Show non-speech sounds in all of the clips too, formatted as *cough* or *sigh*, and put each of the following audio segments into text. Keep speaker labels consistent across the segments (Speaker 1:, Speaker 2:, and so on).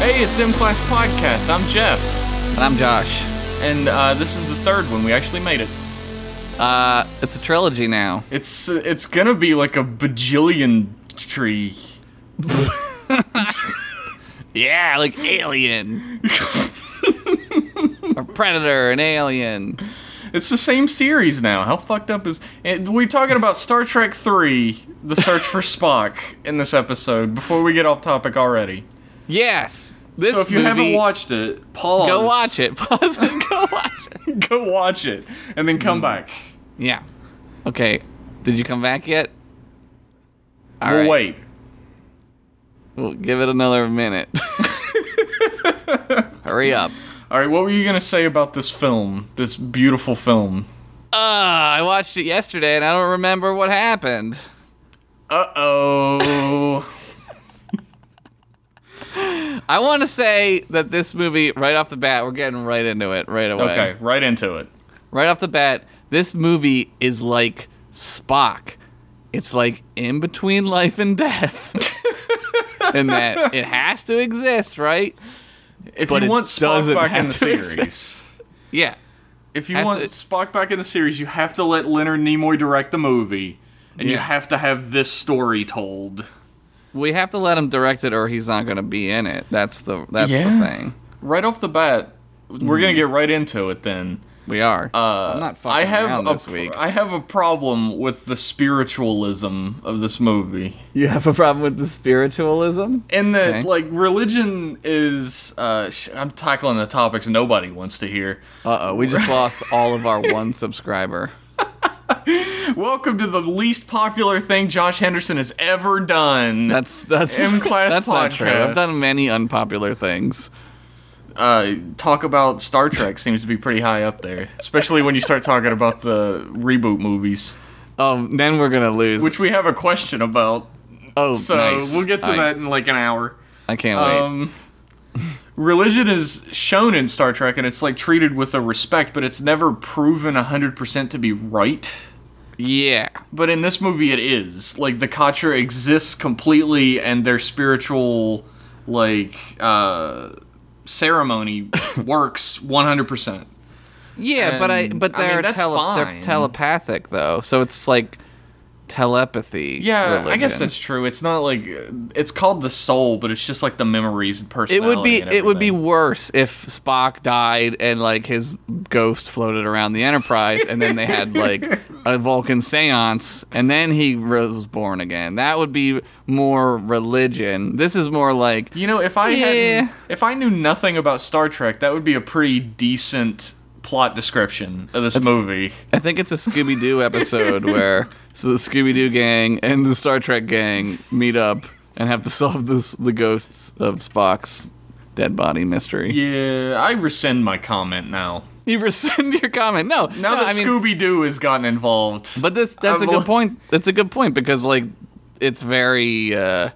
Speaker 1: Hey, it's M Class Podcast. I'm Jeff,
Speaker 2: And I'm Josh.
Speaker 1: and uh, this is the third one. We actually made it.
Speaker 2: Uh, it's a trilogy now.
Speaker 1: It's it's gonna be like a bajillion tree.
Speaker 2: Yeah, like Alien. *laughs* a Predator, an Alien.
Speaker 1: It's the same series now. How fucked up is? And we're talking about Star Trek Three: The Search for Spock in this episode. Before we get off topic already.
Speaker 2: Yes. This
Speaker 1: So if you
Speaker 2: movie,
Speaker 1: haven't watched it, pause.
Speaker 2: go watch it. *laughs* Pause and go watch it.
Speaker 1: *laughs* Go watch it, and then come back.
Speaker 2: Yeah. Okay. Did you come back yet? All
Speaker 1: we'll
Speaker 2: right.
Speaker 1: wait.
Speaker 2: We'll give it
Speaker 1: *laughs*
Speaker 2: another minute. Hurry up.
Speaker 1: All right. What were you gonna say about this film? This beautiful film.
Speaker 2: Uh, I watched it yesterday and I don't remember what happened.
Speaker 1: Uh *coughs* oh.
Speaker 2: I want to say that this movie, right off the bat, we're getting right into it right away.
Speaker 1: okay. Right into it.
Speaker 2: right off the bat, this movie is like Spock. It's like in between life and death. *laughs* and that it has to exist, right?
Speaker 1: If
Speaker 2: But
Speaker 1: you
Speaker 2: it
Speaker 1: want Spock
Speaker 2: doesn't
Speaker 1: back in
Speaker 2: have
Speaker 1: the
Speaker 2: to
Speaker 1: *laughs*
Speaker 2: exist.
Speaker 1: series,
Speaker 2: Yeah.
Speaker 1: if you
Speaker 2: Has
Speaker 1: want
Speaker 2: to-
Speaker 1: Spock back in the series, you have to let Leonard Nimoy direct the movie, and you
Speaker 2: Yeah.
Speaker 1: have to have this story told.
Speaker 2: We have to let him direct it or he's not going to be in it. That's the that's
Speaker 1: Yeah.
Speaker 2: the thing.
Speaker 1: Right off the bat, we're gonna get right into it. Then
Speaker 2: We are.
Speaker 1: uh,
Speaker 2: I'm not fucking
Speaker 1: I have
Speaker 2: around
Speaker 1: a
Speaker 2: this
Speaker 1: pr-
Speaker 2: week.
Speaker 1: I have a problem with the spiritualism of this movie.
Speaker 2: You have a problem with the spiritualism?
Speaker 1: and that
Speaker 2: Okay.
Speaker 1: like religion is uh sh- i'm tackling the topics nobody wants to hear
Speaker 2: Uh-oh, we just lost all of our one subscriber.
Speaker 1: welcome to the least popular thing josh henderson has ever done
Speaker 2: That's that's
Speaker 1: M-Class
Speaker 2: that's not true. I've
Speaker 1: podcast.
Speaker 2: done many unpopular things.
Speaker 1: uh talk about star trek seems to be pretty high up there especially when you start talking about the reboot movies
Speaker 2: Um, then we're gonna lose.
Speaker 1: which we have a question about
Speaker 2: oh,
Speaker 1: so
Speaker 2: nice.
Speaker 1: we'll get to
Speaker 2: I-
Speaker 1: that in like an hour
Speaker 2: I can't wait.
Speaker 1: Um, religion is shown in Star Trek, and it's like treated with a respect, but it's never proven hundred percent to be right.
Speaker 2: Yeah.
Speaker 1: But in this movie, it is like the Katra exists completely, and their spiritual like uh, ceremony works one hundred percent.
Speaker 2: Yeah, but I
Speaker 1: And,
Speaker 2: but
Speaker 1: I mean,
Speaker 2: they're,
Speaker 1: that's
Speaker 2: tele-
Speaker 1: fine.
Speaker 2: they're telepathic though. So it's like telepathy.
Speaker 1: Yeah, I guess
Speaker 2: religion.
Speaker 1: that's true. It's not like it's called the soul, but it's just like the memories and
Speaker 2: it
Speaker 1: personality.
Speaker 2: would be
Speaker 1: and
Speaker 2: it would be
Speaker 1: everything.
Speaker 2: worse if Spock died and like his ghost floated around the Enterprise and then they had like a Vulcan séance and then he was born again. That would be more religion. This is more like
Speaker 1: You know, if I
Speaker 2: Yeah.
Speaker 1: had if I knew nothing about Star Trek, that would be a pretty decent plot description of this movie.
Speaker 2: I think it's a Scooby Doo episode where so the Scooby Doo gang and the Star Trek gang meet up and have to solve this the ghosts of Spock's dead body mystery.
Speaker 1: Yeah, I rescind my comment now.
Speaker 2: You rescind your comment. No,
Speaker 1: Now
Speaker 2: no,
Speaker 1: that
Speaker 2: I mean,
Speaker 1: Scooby Doo has gotten involved,
Speaker 2: but this that's
Speaker 1: I'm
Speaker 2: a
Speaker 1: al-
Speaker 2: good point. That's a good point because like it's very uh,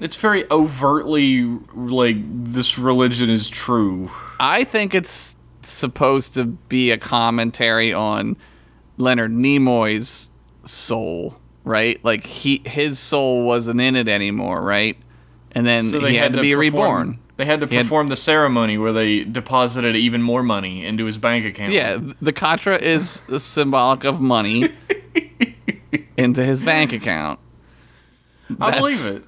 Speaker 1: it's very overtly like this religion is true.
Speaker 2: I think it's supposed to be a commentary on Leonard Nimoy's soul, right? Like he his soul wasn't in it anymore, right? And then he had, to, be
Speaker 1: perform-
Speaker 2: reborn.
Speaker 1: They had to
Speaker 2: had-
Speaker 1: perform the ceremony where they deposited even more money into his bank account.
Speaker 2: Yeah, the Contra is symbolic of *laughs* money into his bank account.
Speaker 1: I
Speaker 2: That's-
Speaker 1: believe it.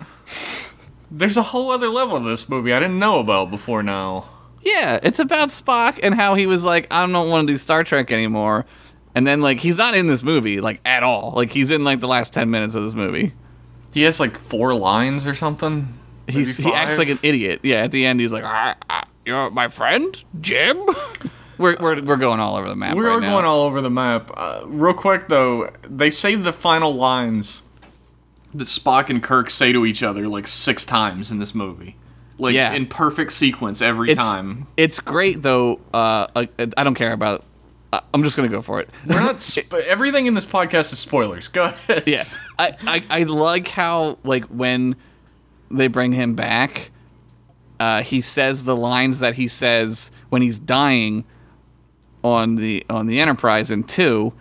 Speaker 1: There's a whole other level to this movie I didn't know about before now.
Speaker 2: Yeah, it's about Spock and how he was like, I don't want to do Star Trek anymore. And then like he's not in this movie like at all. Like he's in like the last 10 minutes of this movie.
Speaker 1: He has like four lines or something.
Speaker 2: He's,
Speaker 1: Maybe
Speaker 2: he acts
Speaker 1: five?
Speaker 2: like an idiot. Yeah, at the end he's like, "Ah, ah, "You're my friend, Jim." *laughs* We're, we're, we're going all over the map.
Speaker 1: We
Speaker 2: right
Speaker 1: are
Speaker 2: now.
Speaker 1: going all over the map. Uh, real quick though, they say the final lines that Spock and Kirk say to each other like six times in this movie, like
Speaker 2: Yeah.
Speaker 1: in perfect sequence every
Speaker 2: It's-
Speaker 1: time.
Speaker 2: It's great though. Uh, I, I don't care about. I- I'm just gonna go for it. *laughs*
Speaker 1: We're not. Sp- everything in this podcast is spoilers. Go ahead.
Speaker 2: Yeah, I, I, I like how like when they bring him back, uh, he says the lines that he says when he's dying on the on the Enterprise in two,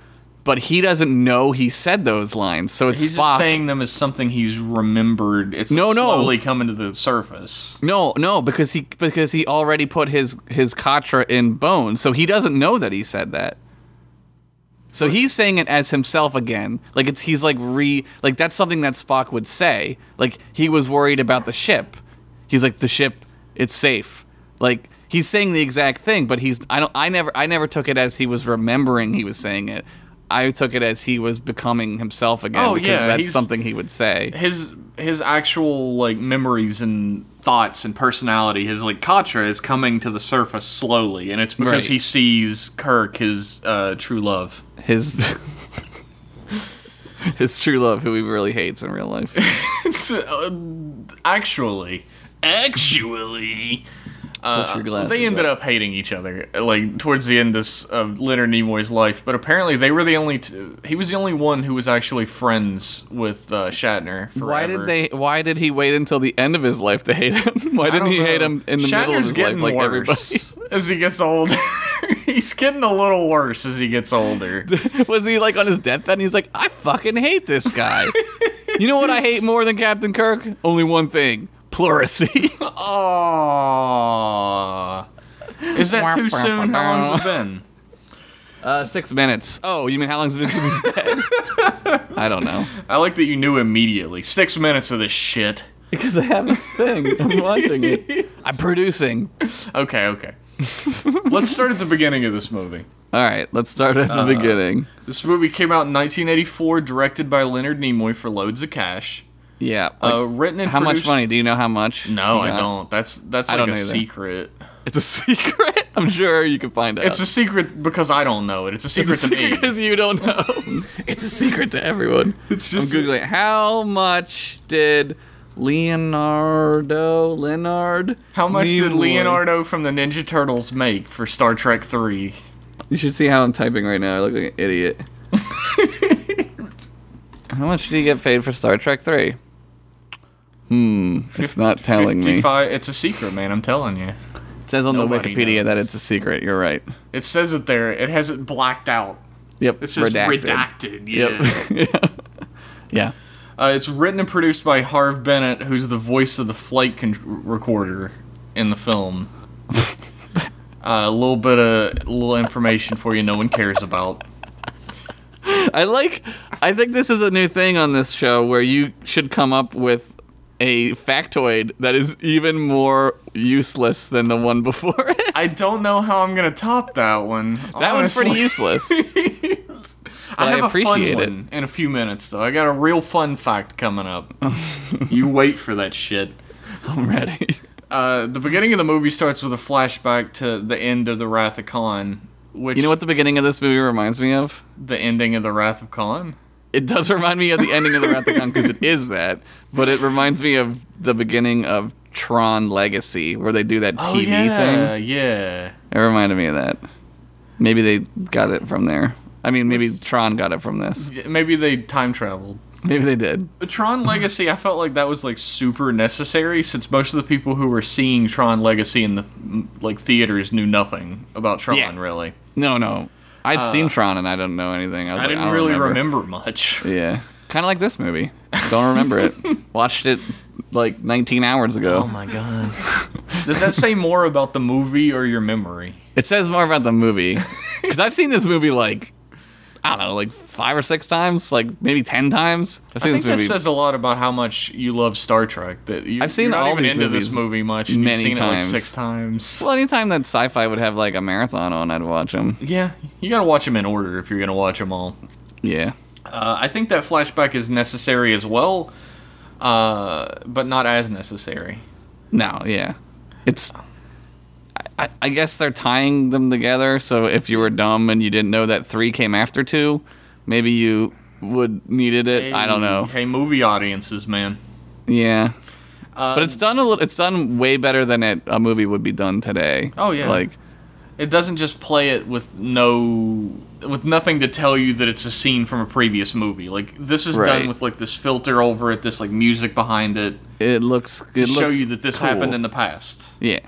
Speaker 2: but he doesn't know he said those lines. So it's
Speaker 1: He's
Speaker 2: Spock.
Speaker 1: just saying them as something he's remembered. It's
Speaker 2: No, no.
Speaker 1: slowly coming to the surface.
Speaker 2: no, no, because he because he already put his his katra in bone, so he doesn't know that he said that. So he's saying it as himself again. Like it's he's like re like that's something that Spock would say. Like he was worried about the ship. He's like the ship, it's safe. Like he's saying the exact thing, but he's I don't I never I never took it as he was remembering he was saying it. I took it as he was becoming himself again
Speaker 1: Oh,
Speaker 2: because
Speaker 1: yeah,
Speaker 2: that's
Speaker 1: he's-
Speaker 2: something he would say.
Speaker 1: His his actual like memories and thoughts and personality, his like Katra is coming to the surface slowly, and it's because
Speaker 2: Right.
Speaker 1: he sees Kirk, his uh, true love.
Speaker 2: his *laughs* his true love who he really hates in real life
Speaker 1: Uh, actually, actually,
Speaker 2: Push your glasses
Speaker 1: they ended
Speaker 2: up.
Speaker 1: up hating each other like towards the end this, of Leonard Nimoy's life. But apparently, they were the only. T- he was the only one who was actually friends with uh, Shatner. Forever.
Speaker 2: why did they why did he wait until the end of his life to hate him *laughs* why
Speaker 1: I
Speaker 2: didn't
Speaker 1: don't
Speaker 2: he hate
Speaker 1: know.
Speaker 2: him in the
Speaker 1: Shatner's
Speaker 2: middle of his
Speaker 1: getting
Speaker 2: life like everybody *laughs*
Speaker 1: worse as he gets older. *laughs* He's getting a little worse as he gets older.
Speaker 2: *laughs* was he like on his deathbed and he's like i fucking hate this guy you know what i hate more than captain kirk only one thing pleurisy *laughs*
Speaker 1: Aww. Is that too soon? How long's it been?
Speaker 2: uh six minutes oh you mean how long's it been since he's dead i don't know
Speaker 1: I like that you knew immediately. Six minutes of this shit.
Speaker 2: because i have a thing i'm watching it i'm producing
Speaker 1: Okay,
Speaker 2: *laughs*
Speaker 1: okay. Let's start at the beginning of this movie.
Speaker 2: all right let's start at the beginning
Speaker 1: This movie came out in 1984, directed by Leonard Nimoy for loads of cash.
Speaker 2: yeah like-
Speaker 1: Uh, written and
Speaker 2: How much
Speaker 1: produced-
Speaker 2: money? Do you know how much?
Speaker 1: No,
Speaker 2: Yeah.
Speaker 1: I don't. That's that's
Speaker 2: I
Speaker 1: like
Speaker 2: don't
Speaker 1: a
Speaker 2: either. Uh,
Speaker 1: secret.
Speaker 2: It's a *laughs* secret. I'm sure you can find out.
Speaker 1: It's a secret because I don't know it. It's a secret to
Speaker 2: *laughs*
Speaker 1: me.
Speaker 2: because you don't know. *laughs* it's a secret to *laughs* everyone.
Speaker 1: It's
Speaker 2: I'm
Speaker 1: just
Speaker 2: googling. How much did Leonardo Leonard?
Speaker 1: how much did
Speaker 2: Nimoy-
Speaker 1: Leonardo from the Ninja Turtles make for Star Trek 3?
Speaker 2: You should see how I'm typing right now. I look like an idiot. *laughs* how much did he get paid for Star Trek Three? Hmm, it's not telling me.
Speaker 1: 55 It's a secret, man. I'm telling you.
Speaker 2: It says on the
Speaker 1: Nobody
Speaker 2: Wikipedia that
Speaker 1: knows.
Speaker 2: it's a secret. You're right.
Speaker 1: It says it there. It has it blacked out.
Speaker 2: Yep.
Speaker 1: It says redacted. Yeah.
Speaker 2: Yep. *laughs* yeah.
Speaker 1: *laughs* Uh, it's written and produced by Harv Bennett, who's the voice of the flight con- recorder in the
Speaker 2: *laughs*
Speaker 1: film. Uh, a little bit of little information for you, no one cares about.
Speaker 2: I like. I think this is a new thing on this show where you should come up with a factoid that is even more useless than the one before it. *laughs*
Speaker 1: I don't know how I'm gonna top that one.
Speaker 2: That one's pretty
Speaker 1: honestly.
Speaker 2: useless.
Speaker 1: I *laughs*
Speaker 2: I
Speaker 1: have
Speaker 2: appreciate it.
Speaker 1: a fun one in a few minutes, though. I got a real fun fact coming
Speaker 2: *laughs*
Speaker 1: up. you wait for that shit.
Speaker 2: *laughs* I'm ready.
Speaker 1: Uh, the beginning of the movie starts with a flashback to the end of the Wrath of Khan, which
Speaker 2: You know what the beginning of this movie reminds me of?
Speaker 1: the ending of the Wrath of Khan.
Speaker 2: It does *laughs* remind me of the ending of the Wrath of Khan because it is that, but it reminds me of the beginning of Tron Legacy where they do that TV thing.
Speaker 1: yeah, yeah.
Speaker 2: It reminded me of that. Maybe they got it from there. I mean, maybe Tron got it from this.
Speaker 1: Maybe they time traveled.
Speaker 2: Maybe they did.
Speaker 1: The
Speaker 2: *laughs*
Speaker 1: Tron Legacy, I felt like that was like super necessary since most of the people who were seeing Tron Legacy in the like theaters knew nothing about Tron
Speaker 2: Yeah.
Speaker 1: really.
Speaker 2: No, no. I'd seen Tron and I didn't know anything.
Speaker 1: Uh,
Speaker 2: I, was
Speaker 1: I
Speaker 2: like,
Speaker 1: didn't
Speaker 2: don't
Speaker 1: really
Speaker 2: remember.
Speaker 1: remember *laughs* much.
Speaker 2: Yeah. Kind of like this movie. Don't
Speaker 1: *laughs*
Speaker 2: remember it. Watched it like 19 hours ago.
Speaker 1: Oh my god. *laughs* Does that say more about the movie or your memory?
Speaker 2: It says more about the movie.
Speaker 1: *laughs*
Speaker 2: Because I've seen this movie like, I don't know, like five or six times, like maybe 10 times. I've
Speaker 1: I
Speaker 2: seen
Speaker 1: think
Speaker 2: this
Speaker 1: that
Speaker 2: movie.
Speaker 1: says a lot about how much you love Star Trek. That you,
Speaker 2: I've seen
Speaker 1: you're not
Speaker 2: all
Speaker 1: even
Speaker 2: these
Speaker 1: into this
Speaker 2: movies
Speaker 1: movie much. And
Speaker 2: many
Speaker 1: you've seen
Speaker 2: times.
Speaker 1: it like six times.
Speaker 2: well, anytime that sci fi would have like a marathon on, I'd watch them.
Speaker 1: yeah, you gotta watch them in order if you're gonna watch them all.
Speaker 2: Yeah.
Speaker 1: Uh, I think that flashback is necessary as well, uh, but not as necessary.
Speaker 2: No, yeah. It's. I- I, I guess they're tying them together, so if you were dumb and you didn't know that three came after two, maybe you would needed it. I don't know.
Speaker 1: Hey, movie audiences, man.
Speaker 2: Yeah. but
Speaker 1: Um,
Speaker 2: it's done a little. It's done way better than it, a movie would be done today.
Speaker 1: Oh, yeah.
Speaker 2: Like
Speaker 1: It doesn't just play it with no, with nothing to tell you that it's a scene from a previous movie. Like this is
Speaker 2: Right.
Speaker 1: done with like this filter over it, this like music behind it
Speaker 2: it looks.
Speaker 1: to
Speaker 2: it
Speaker 1: show
Speaker 2: looks
Speaker 1: you that this
Speaker 2: cool.
Speaker 1: happened in the past.
Speaker 2: yeah.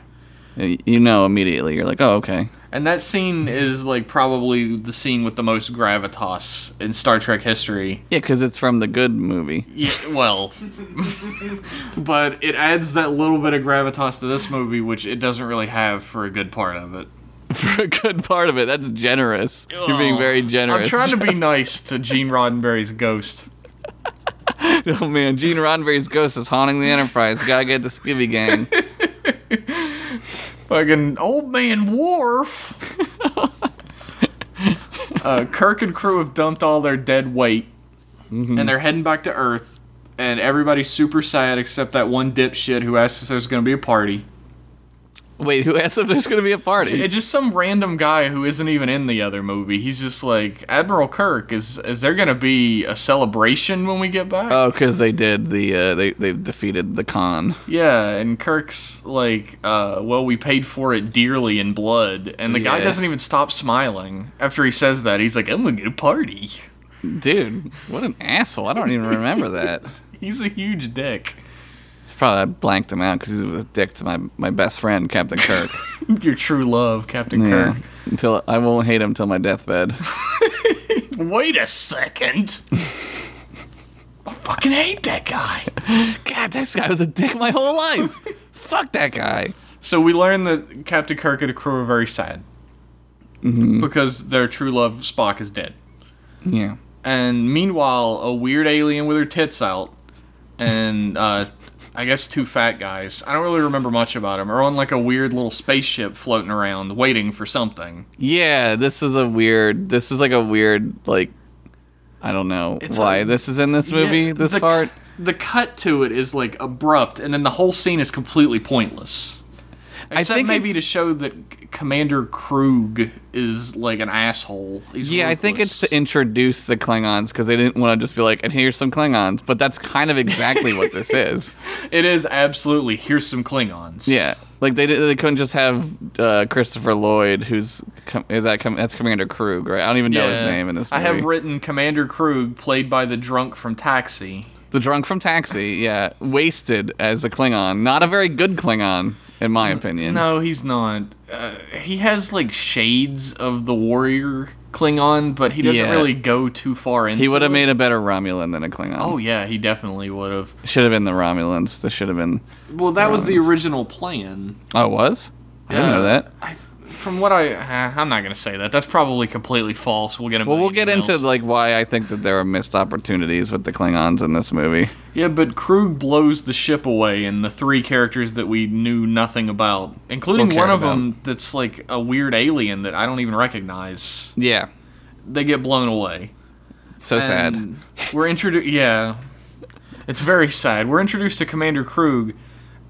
Speaker 2: You know immediately. You're like, oh okay.
Speaker 1: And that scene is like probably the scene with the most gravitas in Star Trek history.
Speaker 2: Yeah, because it's from the good movie. *laughs*
Speaker 1: Yeah, well, *laughs* but it adds that little bit of gravitas to this movie, which it doesn't really have for a good part of it.
Speaker 2: For a good part of it, that's generous. You're being very generous.
Speaker 1: Oh. I'm trying to
Speaker 2: Jeff.
Speaker 1: be nice to Gene Roddenberry's ghost.
Speaker 2: *laughs* Oh man, Gene Roddenberry's ghost is haunting the Enterprise. Gotta get the Skibby Gang.
Speaker 1: Fucking old man *laughs* Worf. uh, Kirk and crew have dumped all their dead weight, and they're heading back to Earth. And everybody's super sad except that one dipshit who asks if there's gonna be a party.
Speaker 2: Wait, who asked if there's gonna be a party?
Speaker 1: It's just some random guy who isn't even in the other movie. He's just like Admiral Kirk. Is is there gonna be a celebration when we get back?
Speaker 2: Oh, because they did the uh, they they defeated the con.
Speaker 1: Yeah, and Kirk's like, uh, well, we paid for it dearly in blood. And the guy
Speaker 2: Yeah.
Speaker 1: doesn't even stop smiling after he says that. He's like, I'm going to get a party. *laughs*
Speaker 2: Dude, what an asshole! I don't even remember that.
Speaker 1: He's a huge dick. *laughs*
Speaker 2: Probably I blanked him out because he was a dick to my my best friend Captain Kirk.
Speaker 1: Your true love, Captain
Speaker 2: Yeah.
Speaker 1: Kirk.
Speaker 2: Until I won't hate him till my deathbed.
Speaker 1: Wait a second. I fucking hate that
Speaker 2: *laughs*
Speaker 1: guy.
Speaker 2: God, this guy was a dick my whole life. Fuck that guy.
Speaker 1: So we learn that Captain Kirk and the crew are very sad
Speaker 2: Mm-hmm.
Speaker 1: because their true love, Spock, is dead.
Speaker 2: Yeah.
Speaker 1: And meanwhile, a weird alien with her tits out, and uh, I guess two fat guys. I don't really remember much about them. Are on like a weird little spaceship floating around, waiting for something.
Speaker 2: Yeah, this is a weird. This is like a weird like. I don't know
Speaker 1: It's
Speaker 2: why
Speaker 1: a-
Speaker 2: this is in this movie.
Speaker 1: Yeah,
Speaker 2: this
Speaker 1: the,
Speaker 2: part.
Speaker 1: The cut to it is like abrupt, and then the whole scene is completely pointless. Except
Speaker 2: think
Speaker 1: maybe
Speaker 2: it's-
Speaker 1: to show that C- Commander Krug is like an asshole. He's
Speaker 2: Yeah, I think it's to
Speaker 1: ruthless.
Speaker 2: introduce the Klingons because they didn't want to just be like, and here's some Klingons. But that's kind of exactly what
Speaker 1: *laughs*
Speaker 2: this is.
Speaker 1: it is absolutely. Here's some Klingons.
Speaker 2: Yeah, like they did- they couldn't just have uh, Christopher Lloyd, who's com- is that com- that's Commander Krug, right? I don't even know his
Speaker 1: Yeah.
Speaker 2: name in this
Speaker 1: I
Speaker 2: movie.
Speaker 1: have written Commander Krug, played by the drunk from Taxi.
Speaker 2: the drunk from Taxi. Yeah, wasted as a Klingon, not a very good Klingon in my opinion.
Speaker 1: No, he's not. Uh, he has like shades of the warrior Klingon, but he doesn't
Speaker 2: Yeah.
Speaker 1: really go too far into.
Speaker 2: He would have
Speaker 1: it.
Speaker 2: made a better Romulan than a Klingon.
Speaker 1: Oh yeah, he definitely would have.
Speaker 2: Should have been the Romulans. This should have been.
Speaker 1: Well, that was the original plan.
Speaker 2: Oh, it was? I didn't know
Speaker 1: Yeah.
Speaker 2: that.
Speaker 1: I, from what I, uh, I'm not gonna say that. That's probably completely false. We'll get. A
Speaker 2: Well, we'll get
Speaker 1: million
Speaker 2: into
Speaker 1: emails.
Speaker 2: like why I think that there are missed opportunities with the Klingons in this movie.
Speaker 1: Yeah, but Krug blows the ship away, and the three characters that we knew nothing about, including
Speaker 2: Don't care
Speaker 1: one of
Speaker 2: about.
Speaker 1: them that's like a weird alien that I don't even recognize,
Speaker 2: Yeah,
Speaker 1: they get blown away.
Speaker 2: so sad.
Speaker 1: And We're introduced. Yeah, it's very sad. We're introduced to Commander Krug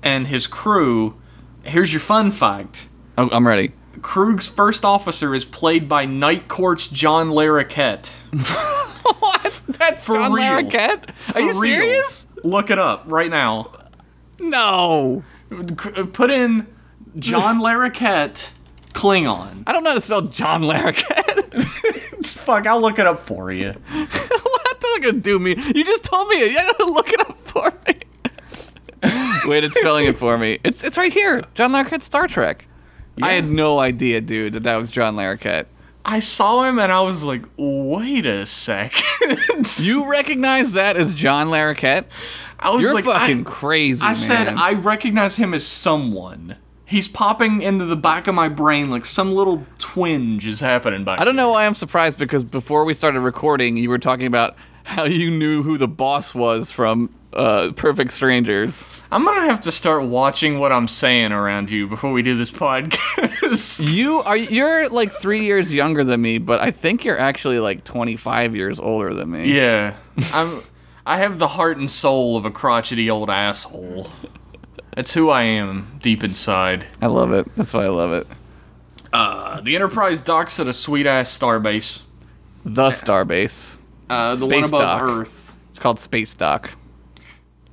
Speaker 1: and his crew. Here's your fun fact:
Speaker 2: Oh, I'm ready.
Speaker 1: Krug's first officer is played by Night Court's John Larroquette.
Speaker 2: What? That's
Speaker 1: For
Speaker 2: John
Speaker 1: real.
Speaker 2: Larroquette? Are
Speaker 1: For
Speaker 2: you
Speaker 1: real.
Speaker 2: serious?
Speaker 1: Look it up right now.
Speaker 2: No.
Speaker 1: K- uh, Put in John Larroquette Klingon.
Speaker 2: I don't know how to spell John Larroquette. *laughs*
Speaker 1: Fuck, I'll look it up for you.
Speaker 2: what does it gonna do me? You just told me it. You gotta look it up for me. *laughs* Wait, it's spelling it for me. It's it's right here. John Larroquette, Star Trek. I had no idea, dude, that that was John Larroquette.
Speaker 1: I saw him and I was like, wait a sec.
Speaker 2: *laughs* You recognize that as John Larroquette?
Speaker 1: *laughs* I was
Speaker 2: You're
Speaker 1: like, I-
Speaker 2: fucking crazy,
Speaker 1: I
Speaker 2: man.
Speaker 1: said I recognize him as someone. He's popping into the back of my brain like some little twinge is happening back.
Speaker 2: I don't know why I'm surprised because before we started recording, you were talking about how you knew who the boss was from uh, Perfect Strangers.
Speaker 1: I'm gonna have to start watching what I'm saying around you before we do this *laughs* podcast.
Speaker 2: You are you're like three years younger than me, but I think you're actually like 25 years older than
Speaker 1: *laughs*
Speaker 2: me.
Speaker 1: yeah, I'm. I have the heart and soul of a crotchety old asshole. That's who I am deep inside.
Speaker 2: I love it. That's why I love it.
Speaker 1: Uh, the Enterprise docks at a sweet ass starbase.
Speaker 2: The Starbase.
Speaker 1: Uh, the one
Speaker 2: Space
Speaker 1: above
Speaker 2: dock.
Speaker 1: Earth.
Speaker 2: It's called Space Dock.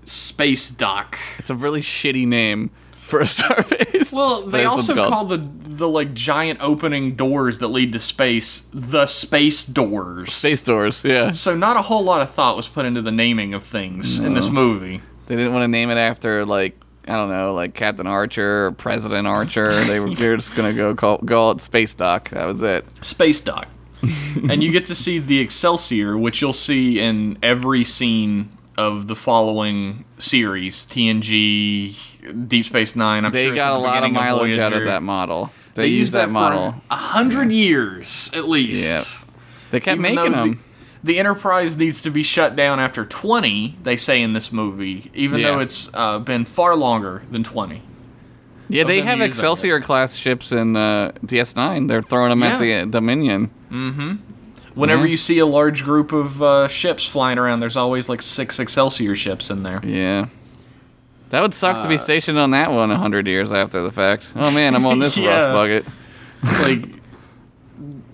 Speaker 1: Space dock.
Speaker 2: It's a really shitty name for a *laughs* starbase.
Speaker 1: Well,
Speaker 2: but
Speaker 1: they
Speaker 2: it's what
Speaker 1: also
Speaker 2: it's called.
Speaker 1: call the the like giant opening doors that lead to space the space doors.
Speaker 2: space doors. Yeah,
Speaker 1: So not a whole lot of thought was put into the naming of things in this movie.
Speaker 2: they didn't want to name it after like I don't know, like Captain Archer or President Archer. They were they're just gonna go call go it Space Doc. That was it.
Speaker 1: Space
Speaker 2: *laughs*
Speaker 1: Doc. and you get to see the Excelsior, which you'll see in every scene of the following series TNG, Deep Space Nine. I'm
Speaker 2: They
Speaker 1: sure it's
Speaker 2: got
Speaker 1: at
Speaker 2: a
Speaker 1: the
Speaker 2: lot of
Speaker 1: beginning
Speaker 2: mileage out of
Speaker 1: Voyager.
Speaker 2: that model. They,
Speaker 1: They
Speaker 2: used
Speaker 1: used
Speaker 2: that, model.
Speaker 1: for a hundred years at least.
Speaker 2: Yeah. They kept
Speaker 1: Even
Speaker 2: making
Speaker 1: though
Speaker 2: them.
Speaker 1: The, the Enterprise needs to be shut down after 20, they say in this movie, even
Speaker 2: Yeah.
Speaker 1: though it's uh, been far longer than 20.
Speaker 2: yeah, they
Speaker 1: them to use
Speaker 2: have
Speaker 1: them, yeah.
Speaker 2: Excelsior class ships in uh, DS9. They're throwing them
Speaker 1: Yeah.
Speaker 2: at the uh, Dominion.
Speaker 1: Whenever
Speaker 2: Yeah.
Speaker 1: you see a large group of uh, ships flying around, there's always like six Excelsior ships in there.
Speaker 2: Yeah. That would suck
Speaker 1: Uh,
Speaker 2: to be stationed on that one 100 years after the fact. Oh man, I'm on this rust
Speaker 1: *laughs* Yeah.
Speaker 2: bucket.
Speaker 1: like,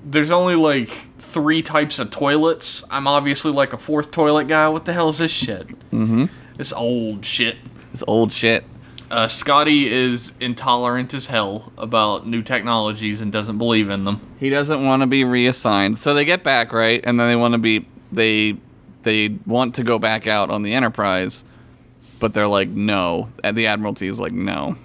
Speaker 1: there's only like three types of toilets. I'm obviously like a fourth toilet guy. What the hell is this shit? Mm-hmm. This old shit.
Speaker 2: It's old shit.
Speaker 1: Uh, Scotty is intolerant as hell about new technologies and doesn't believe in them.
Speaker 2: He doesn't want to be reassigned. So they get back, right? And then they want to be they they want to go back out on the Enterprise, but they're like no. And the Admiralty is like no.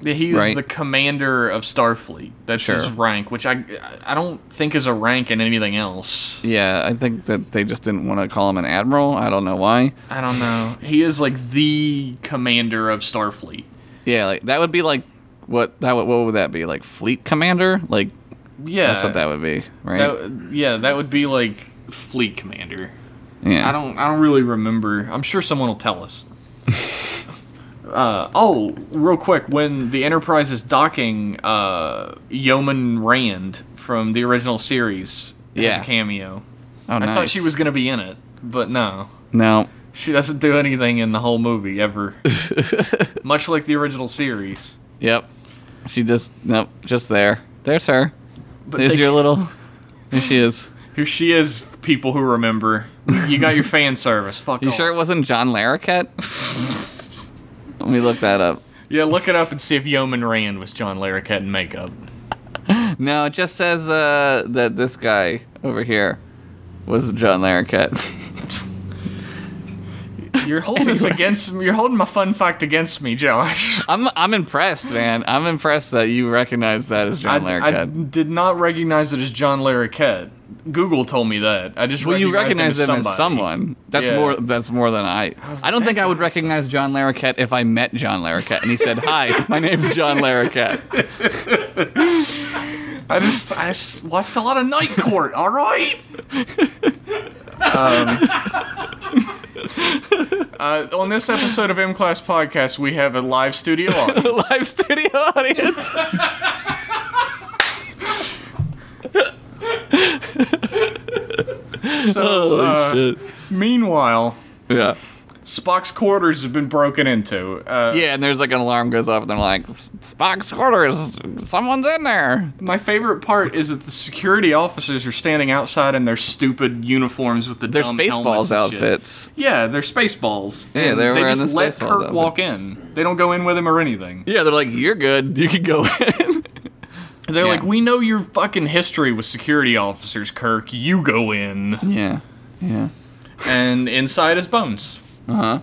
Speaker 1: Yeah, He's
Speaker 2: Right.
Speaker 1: the commander of Starfleet. That's his
Speaker 2: Sure.
Speaker 1: rank, which I I don't think is a rank in anything else.
Speaker 2: Yeah, I think that they just didn't want to call him an admiral. I don't know why.
Speaker 1: I don't know. He is like the commander of Starfleet.
Speaker 2: Yeah, like that would be like what that would, what would that be? Like fleet commander? Like
Speaker 1: Yeah,
Speaker 2: that's what that would be, right?
Speaker 1: Uh, that- yeah, that would be like fleet commander.
Speaker 2: yeah.
Speaker 1: I don't I don't really remember. I'm sure someone will tell
Speaker 2: *laughs*
Speaker 1: us. uh, oh, real quick, when the Enterprise is docking, uh, Yeoman Rand from the original series has
Speaker 2: Yeah.
Speaker 1: a cameo.
Speaker 2: Oh,
Speaker 1: I thought
Speaker 2: nice.
Speaker 1: she was gonna be in it, but no.
Speaker 2: No.
Speaker 1: She doesn't do anything in the whole movie
Speaker 2: *laughs*
Speaker 1: ever. Much like the original series.
Speaker 2: Yep. She just nope, just there. There's her.
Speaker 1: But
Speaker 2: There's
Speaker 1: they- *laughs*
Speaker 2: your little There she is.
Speaker 1: who she is, people who remember. You got your
Speaker 2: *laughs*
Speaker 1: fan service. Fuck
Speaker 2: You
Speaker 1: off.
Speaker 2: sure it wasn't John Larroquette? *laughs* Let me look that up.
Speaker 1: Yeah, look it up and see if Yeoman Rand was John Larroquette in makeup.
Speaker 2: No, it just says uh, that this guy over here was John Larroquette. *laughs*
Speaker 1: You're holding this against me. You're holding my fun fact against me, Josh.
Speaker 2: I'm I'm impressed, man. I'm impressed that you recognize that as
Speaker 1: I,
Speaker 2: John
Speaker 1: I
Speaker 2: Larroquette.
Speaker 1: did not recognize it as John Larroquette. Google told me that. I just
Speaker 2: well, you
Speaker 1: recognized
Speaker 2: recognize him
Speaker 1: somebody.
Speaker 2: as someone. That's
Speaker 1: Yeah.
Speaker 2: more. That's more than I.
Speaker 1: was
Speaker 2: I don't
Speaker 1: like,
Speaker 2: think
Speaker 1: that
Speaker 2: I would
Speaker 1: guy's-
Speaker 2: recognize John Larroquette if I met John Larroquette and he said, "Hi, my name's John Larroquette." *laughs*
Speaker 1: I just I s- watched a lot of Night Court. All right. um, *laughs* uh, on this episode of M Class Podcast, we have a live studio
Speaker 2: *laughs*
Speaker 1: audience.
Speaker 2: Live studio audience.
Speaker 1: So, uh,
Speaker 2: Shit.
Speaker 1: meanwhile,
Speaker 2: Yeah.
Speaker 1: Spock's quarters have been broken into. Uh,
Speaker 2: Yeah, and there's like an alarm goes off, and they're like, "Spock's quarters. Someone's in there."
Speaker 1: My favorite part is that the security officers are standing outside in their stupid uniforms with the
Speaker 2: They're
Speaker 1: dumb
Speaker 2: Spaceballs
Speaker 1: helmets and shit.
Speaker 2: outfits.
Speaker 1: Yeah, they're Spaceballs.
Speaker 2: Yeah,
Speaker 1: And
Speaker 2: they're
Speaker 1: they
Speaker 2: wearing
Speaker 1: just
Speaker 2: the
Speaker 1: let
Speaker 2: Spaceballs
Speaker 1: Kirk
Speaker 2: outfit.
Speaker 1: walk in. They don't go in with him or anything.
Speaker 2: Yeah, they're like, "You're good. You can go in." *laughs*
Speaker 1: They're
Speaker 2: Yeah.
Speaker 1: like, we know your fucking history with security officers, Kirk. You go in.
Speaker 2: yeah. Yeah.
Speaker 1: and inside is Bones.
Speaker 2: Uh huh.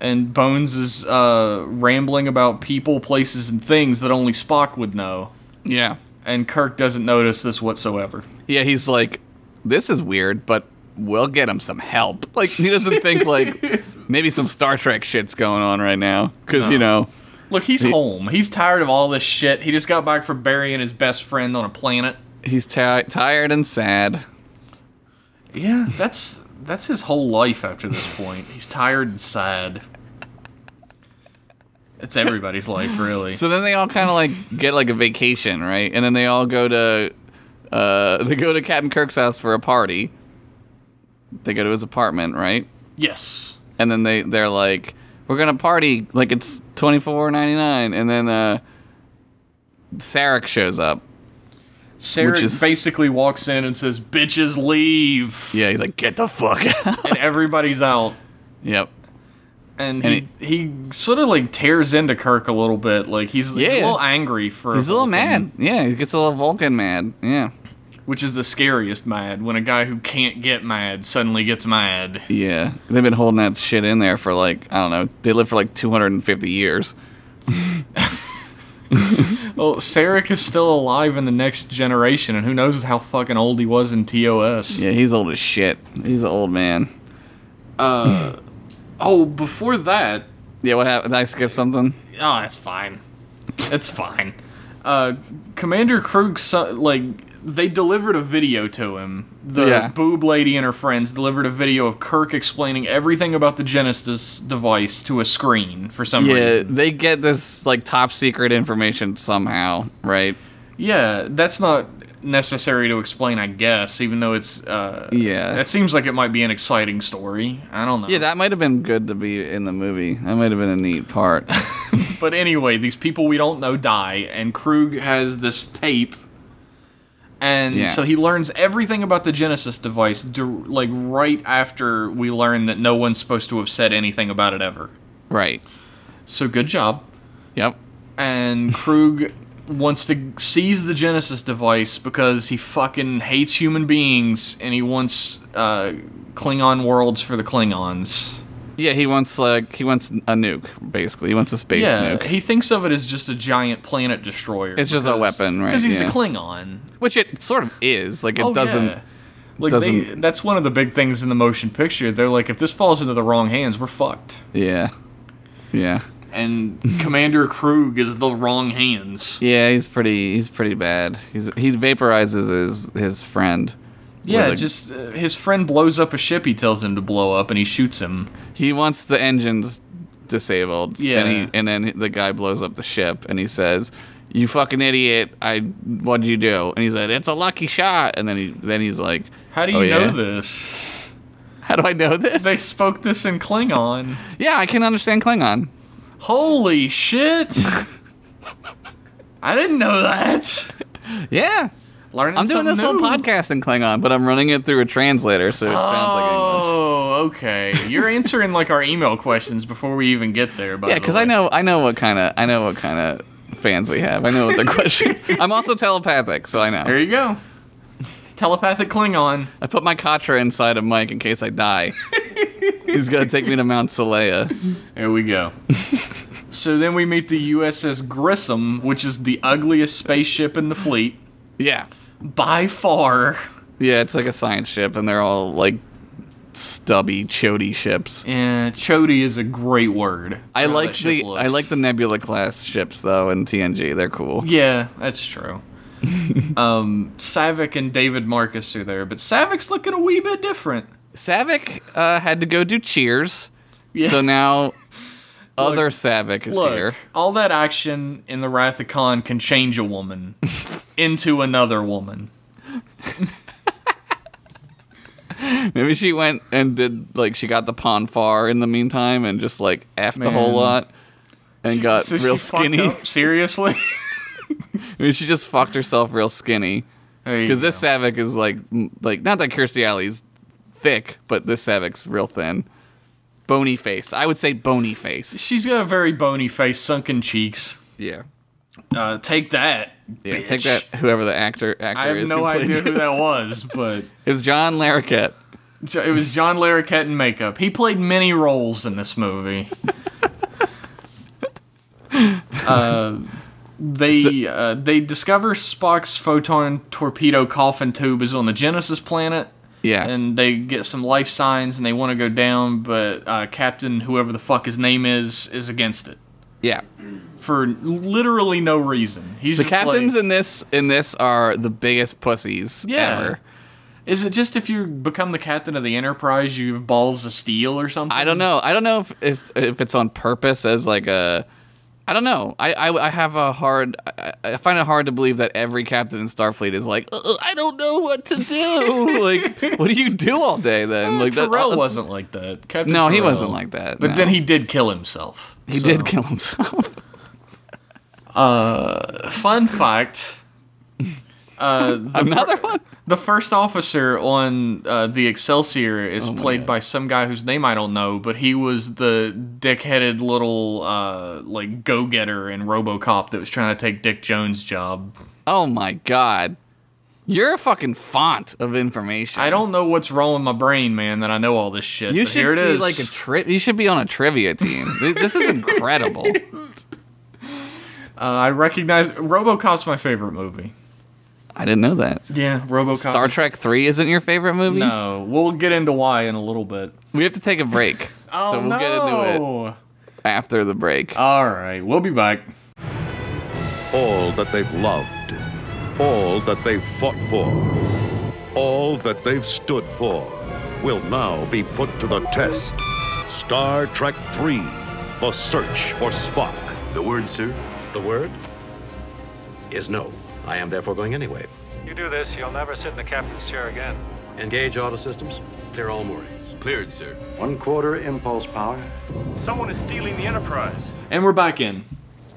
Speaker 1: And Bones is uh, rambling about people, places, and things that only Spock would know.
Speaker 2: Yeah.
Speaker 1: And Kirk doesn't notice this whatsoever.
Speaker 2: Yeah, he's like, this is weird, but we'll get him some help. *laughs* Like, he doesn't think, *laughs* like, maybe some Star Trek shit's going on right now. Because, you know,
Speaker 1: Look, he's home. He's tired of all this shit. He just got back from burying his best friend on a planet.
Speaker 2: he's ti tired and sad.
Speaker 1: Yeah, that's that's his whole life after this point. *laughs* He's tired and sad. It's everybody's life, really.
Speaker 2: So then they all kind of, like, get, like, a vacation, right? And then they all go to, uh, *laughs* they go to Captain Kirk's house for a party. They go to his apartment, right?
Speaker 1: *laughs* Yes.
Speaker 2: and then they they're like we're gonna party like it's 24.99 and then uh sarek shows up
Speaker 1: Sarah
Speaker 2: Which is-
Speaker 1: basically walks in and says, "Bitches leave,"
Speaker 2: yeah he's like get the fuck *laughs* out
Speaker 1: and everybody's out.
Speaker 2: yep
Speaker 1: And,
Speaker 2: And
Speaker 1: he he sort of like tears into Kirk a little bit. Like he's, he's a
Speaker 2: Yeah.
Speaker 1: little angry for.
Speaker 2: he's a little
Speaker 1: Vulcan.
Speaker 2: mad yeah he gets a little vulcan mad yeah
Speaker 1: which is the scariest mad when a guy who can't get mad suddenly gets mad.
Speaker 2: Yeah, they've been holding that shit in there for like I don't know. They lived for like 250 years.
Speaker 1: Well, Sarek is still alive in the next generation, and who knows how fucking old he was in TOS.
Speaker 2: Yeah, he's old as shit. He's an old man.
Speaker 1: Oh, before that,
Speaker 2: Yeah, what happened? Did I skip something?
Speaker 1: Oh, that's fine. That's fine. Uh, Commander Krug, so- like, they delivered a video to him. The
Speaker 2: Yeah.
Speaker 1: boob lady and her friends delivered a video of Kirk explaining everything about the Genesis device to a screen for some
Speaker 2: Yeah,
Speaker 1: reason.
Speaker 2: they get this like top secret information somehow, right?
Speaker 1: Yeah, that's not necessary to explain, I guess, even though it's. Uh,
Speaker 2: Yeah.
Speaker 1: That seems like it might be an exciting story. I don't know.
Speaker 2: yeah, that might have been good to be in the movie. That might have been a neat part.
Speaker 1: *laughs* But anyway, these people we don't know die, and Krug has this tape, and
Speaker 2: Yeah.
Speaker 1: so he learns everything about the Genesis device, dir- like right after we learn that no one's supposed to have said anything about it ever.
Speaker 2: right.
Speaker 1: So good job.
Speaker 2: Yep. *laughs*
Speaker 1: And Krug wants to seize the Genesis device because he fucking hates human beings, and he wants uh, Klingon worlds for the Klingons.
Speaker 2: Yeah, he wants like he wants a nuke basically. He wants a space
Speaker 1: Yeah,
Speaker 2: nuke,
Speaker 1: he thinks of it as just a giant planet destroyer.
Speaker 2: It's just a weapon, right,
Speaker 1: Because he's
Speaker 2: yeah.
Speaker 1: a Klingon.
Speaker 2: which it sort of is. Like it doesn't.
Speaker 1: Oh, yeah. Like They,
Speaker 2: doesn't-
Speaker 1: that's one of the big things in the motion picture. They're like, if this falls into the wrong hands, we're fucked.
Speaker 2: Yeah. Yeah. *laughs*
Speaker 1: And Commander Krug is the wrong hands.
Speaker 2: Yeah, he's pretty. He's pretty bad. He's he vaporizes his his friend.
Speaker 1: Yeah,
Speaker 2: With a-
Speaker 1: just uh, his friend blows up a ship. He tells him to blow up, and he shoots him.
Speaker 2: He wants the engines disabled.
Speaker 1: Yeah.
Speaker 2: And, he, and then the guy blows up the ship, and he says, "You fucking idiot! I what'd you do?" And he's like, "It's a lucky shot." And then he then he's like,
Speaker 1: How do you
Speaker 2: "Oh,
Speaker 1: know
Speaker 2: yeah?
Speaker 1: this?
Speaker 2: How do I know this?"
Speaker 1: They spoke this in Klingon.
Speaker 2: *laughs* yeah, I can understand Klingon.
Speaker 1: Holy shit! I didn't know that.
Speaker 2: Yeah.
Speaker 1: Learning
Speaker 2: I'm doing
Speaker 1: something
Speaker 2: this whole
Speaker 1: new.
Speaker 2: podcast in Klingon, but I'm running it through a translator, so it sounds like English.
Speaker 1: Oh, okay. You're answering like our email questions before we even get there. By
Speaker 2: Yeah,
Speaker 1: the
Speaker 2: because I
Speaker 1: way.
Speaker 2: know I know what kind of I know what kind of fans we have. I know what the *laughs* questions. I'm also telepathic, so I
Speaker 1: There
Speaker 2: know.
Speaker 1: you go. Telepathic Klingon.
Speaker 2: I put my Katra inside of Mike in case
Speaker 1: *laughs*
Speaker 2: I die. He's gonna take me to Mount Celea.
Speaker 1: There we go. *laughs* so then we meet the USS Grissom, which is the ugliest spaceship in the fleet
Speaker 2: Yeah,
Speaker 1: by far.
Speaker 2: yeah, it's like a science ship, and they're all like stubby, chody ships.
Speaker 1: Yeah, chody is a great word.
Speaker 2: I
Speaker 1: How that
Speaker 2: like
Speaker 1: ship
Speaker 2: the I
Speaker 1: looks.
Speaker 2: like
Speaker 1: *laughs*
Speaker 2: the Nebula class ships though in TNG. They're cool.
Speaker 1: Yeah, that's
Speaker 2: *laughs*
Speaker 1: true. um, Savick and David Marcus are there, but Savick's looking a wee bit different.
Speaker 2: Savick uh, had to go do Cheers, so
Speaker 1: *laughs*
Speaker 2: now other Savick is
Speaker 1: Look,
Speaker 2: here.
Speaker 1: all that action in the Wrath of Khan can change a
Speaker 2: *laughs*
Speaker 1: woman into another woman.
Speaker 2: Maybe she went and did like she got the pon far in the meantime and just like effed a whole
Speaker 1: Man.
Speaker 2: lot and got
Speaker 1: So she
Speaker 2: real
Speaker 1: fucked
Speaker 2: skinny.
Speaker 1: up?
Speaker 2: *laughs*
Speaker 1: Seriously?
Speaker 2: Maybe she just fucked herself real skinny
Speaker 1: There you
Speaker 2: because this
Speaker 1: go.
Speaker 2: Savick is like m- like not that Kirstie Alley's thick, but this Savick's real thin, bony face. I would say bony face.
Speaker 1: she's got a very bony face, sunken cheeks.
Speaker 2: Yeah.
Speaker 1: Uh, take that.
Speaker 2: Yeah,
Speaker 1: bitch.
Speaker 2: take that. Whoever the actor actor
Speaker 1: I have
Speaker 2: is,
Speaker 1: no
Speaker 2: who played
Speaker 1: idea
Speaker 2: it.
Speaker 1: who that
Speaker 2: *laughs*
Speaker 1: was, but
Speaker 2: It's John Larroquette.
Speaker 1: Jo- it was John Larroquette in makeup. He played many roles in this
Speaker 2: *laughs*
Speaker 1: movie. uh, they uh, they discover Spock's photon torpedo coffin tube is on the Genesis planet.
Speaker 2: Yeah.
Speaker 1: And they get some life signs and they want to go down, but uh, Captain, whoever the fuck his name is, is against it
Speaker 2: Yeah.
Speaker 1: for literally no reason. He's
Speaker 2: The
Speaker 1: just
Speaker 2: captains
Speaker 1: like-
Speaker 2: in this in this are the biggest pussies
Speaker 1: Yeah.
Speaker 2: ever.
Speaker 1: Is it just if you become the captain of the Enterprise, you have balls of steel or something?
Speaker 2: I don't know. I don't know if if, if it's on purpose as like a. I don't know. I, I, I have a hard. I, I find it hard to believe that every captain in Starfleet is like, "Uh, I don't know what to do. *laughs* like, what do you do all day then?
Speaker 1: Like
Speaker 2: Like that-
Speaker 1: Terrell
Speaker 2: that's-
Speaker 1: Uh, wasn't like that. Captain
Speaker 2: No, he
Speaker 1: Terrell.
Speaker 2: wasn't like that,
Speaker 1: But
Speaker 2: no.
Speaker 1: then he did kill himself.
Speaker 2: He
Speaker 1: So,
Speaker 2: did kill himself. *laughs*
Speaker 1: Fun fact: uh, the,
Speaker 2: Another one.
Speaker 1: the first officer on uh, the Excelsior is
Speaker 2: Oh
Speaker 1: played by some guy whose name I don't know, but he was the dick-headed little uh, like go-getter in RoboCop that was trying to take Dick Jones' job.
Speaker 2: Oh my god. You're a fucking font of information.
Speaker 1: I don't know what's wrong with my brain, man, that I know all this shit.
Speaker 2: You
Speaker 1: but
Speaker 2: should
Speaker 1: here it
Speaker 2: be
Speaker 1: is.
Speaker 2: like a trip. You should be on a trivia team. Th- this
Speaker 1: *laughs*
Speaker 2: is incredible.
Speaker 1: uh, I recognize RoboCop's my favorite movie.
Speaker 2: I didn't know that.
Speaker 1: Yeah, RoboCop.
Speaker 2: Star Trek Three isn't your favorite movie.
Speaker 1: No, we'll get into why in a little bit.
Speaker 2: We have to take
Speaker 1: *laughs*
Speaker 2: a break.
Speaker 1: Oh,
Speaker 2: so we'll get into it after the break.
Speaker 1: All right, we'll be back.
Speaker 3: all that they've loved, all that they've fought for, all that they've stood for, will now be put to the test. Star Trek 3 The Search for Spock.
Speaker 4: The word, sir,
Speaker 3: The word
Speaker 4: is no. I am therefore going anyway.
Speaker 5: You do this, you'll never sit in the captain's chair again.
Speaker 4: Engage auto systems. Clear all moorings.
Speaker 6: Cleared, sir.
Speaker 4: One quarter impulse power.
Speaker 5: Someone is stealing the Enterprise.
Speaker 1: And we're back in.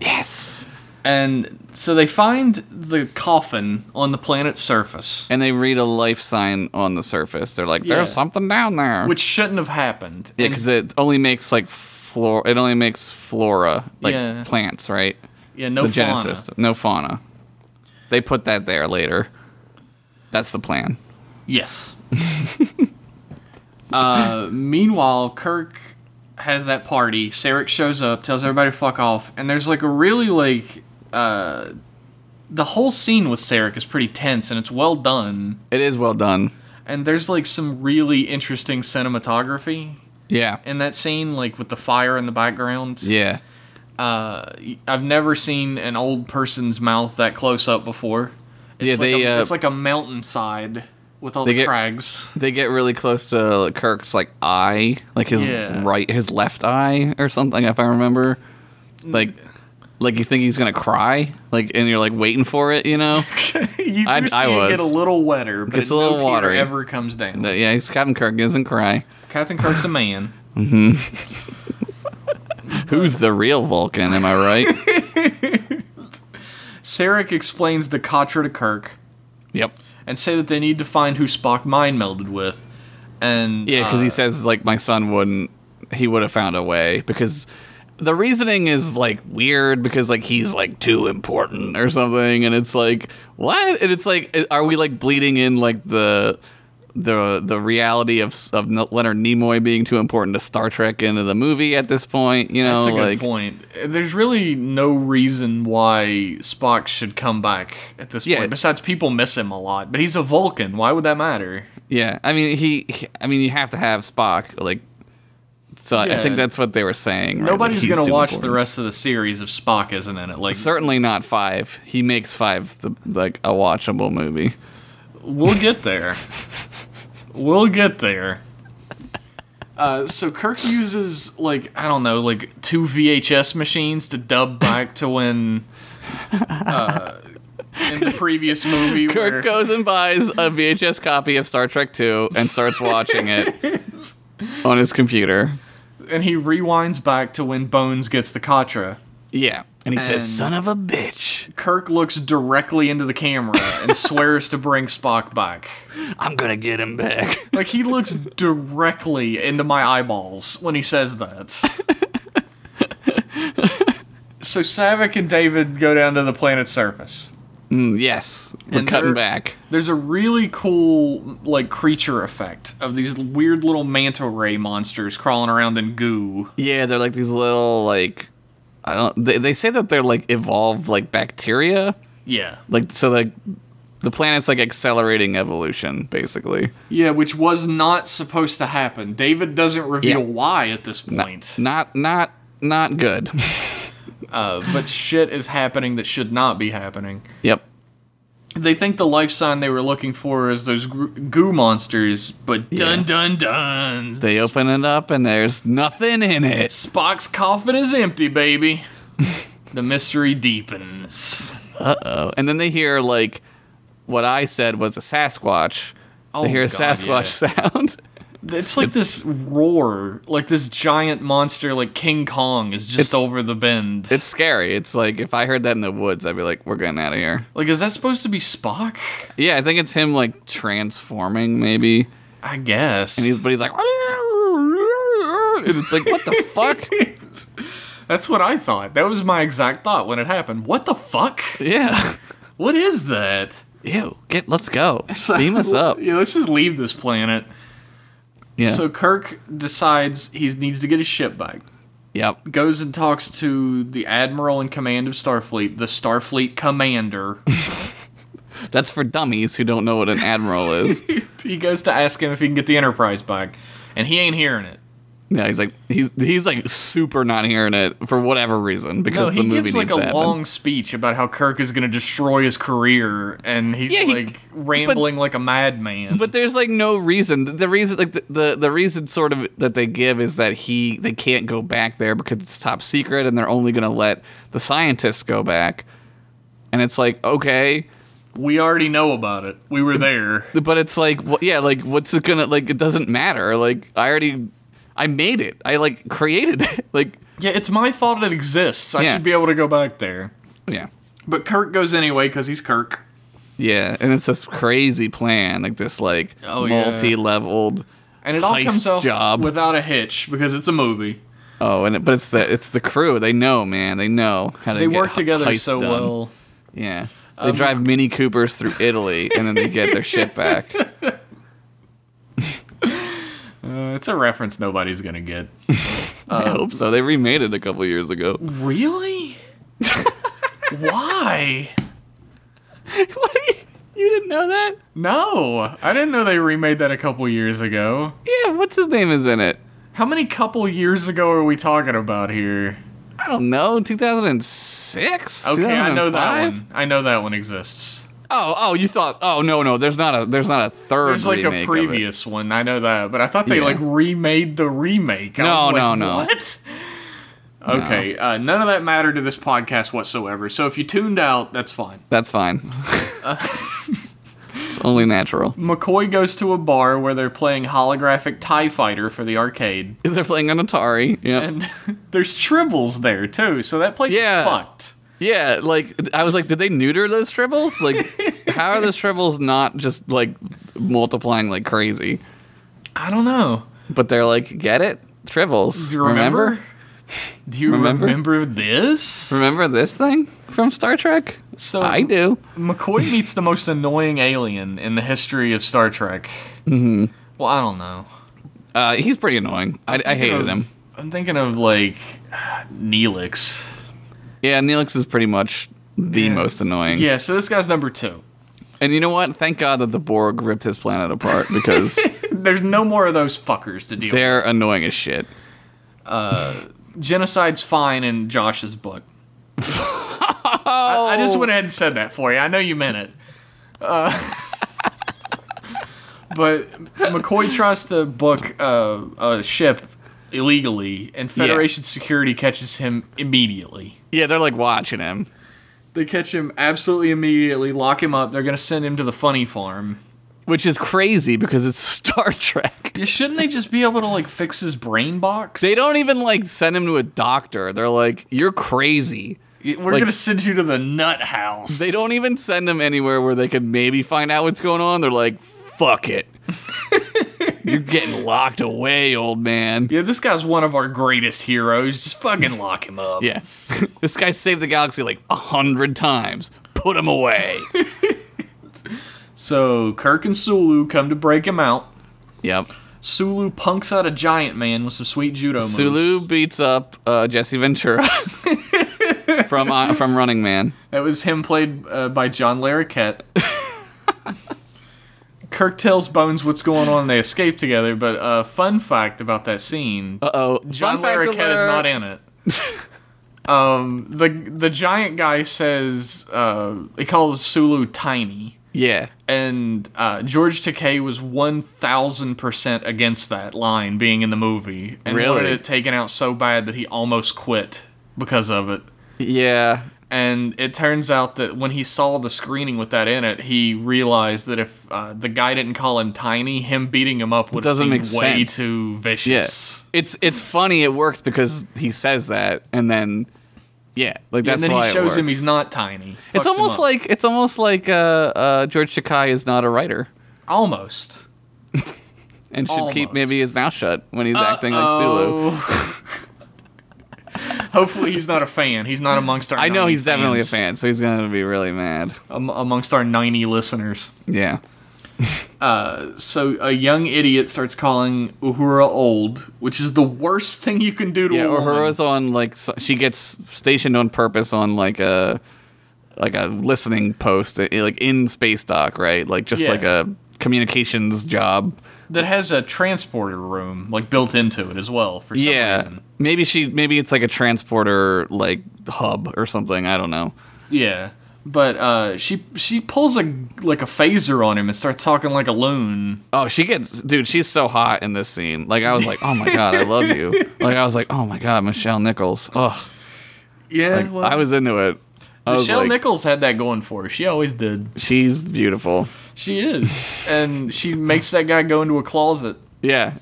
Speaker 2: Yes.
Speaker 1: And so they find the coffin on the planet's surface,
Speaker 2: And they read a life sign on the surface. They're like, "There's
Speaker 1: Yeah.
Speaker 2: something down there."
Speaker 1: which shouldn't have happened.
Speaker 2: yeah,
Speaker 1: And-
Speaker 2: because it only makes like flora. It only makes flora, like
Speaker 1: Yeah.
Speaker 2: plants, right?
Speaker 1: yeah, no
Speaker 2: the
Speaker 1: fauna.
Speaker 2: Genesis, no fauna. They put that there later. That's the plan.
Speaker 1: Yes. *laughs* uh, meanwhile, Kirk has that party. Sarek shows up, tells everybody to fuck off, and there's like a really like uh, the whole scene with Sarek is pretty tense and it's well done.
Speaker 2: It is well done.
Speaker 1: And there's like some really interesting cinematography
Speaker 2: Yeah.
Speaker 1: in that scene, like with the fire in the background.
Speaker 2: Yeah.
Speaker 1: I've never seen an old person's mouth that close up before. It's
Speaker 2: Yeah,
Speaker 1: like
Speaker 2: they,
Speaker 1: a,
Speaker 2: uh,
Speaker 1: it's like a mountainside with all
Speaker 2: they
Speaker 1: the
Speaker 2: get-
Speaker 1: crags.
Speaker 2: They get really close to Kirk's like eye, like his
Speaker 1: Yeah.
Speaker 2: right, his left eye or something, if I remember. Like, like you think he's gonna cry, like, and you're like waiting for it, you know? *laughs*
Speaker 1: you do
Speaker 2: I-
Speaker 1: see
Speaker 2: I
Speaker 1: it
Speaker 2: was.
Speaker 1: get a little wetter, but
Speaker 2: Gets
Speaker 1: it's
Speaker 2: a little
Speaker 1: no tear
Speaker 2: watery.
Speaker 1: ever comes down.
Speaker 2: But yeah, he's Captain Kirk doesn't cry.
Speaker 1: Captain Kirk's a man.
Speaker 2: Who's the real Vulcan? Am I right? *laughs*
Speaker 1: Sarek explains the Katra to Kirk
Speaker 2: yep.
Speaker 1: and say that they need to find who Spock mind melded with. And
Speaker 2: Yeah, because
Speaker 1: uh,
Speaker 2: he says like my son wouldn't. He would have found a way because the reasoning is like weird because like he's like too important or something, and it's like what? And it's like i- are we like bleeding in like the the the reality of s- of N- Leonard Nimoy being too important to Star Trek into the movie at this point? You know,
Speaker 1: that's a good
Speaker 2: like
Speaker 1: point. There's really no reason why Spock should come back at this
Speaker 2: Yeah.
Speaker 1: point. Besides, people miss him a lot, but he's a Vulcan. Why would that matter?
Speaker 2: yeah. I mean he, he- I mean you have to have Spock like. So I- I
Speaker 1: Yeah.
Speaker 2: think that's what they were saying. right? Like,
Speaker 1: Nobody's
Speaker 2: he's
Speaker 1: gonna
Speaker 2: too
Speaker 1: watch the
Speaker 2: important.
Speaker 1: rest of the series if Spock isn't in it. Like,
Speaker 2: Certainly not five. He makes five the, like a watchable movie.
Speaker 1: We'll get there. we'll get there. Uh, so Kirk uses like I don't know, like two VHS machines to dub back to when uh, in the previous movie. where,
Speaker 2: Kirk goes and buys a VHS copy of Star Trek II and starts watching it *laughs* on his computer.
Speaker 1: and he rewinds back to when Bones gets the Katra.
Speaker 2: Yeah, and he
Speaker 1: And-
Speaker 2: says, "Son of a bitch,
Speaker 1: Kirk looks directly into the camera and swears to bring Spock back.
Speaker 2: I'm gonna get him back."
Speaker 1: Like he looks directly into my eyeballs when he says that. so Savick and David go down to the planet's surface.
Speaker 2: *laughs* Mm, yes, we're
Speaker 1: And
Speaker 2: cutting
Speaker 1: they're-
Speaker 2: back.
Speaker 1: There's a really cool like creature effect of these weird little manta ray monsters crawling around in goo.
Speaker 2: Yeah, they're like these little like I don't. They, they say that they're like evolved like bacteria.
Speaker 1: Yeah.
Speaker 2: Like so like the planet's like accelerating evolution basically.
Speaker 1: Yeah, which was not supposed to happen. David doesn't reveal
Speaker 2: Yeah.
Speaker 1: why at this point.
Speaker 2: Not not not good. *laughs*
Speaker 1: Uh, but shit is happening that should not be happening.
Speaker 2: yep.
Speaker 1: They think the life sign they were looking for is those gr- goo monsters, but dun dun dun.
Speaker 2: They open it up and there's nothing in it.
Speaker 1: Spock's coffin is empty, baby. the mystery deepens.
Speaker 2: Uh-oh. And then they hear like what I said was a Sasquatch.
Speaker 1: Oh,
Speaker 2: they hear a
Speaker 1: God,
Speaker 2: Sasquatch sound. *laughs*
Speaker 1: It's like this roar, like this giant monster, like King Kong, is just
Speaker 2: It's-
Speaker 1: over the bend.
Speaker 2: It's scary. It's like if I heard that in the woods, I'd be like, "We're getting out of here."
Speaker 1: like, is that supposed to be Spock?
Speaker 2: Yeah, I think it's him like transforming, maybe.
Speaker 1: I guess.
Speaker 2: He's, but he's like, *laughs* and it's like, what the fuck?
Speaker 1: *laughs* That's what I thought. That was my exact thought when it happened. What the fuck?
Speaker 2: Yeah,
Speaker 1: What is that?
Speaker 2: Ew, get let's go.
Speaker 1: *laughs*
Speaker 2: Beam us up.
Speaker 1: Yeah, let's just leave this planet.
Speaker 2: Yeah.
Speaker 1: So Kirk decides he needs to get his ship back.
Speaker 2: yep.
Speaker 1: Goes and talks to the admiral in command of Starfleet, the Starfleet commander. *laughs*
Speaker 2: That's for dummies who don't know what an admiral is.
Speaker 1: he goes to ask him if he can get the Enterprise back, and he ain't hearing it.
Speaker 2: yeah, he's like he's he's like super not hearing it for whatever reason
Speaker 1: No,
Speaker 2: because
Speaker 1: he
Speaker 2: the movie
Speaker 1: gives
Speaker 2: needs
Speaker 1: like
Speaker 2: to
Speaker 1: a
Speaker 2: happen.
Speaker 1: long speech about how Kirk is going to destroy his career, and he's
Speaker 2: Yeah, he-
Speaker 1: like rambling like a madman.
Speaker 2: But there's like no reason. The reason, like the, the the reason, sort of that they give is that he they can't go back there because it's top secret, and they're only gonna let the scientists go back. And it's like okay,
Speaker 1: we already know about it. We were there.
Speaker 2: but it's like wh- yeah, like what's it gonna like? It doesn't matter. Like I already, I made it. I like created *laughs* it. Like
Speaker 1: Yeah, it's my fault it exists. I
Speaker 2: Yeah.
Speaker 1: should be able to go back there.
Speaker 2: yeah,
Speaker 1: But Kirk goes anyway because he's Kirk.
Speaker 2: yeah. And it's this crazy plan, like this like
Speaker 1: Oh, yeah.
Speaker 2: multi-leveled.
Speaker 1: And it all
Speaker 2: Heist
Speaker 1: comes off
Speaker 2: job.
Speaker 1: without a hitch because it's a movie.
Speaker 2: Oh, and it, but it's the it's the crew. They know, man. They know how to.
Speaker 1: They
Speaker 2: get
Speaker 1: work
Speaker 2: he-
Speaker 1: together
Speaker 2: heist
Speaker 1: so
Speaker 2: done.
Speaker 1: well. Um,
Speaker 2: Yeah. They drive Mini Coopers through Italy and then they get their
Speaker 1: *laughs*
Speaker 2: shit back.
Speaker 1: Uh, it's a reference nobody's gonna get.
Speaker 2: I hope so. Um, They remade it a couple
Speaker 1: *laughs*
Speaker 2: years ago.
Speaker 1: Really? Why?
Speaker 2: what? You, you didn't know that?
Speaker 1: No, I didn't know they remade that a couple years ago.
Speaker 2: Yeah, what's his name is in it?
Speaker 1: How many couple years ago are we talking about here?
Speaker 2: I don't know. 2006?
Speaker 1: Okay, I know
Speaker 2: 2005?
Speaker 1: that one. I know that one exists.
Speaker 2: Oh, oh, you thought Oh, no, no. There's not a there's not a third
Speaker 1: There's like a
Speaker 2: remake of it.
Speaker 1: previous one. I know that, but I thought they
Speaker 2: Yeah.
Speaker 1: like remade the remake. I
Speaker 2: No,
Speaker 1: was like,
Speaker 2: no, no.
Speaker 1: What? Okay, uh, none of that mattered to this podcast whatsoever. So if you tuned out, that's fine.
Speaker 2: That's fine. *laughs*
Speaker 1: Uh,
Speaker 2: it's only natural.
Speaker 1: McCoy goes to a bar where they're playing holographic TIE Fighter for the arcade.
Speaker 2: They're playing on Atari. Yeah.
Speaker 1: And *laughs* there's tribbles there, too, so that place
Speaker 2: Yeah.
Speaker 1: is fucked.
Speaker 2: Yeah, like I was like, did they neuter those tribbles?
Speaker 1: *laughs*
Speaker 2: Like, how are those tribbles not just like multiplying like crazy?
Speaker 1: I don't know.
Speaker 2: But they're like, get it, tribbles.
Speaker 1: Do you remember? Do you
Speaker 2: Remember?
Speaker 1: remember, this?
Speaker 2: Remember this thing from Star Trek?
Speaker 1: So
Speaker 2: I do.
Speaker 1: McCoy meets the most annoying alien in the history of Star Trek. Mm-hmm. Well, I don't know.
Speaker 2: Uh, he's pretty annoying. I, I hated
Speaker 1: Of-
Speaker 2: him.
Speaker 1: I'm thinking of like Neelix.
Speaker 2: Yeah, Neelix is pretty much the most annoying.
Speaker 1: Yeah, so this guy's number two.
Speaker 2: And you know what? Thank God that the Borg ripped his planet apart
Speaker 1: *laughs*
Speaker 2: because
Speaker 1: *laughs* There's no more of those fuckers to deal with.
Speaker 2: they're annoying as shit.
Speaker 1: genocide's fine in Josh's book. I, I just went ahead and said that for you. I know you meant it. Uh, *laughs* but McCoy tries to book uh, a ship illegally, and Federation security catches him immediately.
Speaker 2: Yeah, they're like watching him.
Speaker 1: They catch him absolutely immediately, lock him up. They're going to send him to the funny farm.
Speaker 2: Which is crazy because it's *laughs* Star Trek.
Speaker 1: Yeah, Shouldn't they just be able to like fix his brain box?
Speaker 2: They don't even like send him to a doctor. They're like, "You're crazy."
Speaker 1: We're
Speaker 2: like-
Speaker 1: gonna send you to the nut house.
Speaker 2: They don't even send him anywhere where they could maybe find out what's going on. They're like, "Fuck it." *laughs* You're getting locked away, old man.
Speaker 1: Yeah, this guy's one of our greatest heroes. Just fucking lock him up.
Speaker 2: *laughs* Yeah. this guy saved the galaxy like a hundred times. Put him away.
Speaker 1: So Kirk and Sulu come to break him out.
Speaker 2: yep.
Speaker 1: Sulu punks out a giant man with some sweet judo moves.
Speaker 2: Sulu beats up uh, Jesse Ventura *laughs* from uh, from Running Man.
Speaker 1: That was him played uh, by John
Speaker 2: *laughs*
Speaker 1: Larroquette. Kirk tells Bones what's going on. and They escape together. But uh, fun fact about that scene:
Speaker 2: Uh oh.
Speaker 1: John Larroquette is not in it. *laughs* um, the the giant guy says uh, he calls Sulu tiny.
Speaker 2: Yeah.
Speaker 1: and uh, George Takei was one thousand percent against that line being in the movie, and
Speaker 2: Really?
Speaker 1: wanted it taken out so bad that he almost quit because of it.
Speaker 2: Yeah.
Speaker 1: And it turns out that when he saw the screening with that in it, he realized that if uh, the guy didn't call him tiny, him beating him up would
Speaker 2: Doesn't
Speaker 1: seem
Speaker 2: make
Speaker 1: way
Speaker 2: sense.
Speaker 1: too
Speaker 2: Yes,
Speaker 1: vicious.
Speaker 2: It's it's funny. It works because he says that, and then yeah, like that's
Speaker 1: and then
Speaker 2: why
Speaker 1: he
Speaker 2: it
Speaker 1: shows him
Speaker 2: works.
Speaker 1: he's not tiny.
Speaker 2: It's
Speaker 1: Fucks him
Speaker 2: almost
Speaker 1: up.
Speaker 2: like it's almost like uh, uh, George Takei is not a writer
Speaker 1: almost.
Speaker 2: and should keep
Speaker 1: Almost.
Speaker 2: maybe his mouth shut when he's acting like Sulu.
Speaker 1: Oh. *laughs* Hopefully, he's not a fan. He's not amongst our.
Speaker 2: I know
Speaker 1: 90
Speaker 2: he's definitely a
Speaker 1: fans.
Speaker 2: fan, so he's gonna be really mad.
Speaker 1: Am- amongst our ninety listeners.
Speaker 2: Yeah.
Speaker 1: So a young idiot starts calling Uhura old, which is the worst thing you can do to
Speaker 2: Yeah,
Speaker 1: a woman.
Speaker 2: Uhura's on like s- she gets stationed on purpose on like a like a listening post, i- like in space dock, right? Like just
Speaker 1: Yeah.
Speaker 2: like a communications job.
Speaker 1: that has a transporter room like built into it as well for some
Speaker 2: yeah,
Speaker 1: reason.
Speaker 2: maybe she maybe it's like a transporter like hub or something. I don't know.
Speaker 1: Yeah. But uh, she she pulls a like a phaser on him and starts talking like a loon.
Speaker 2: Oh, she gets dude. She's so hot in this scene. Like I was like,
Speaker 1: *laughs*
Speaker 2: oh my god, I love you. Like I was like, oh my god, Michelle Nichols. Oh,
Speaker 1: Yeah,
Speaker 2: I was into it. I was
Speaker 1: Michelle
Speaker 2: like,
Speaker 1: Nichols had that going for her. She always did.
Speaker 2: she's beautiful.
Speaker 1: She is, and she makes that guy go into a closet.
Speaker 2: Yeah.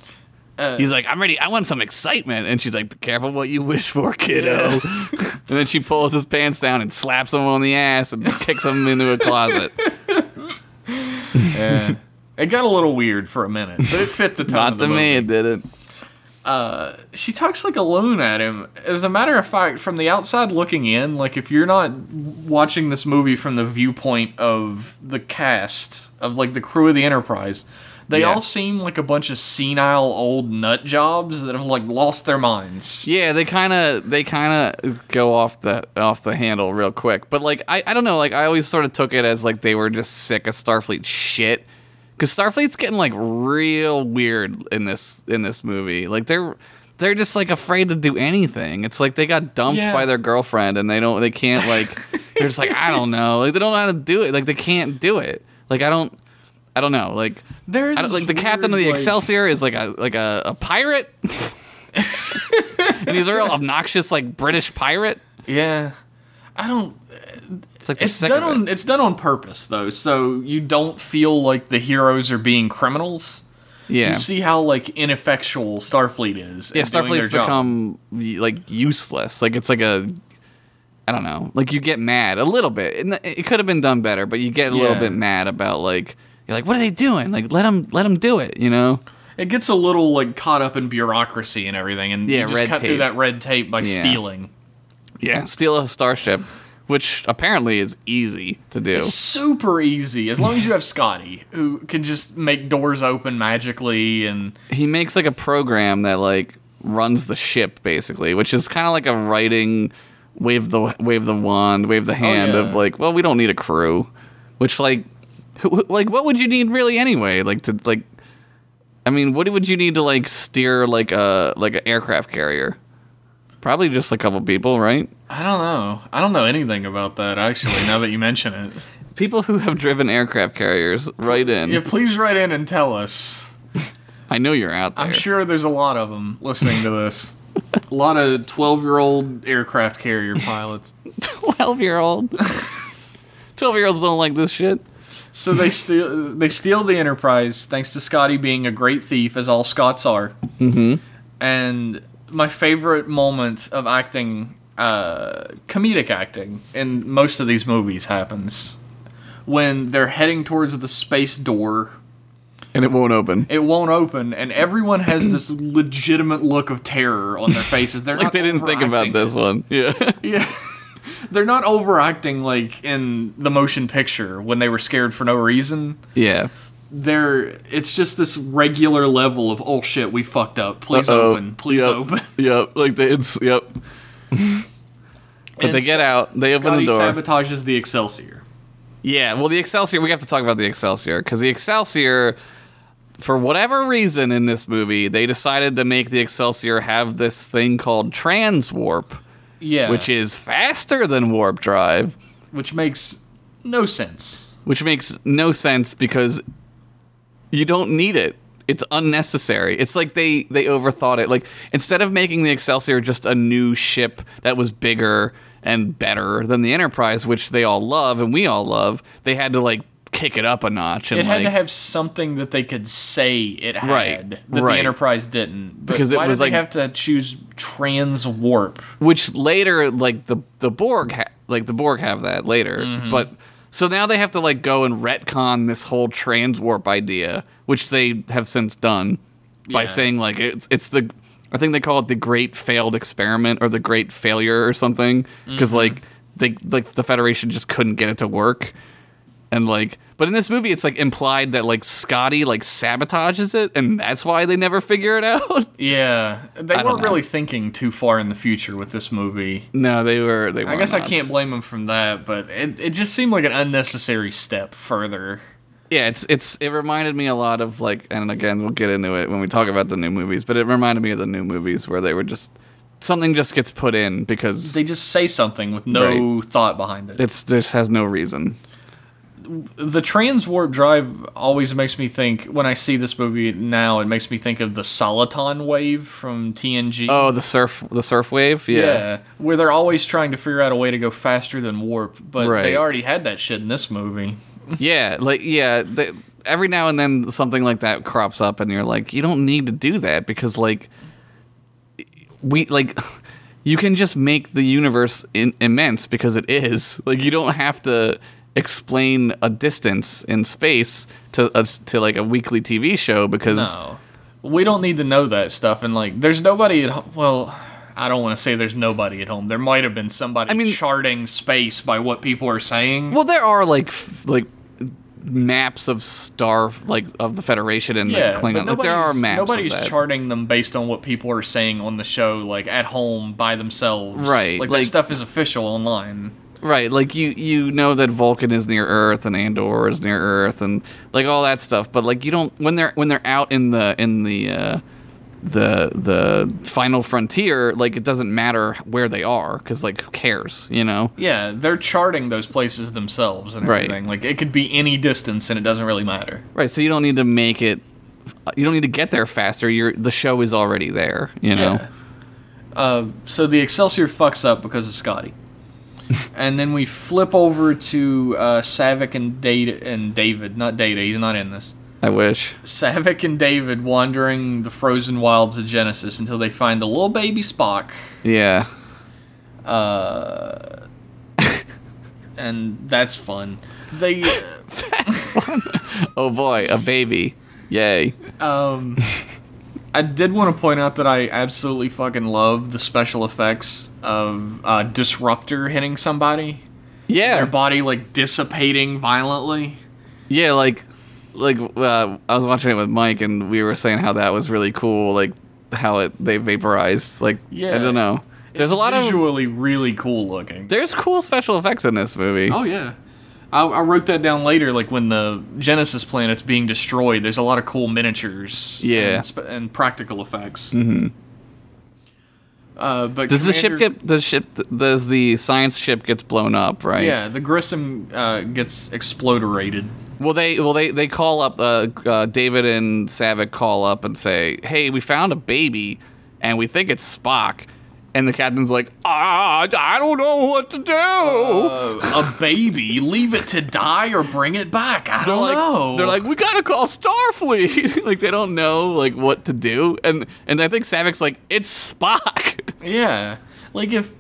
Speaker 1: Uh,
Speaker 2: He's like, I'm ready. I want some excitement. And she's like, Be careful what you wish for, kiddo. *laughs* and then she pulls his pants down and slaps him on the ass and kicks him into
Speaker 1: *laughs*
Speaker 2: a closet.
Speaker 1: It got a little weird for a minute, but it fit the tone.
Speaker 2: Not
Speaker 1: of the
Speaker 2: to
Speaker 1: movie.
Speaker 2: me, it didn't.
Speaker 1: she talks like a loon at him. As a matter of fact, from the outside looking in, like if you're not watching this movie from the viewpoint of the cast of like the crew of the Enterprise, they
Speaker 2: Yeah.
Speaker 1: all seem like a bunch of senile old nut jobs that have like lost their minds.
Speaker 2: Yeah, they kind of they kind of go off the off the handle real quick. But like, I, I don't know. Like, I always sort of took it as like they were just sick of Starfleet shit. Because Starfleet's getting like real weird in this in this movie. Like they're they're just like afraid to do anything. It's like they got dumped
Speaker 1: Yeah.
Speaker 2: by their girlfriend and they don't they can't like they're just like I don't know. Like they don't know how to do it. Like they can't do it. Like I don't I don't know. Like
Speaker 1: There's
Speaker 2: I don't, like the captain of the
Speaker 1: weird, like-
Speaker 2: Excelsior is like a like a, a pirate, *laughs* and he's a real obnoxious like British pirate.
Speaker 1: Yeah. I don't
Speaker 2: It's like they're
Speaker 1: it's
Speaker 2: sick
Speaker 1: done
Speaker 2: of it.
Speaker 1: on it's done on purpose though, so you don't feel like the heroes are being criminals.
Speaker 2: yeah,
Speaker 1: You see how like ineffectual Starfleet is.
Speaker 2: yeah.
Speaker 1: at doing their
Speaker 2: Starfleet's
Speaker 1: job.
Speaker 2: become y- like useless. Like it's like a I don't know. Like you get mad a little bit, and th- it could have been done better, but you get a little
Speaker 1: Yeah.
Speaker 2: bit mad about like you're like, what are they doing? Like let them let them do it. You know?
Speaker 1: It gets a little like caught up in bureaucracy and everything, and
Speaker 2: Yeah,
Speaker 1: you just
Speaker 2: red
Speaker 1: cut through
Speaker 2: tape.
Speaker 1: that red tape by
Speaker 2: Yeah.
Speaker 1: stealing.
Speaker 2: Yeah, steal a starship, which apparently is easy to do.
Speaker 1: Super easy, as long as you have Scotty, who can just make doors open magically, and
Speaker 2: he makes like a program that like runs the ship basically, which is kind of like a writing wave the wave the wand, wave the hand
Speaker 1: Oh, yeah.
Speaker 2: of like, well, we don't need a crew, which like who, who- like what would you need really anyway? Like to like I mean, what would you need to like steer like a like an aircraft carrier? Probably just a couple people, right?
Speaker 1: I don't know, I don't know anything about that actually. now that you mention
Speaker 2: *laughs*
Speaker 1: it,
Speaker 2: People who have driven aircraft carriers, right in.
Speaker 1: yeah, please write in and tell us.
Speaker 2: I know you're out there.
Speaker 1: I'm
Speaker 2: *laughs*
Speaker 1: sure there's a lot of them listening to this. *laughs* a lot of twelve-year-old aircraft carrier pilots.
Speaker 2: 12 year old.
Speaker 1: *laughs*
Speaker 2: 12 year olds don't like this shit.
Speaker 1: So they steal they steal the Enterprise thanks to Scotty being a great thief, as all Scots are. Mm-hmm. And my favorite moments of acting, uh, comedic acting, in most of these movies happens when they're heading towards the space door.
Speaker 2: And it won't open.
Speaker 1: It won't open, and everyone has this *clears throat* legitimate look of terror on their faces. They're
Speaker 2: like
Speaker 1: not
Speaker 2: they didn't think about
Speaker 1: overacting it.
Speaker 2: this one. Yeah.
Speaker 1: *laughs* Yeah. They're not overacting like in the motion picture when they were scared for no reason.
Speaker 2: Yeah.
Speaker 1: there it's just this regular level of oh shit we fucked up please
Speaker 2: Uh-oh.
Speaker 1: open please
Speaker 2: Yep.
Speaker 1: open *laughs*
Speaker 2: Yep. Like they it's yep. But
Speaker 1: And
Speaker 2: they get out. They open
Speaker 1: Scotty
Speaker 2: the door.
Speaker 1: sabotages the excelsior
Speaker 2: yeah. Well, the Excelsior. We have to talk about the Excelsior because the Excelsior, for whatever reason in this movie, they decided to make the Excelsior have this thing called transwarp,
Speaker 1: yeah
Speaker 2: which is faster than warp drive.
Speaker 1: which makes no sense
Speaker 2: which makes no sense because you don't need it. It's unnecessary. It's like they they overthought it. Like instead of making the Excelsior just a new ship that was bigger and better than the Enterprise, which they all love and we all love, they had to like kick it up a notch and
Speaker 1: it had
Speaker 2: like
Speaker 1: to have something that they could say it had
Speaker 2: Right,
Speaker 1: that
Speaker 2: right.
Speaker 1: the enterprise didn't but
Speaker 2: Because it
Speaker 1: why
Speaker 2: was
Speaker 1: did
Speaker 2: like-
Speaker 1: they have to choose trans warp
Speaker 2: which later like the the Borg ha- like the Borg have that later, but so now they have to like go and retcon this whole transwarp idea, which they have since done by
Speaker 1: Yeah.
Speaker 2: saying like it's it's the I think they call it the Great Failed Experiment or the Great Failure or something because like they like the Federation just couldn't get it to work, and like but in this movie it's like implied that like Scotty like sabotages it and that's why they never figure it *laughs* out.
Speaker 1: Yeah, they
Speaker 2: don't
Speaker 1: weren't
Speaker 2: know.
Speaker 1: really thinking too far in the future with this movie.
Speaker 2: no, they were they. Were
Speaker 1: I guess I
Speaker 2: not.
Speaker 1: can't blame them from that, but it, it just seemed like an unnecessary step further.
Speaker 2: Yeah, it's it's it reminded me a lot of like, and again, we'll get into it when we talk about the new movies. But it reminded me of the new movies where they were just something just gets put in because
Speaker 1: They just say something with no thought behind it.
Speaker 2: it's this has no reason.
Speaker 1: the trans warp drive always makes me think when I see this movie now. It makes me think of the Soliton wave from TNG.
Speaker 2: Oh, the surf the surf wave, yeah.
Speaker 1: yeah. where they're always trying to figure out a way to go faster than warp, but
Speaker 2: Right.
Speaker 1: they already had that shit in this movie.
Speaker 2: Yeah, like yeah, they, every now and then something like that crops up, and you're like, you don't need to do that because like we like *laughs* you can just make the universe in, immense because it is. *laughs* Like you don't have to explain a distance in space to us to like a weekly TV show because
Speaker 1: No, Oh. we don't need to know that stuff. And like, there's nobody at home. Well, I don't want to say there's nobody at home. There might have been somebody
Speaker 2: I mean-
Speaker 1: charting space by what people are saying.
Speaker 2: well, there are like f- like maps of star like of the Federation and
Speaker 1: yeah,
Speaker 2: the
Speaker 1: but
Speaker 2: Klingon. Like there are
Speaker 1: nobody's-
Speaker 2: maps. of
Speaker 1: Nobody's
Speaker 2: that.
Speaker 1: charting them based on what people are saying on the show, like at home by themselves.
Speaker 2: Right,
Speaker 1: Like,
Speaker 2: like-
Speaker 1: that stuff is official online.
Speaker 2: Right, like you you know that Vulcan is near Earth and Andor is near Earth and like all that stuff, but like you don't when they're when they're out in the in the uh, the the final frontier, like it doesn't matter where they are because like who cares, you know?
Speaker 1: Yeah, they're charting those places themselves and
Speaker 2: Right.
Speaker 1: everything. Like it could be any distance and it doesn't really matter.
Speaker 2: Right, so you don't need to make it, you don't need to get there faster. You're the show is already there, you know?
Speaker 1: Yeah. uh, So the Excelsior fucks up because of *laughs* Scotty. and then we flip over to uh, Savick and Data and David, not Data. He's not in this.
Speaker 2: I wish.
Speaker 1: Savick and David wandering the frozen wilds of Genesis until they find a little baby Spock,
Speaker 2: Yeah,
Speaker 1: and that's fun. They uh,
Speaker 2: Oh boy, a baby. Yay.
Speaker 1: *laughs* I did want to point out that I absolutely fucking love the special effects of uh, Disruptor hitting somebody. Their
Speaker 2: Yeah.
Speaker 1: body like dissipating violently.
Speaker 2: Yeah, like, like uh, I was watching it with Mike, and we were saying how that was really cool, like how it they vaporized. Like, I
Speaker 1: Yeah.
Speaker 2: don't know. There's a lot of
Speaker 1: visually really cool looking.
Speaker 2: there's cool special effects in this movie.
Speaker 1: Oh yeah. I, I wrote that down later, like when the Genesis planet's being destroyed. There's a lot of cool miniatures,
Speaker 2: Yeah.
Speaker 1: and, sp- and practical effects. Mm-hmm. Uh, but
Speaker 2: Does the
Speaker 1: Commander-
Speaker 2: ship get the ship? Does the science ship gets blown up? Right.
Speaker 1: Yeah, the Grissom uh, gets exploderated.
Speaker 2: Well, they well they they call up uh, uh, David and Savick call up and say, "Hey, we found a baby, and we think it's Spock." And the captain's like, "Ah, I don't know what to do."
Speaker 1: Uh, a baby, leave it to die or bring it back. I
Speaker 2: They're
Speaker 1: don't
Speaker 2: like,
Speaker 1: know.
Speaker 2: they're like, we gotta call Starfleet. *laughs* like they don't know like what to do, and and I think Savik's like, it's Spock. *laughs*
Speaker 1: yeah, like if.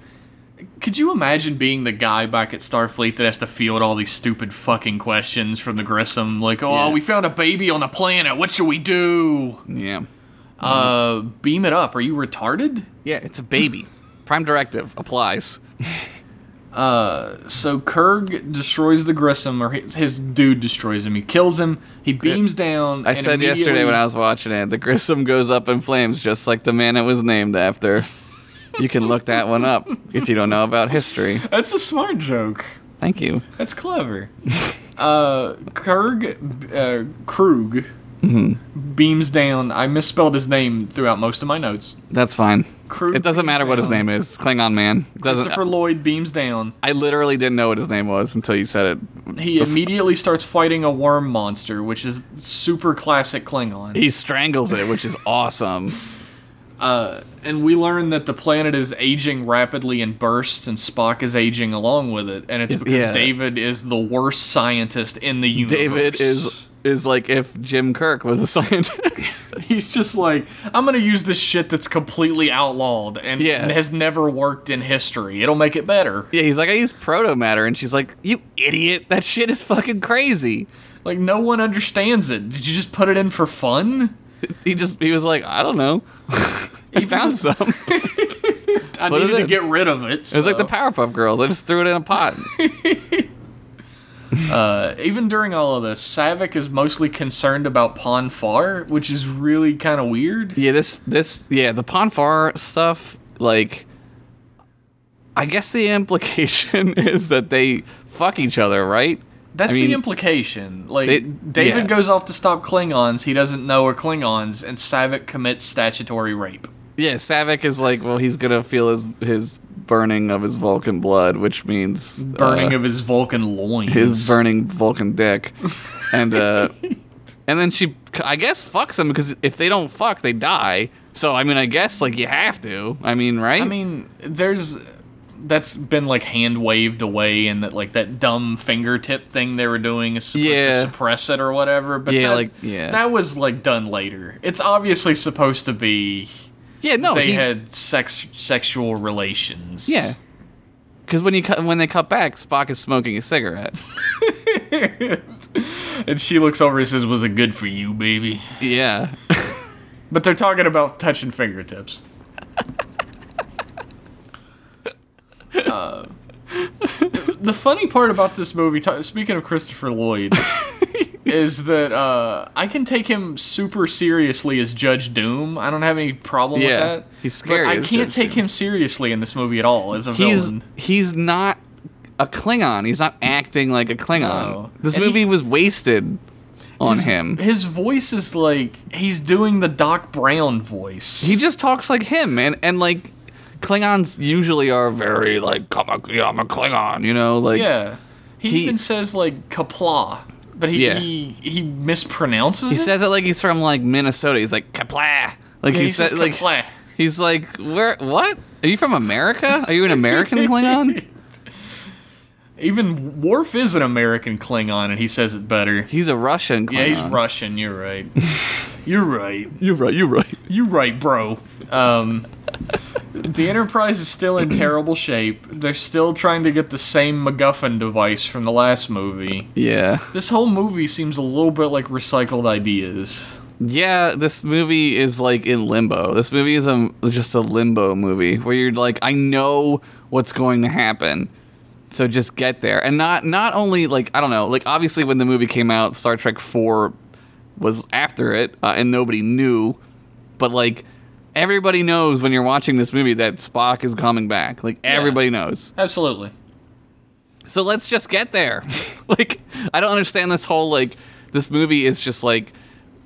Speaker 1: Could you imagine being the guy back at Starfleet that has to field all these stupid fucking questions from the Grissom? Like, oh,
Speaker 2: Yeah. Mm-hmm.
Speaker 1: we found a baby on a planet. What should we do?
Speaker 2: yeah,
Speaker 1: Uh, beam it up. Are you retarded?
Speaker 2: yeah, it's a baby. Prime directive applies.
Speaker 1: So Kurg destroys the Grissom, or his, his dude destroys him. He kills him. He beams down.
Speaker 2: I said yesterday when I was watching it, the Grissom goes up in flames, just like the man it was named after. you can look that one up if you don't know about history.
Speaker 1: That's a smart joke.
Speaker 2: Thank you.
Speaker 1: That's clever. uh, Kurg, uh, Krug
Speaker 2: Mm-hmm.
Speaker 1: beams down. I misspelled his name throughout most of my notes.
Speaker 2: That's fine.
Speaker 1: Krug
Speaker 2: It doesn't matter what his name is. Klingon man. It
Speaker 1: Christopher
Speaker 2: Doesn't.
Speaker 1: Lloyd beams down.
Speaker 2: I literally didn't know what his name was until you said it.
Speaker 1: He immediately starts fighting a worm monster, which is super classic Klingon.
Speaker 2: He strangles it, which is awesome.
Speaker 1: and we learn that the planet is aging rapidly in bursts, and Spock is aging along with it. And it's because
Speaker 2: yeah.
Speaker 1: David is the worst scientist in the universe.
Speaker 2: David is is like if Jim Kirk was a *laughs* scientist.
Speaker 1: He's just like, I'm going to use this shit that's completely outlawed and
Speaker 2: Yeah.
Speaker 1: has never worked in history. It'll make it better.
Speaker 2: yeah, he's like, I use proto matter, and she's like, You idiot! That shit is fucking crazy.
Speaker 1: Like, no one understands it. Did you just put it in for fun?
Speaker 2: He just he was like, I don't know. *laughs* I *laughs* found some. It
Speaker 1: I
Speaker 2: Put it
Speaker 1: needed to
Speaker 2: in.
Speaker 1: get rid of it.
Speaker 2: was like
Speaker 1: so.
Speaker 2: the Powerpuff Girls. I just threw it in a pot.
Speaker 1: Even during all of this, Savick is mostly concerned about Pon Far, which is really kind of weird.
Speaker 2: Yeah, this this yeah, the Ponfar stuff, like I guess the implication *laughs* is that they fuck each other, right?
Speaker 1: That's
Speaker 2: I mean,
Speaker 1: the implication. Like
Speaker 2: they-
Speaker 1: David
Speaker 2: yeah.
Speaker 1: goes off to stop Klingons he doesn't know are Klingons, and Savick commits statutory rape.
Speaker 2: Yeah, Savick is like, well, he's gonna feel his his burning of his Vulcan blood, which means
Speaker 1: Burning
Speaker 2: uh,
Speaker 1: of his Vulcan loins.
Speaker 2: his burning
Speaker 1: *laughs*
Speaker 2: Vulcan dick, and uh, and then she, I guess, fucks him because if they don't fuck, they die. So I mean, I guess like you have to. I mean, right?
Speaker 1: I mean, there's that's been like hand waved away, and that like that dumb fingertip thing they were doing is supposed
Speaker 2: Yeah.
Speaker 1: to suppress it or whatever. But
Speaker 2: Yeah,
Speaker 1: that,
Speaker 2: like- yeah.
Speaker 1: that was like done later. It's obviously supposed to be
Speaker 2: yeah, no,
Speaker 1: they
Speaker 2: Oh, he-
Speaker 1: had sex sexual relations.
Speaker 2: yeah. Because when you cut, when they cut back, Spock is smoking
Speaker 1: *laughs*
Speaker 2: a cigarette.
Speaker 1: and she looks over and says, "Was it good for you, baby?"
Speaker 2: Yeah,
Speaker 1: But they're talking about touching fingertips. *laughs* Uh, the funny part about this movie, t- speaking of Christopher
Speaker 2: *laughs*
Speaker 1: Lloyd, is that uh, I can take him super seriously as Judge Doom. I don't have any problem
Speaker 2: Yeah,
Speaker 1: with that.
Speaker 2: he's
Speaker 1: But
Speaker 2: scary
Speaker 1: I
Speaker 2: as
Speaker 1: can't
Speaker 2: Judge
Speaker 1: take him seriously in this movie at all as a
Speaker 2: he's
Speaker 1: villain.
Speaker 2: he's not a Klingon. He's not acting like a Klingon.
Speaker 1: No.
Speaker 2: This
Speaker 1: And he-
Speaker 2: movie was wasted on him.
Speaker 1: His voice is like he's doing the Doc Brown voice.
Speaker 2: He just talks like him, and and like Klingons usually are very like I'm a, yeah, I'm a Klingon, you know, like
Speaker 1: yeah. He,
Speaker 2: he-
Speaker 1: even says like kapla, but he
Speaker 2: Yeah.
Speaker 1: he, he mispronounces
Speaker 2: he
Speaker 1: it.
Speaker 2: says it like he's from like Minnesota. He's like kapla, like
Speaker 1: Uh-huh. Yeah,
Speaker 2: he,
Speaker 1: he
Speaker 2: said
Speaker 1: says
Speaker 2: like
Speaker 1: "Kapla."
Speaker 2: he's like where what are you from America? Are you an American
Speaker 1: *laughs*
Speaker 2: Klingon?
Speaker 1: Even Worf is an American Klingon, and he says it better.
Speaker 2: He's a Russian Klingon.
Speaker 1: Yeah, he's Russian. You're right. you're right.
Speaker 2: You're right. You're right.
Speaker 1: You're right, bro. Um, the Enterprise is still in terrible shape. They're still trying to get the same MacGuffin device from the last movie.
Speaker 2: Yeah.
Speaker 1: This whole movie seems a little bit like recycled ideas.
Speaker 2: Yeah, this movie is like in limbo. This movie is a, just a limbo movie where you're like, I know what's going to happen, so just get there. And not not only like I don't know, like obviously when the movie came out, Star Trek Four was after it, uh, and nobody knew, but like everybody knows when you're watching this movie that Spock is coming back. Like everybody knows.
Speaker 1: Absolutely.
Speaker 2: So let's just get there. *laughs* like I don't understand this whole like this movie is just like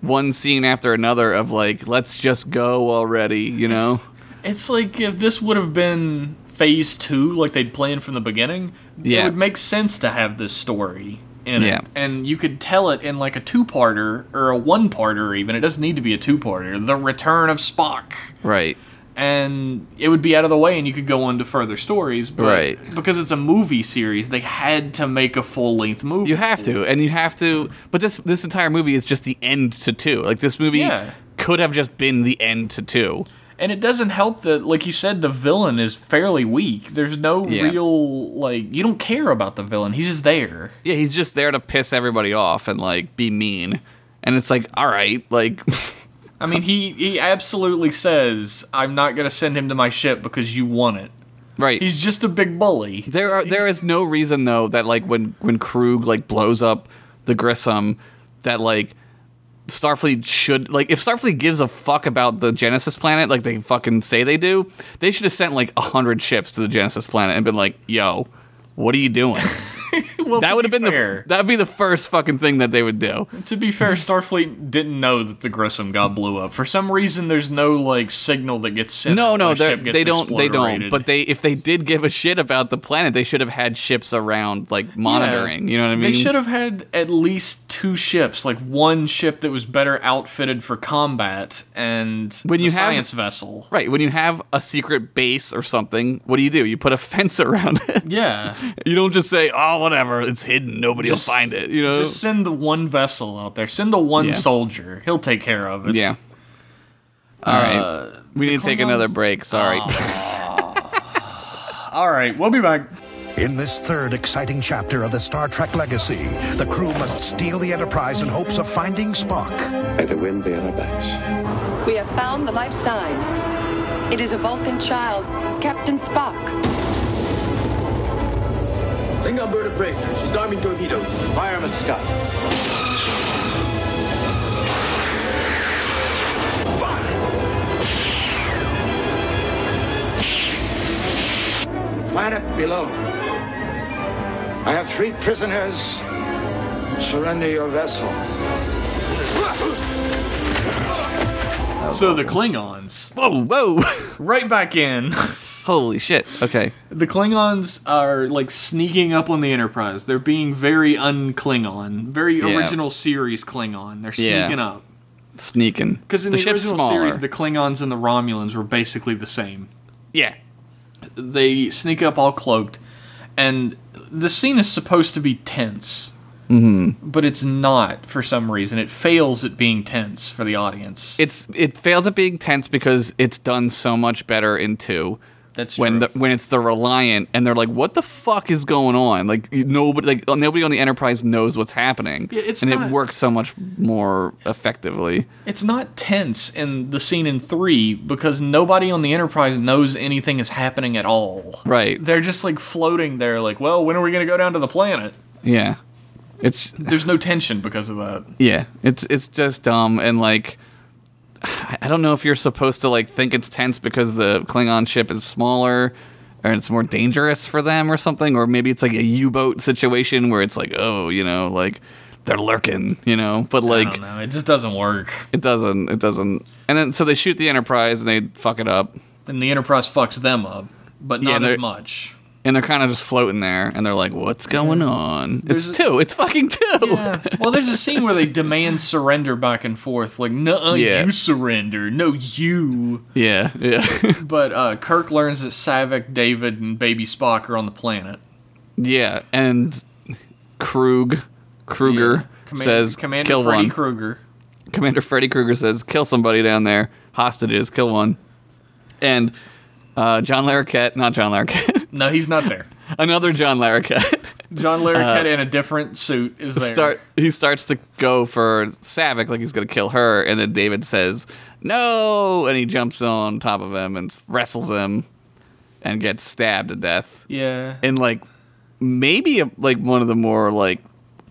Speaker 2: one scene after another of like let's just go already,
Speaker 1: *laughs*
Speaker 2: you know?
Speaker 1: It's like if this would have been phase two, like they'd planned from the beginning, it
Speaker 2: Yeah.
Speaker 1: would make sense to have this story in
Speaker 2: Yeah.
Speaker 1: it. And you could tell it in like a two parter or a one parter, even. It doesn't need to be a two parter. The Return of Spock.
Speaker 2: Right.
Speaker 1: And it would be out of the way and you could go on to further stories. But
Speaker 2: Right.
Speaker 1: Because it's a movie series, they had to make a full length movie.
Speaker 2: You have to, and you have to. But this this entire movie is just the end to two. Like this movie
Speaker 1: Yeah.
Speaker 2: could have just been the end to two.
Speaker 1: And it doesn't help that, like you said, the villain is fairly weak. There's no
Speaker 2: Yeah.
Speaker 1: real, like, you don't care about the villain. He's just there.
Speaker 2: Yeah, he's just there to piss everybody off and like be mean. And it's like, all right, like *laughs*
Speaker 1: I mean, he he absolutely says, "I'm not gonna send him to my ship because you want it."
Speaker 2: right.
Speaker 1: He's just a big bully.
Speaker 2: There are there is no reason though that like when when Krug like blows up the Grissom that like Starfleet should like if Starfleet gives a fuck about the Genesis planet like they fucking say they do, they should have sent like a hundred ships to the Genesis planet and been like, "Yo, what are you doing?"
Speaker 1: *laughs* Well,
Speaker 2: That
Speaker 1: to
Speaker 2: would have
Speaker 1: be
Speaker 2: been the
Speaker 1: fair,
Speaker 2: that would be the first fucking thing that they would do.
Speaker 1: to be *laughs* fair. Starfleet didn't know that the Grissom got blew up. For some reason, there's no like signal that gets sent.
Speaker 2: No,
Speaker 1: when
Speaker 2: no,
Speaker 1: a
Speaker 2: they're-
Speaker 1: ship gets
Speaker 2: they don't. They don't.
Speaker 1: explorated.
Speaker 2: But they, if they did give a shit about the planet, they should have had ships around, like
Speaker 1: Yeah.
Speaker 2: monitoring. You know what I mean?
Speaker 1: They should have had at least two ships, like one ship that was better outfitted for combat and
Speaker 2: When you
Speaker 1: the
Speaker 2: have-
Speaker 1: science vessel.
Speaker 2: Right. When you have a secret base or something, what do you do? You put a *laughs* fence around it.
Speaker 1: Yeah,
Speaker 2: You don't just say, "Oh, whatever, it's hidden. Nobody
Speaker 1: Just-
Speaker 2: will find it." You know.
Speaker 1: just send the one vessel out there. Send the one
Speaker 2: Yeah.
Speaker 1: soldier. He'll take care of it.
Speaker 2: yeah. All right. we need to take another
Speaker 1: Uh, Klingons- Oh.
Speaker 2: break. Sorry.
Speaker 1: All right, we'll be back.
Speaker 6: In this third exciting chapter of the Star Trek legacy, the crew must steal the Enterprise in hopes of finding Spock.
Speaker 7: and to win the Enterprise.
Speaker 8: We have found the life sign.
Speaker 7: It is a Vulcan child, Captain Spock.
Speaker 8: Think Alberta Fraser. She's arming torpedoes. Fire, Mr. Scott. Planet below. I have three prisoners. Surrender your vessel.
Speaker 1: So the Klingons,
Speaker 2: *laughs* Whoa, whoa. *laughs*
Speaker 1: right back in. *laughs*
Speaker 2: Holy shit. Okay.
Speaker 1: The Klingons are like sneaking up on the Enterprise. They're being very un-Klingon, very
Speaker 2: Yeah.
Speaker 1: original series Klingon. They're
Speaker 2: Yeah.
Speaker 1: sneaking up
Speaker 2: Sneaking.
Speaker 1: because in the,
Speaker 2: the ship's
Speaker 1: original
Speaker 2: smaller.
Speaker 1: series, the Klingons and the Romulans were basically the same.
Speaker 2: yeah.
Speaker 1: They sneak up all cloaked, and the scene is supposed to be tense, mm-hmm. but it's not for some reason. It fails at being tense for the audience.
Speaker 2: It's it fails at being tense because it's done so much better in two.
Speaker 1: That's
Speaker 2: when
Speaker 1: true.
Speaker 2: The, when it's the Reliant and they're like, "What the fuck is going on?" Like you- nobody, like nobody on the Enterprise knows what's happening,
Speaker 1: Yeah, it's
Speaker 2: and
Speaker 1: not-
Speaker 2: it works so much more effectively.
Speaker 1: It's not tense in the scene in three because nobody on the Enterprise knows anything is happening at all.
Speaker 2: Right.
Speaker 1: They're just like floating there, like, well, when are we going to go down to the planet?
Speaker 2: Yeah, it's
Speaker 1: There's no tension because of that.
Speaker 2: yeah, it's it's just dumb and like. I I don't know if you're supposed to like think it's tense because the Klingon ship is smaller or it's more dangerous for them or something or maybe it's like a U-boat situation where it's like oh, you know, like they're lurking, you know, but
Speaker 1: I
Speaker 2: like
Speaker 1: don't know. It just doesn't work.
Speaker 2: It doesn't. It doesn't. And then so they shoot the Enterprise and they fuck it up.
Speaker 1: And the Enterprise fucks them up, but
Speaker 2: Yeah,
Speaker 1: not as
Speaker 2: they're-
Speaker 1: much.
Speaker 2: And they're kind of just floating there and they're like, "What's going on?" It's two. It's fucking two.
Speaker 1: Yeah. Well, there's a scene where they demand surrender back and forth. Like, no,
Speaker 2: Yeah.
Speaker 1: you surrender. No, you.
Speaker 2: *laughs* Yeah. Yeah. *laughs*
Speaker 1: But uh, Kirk learns that Savick, David, and Baby Spock are on the planet.
Speaker 2: yeah. And Krug, Kruger
Speaker 1: Command-
Speaker 2: says,
Speaker 1: Commander
Speaker 2: "Kill
Speaker 1: Freddy
Speaker 2: one."
Speaker 1: Krueger.
Speaker 2: Commander Freddy Krueger says, "Kill somebody down there. Hostages. Kill one." And uh, John Larroquette, not John Larroquette, *laughs*
Speaker 1: No, he's not there.
Speaker 2: another John Larroquette.
Speaker 1: John Larroquette in a different suit is there.
Speaker 2: Uh, start he starts to go for Savick like he's gonna kill her, and then David says no, and he jumps on top of him and wrestles him, and gets stabbed to death.
Speaker 1: Yeah.
Speaker 2: And like maybe like one of the more like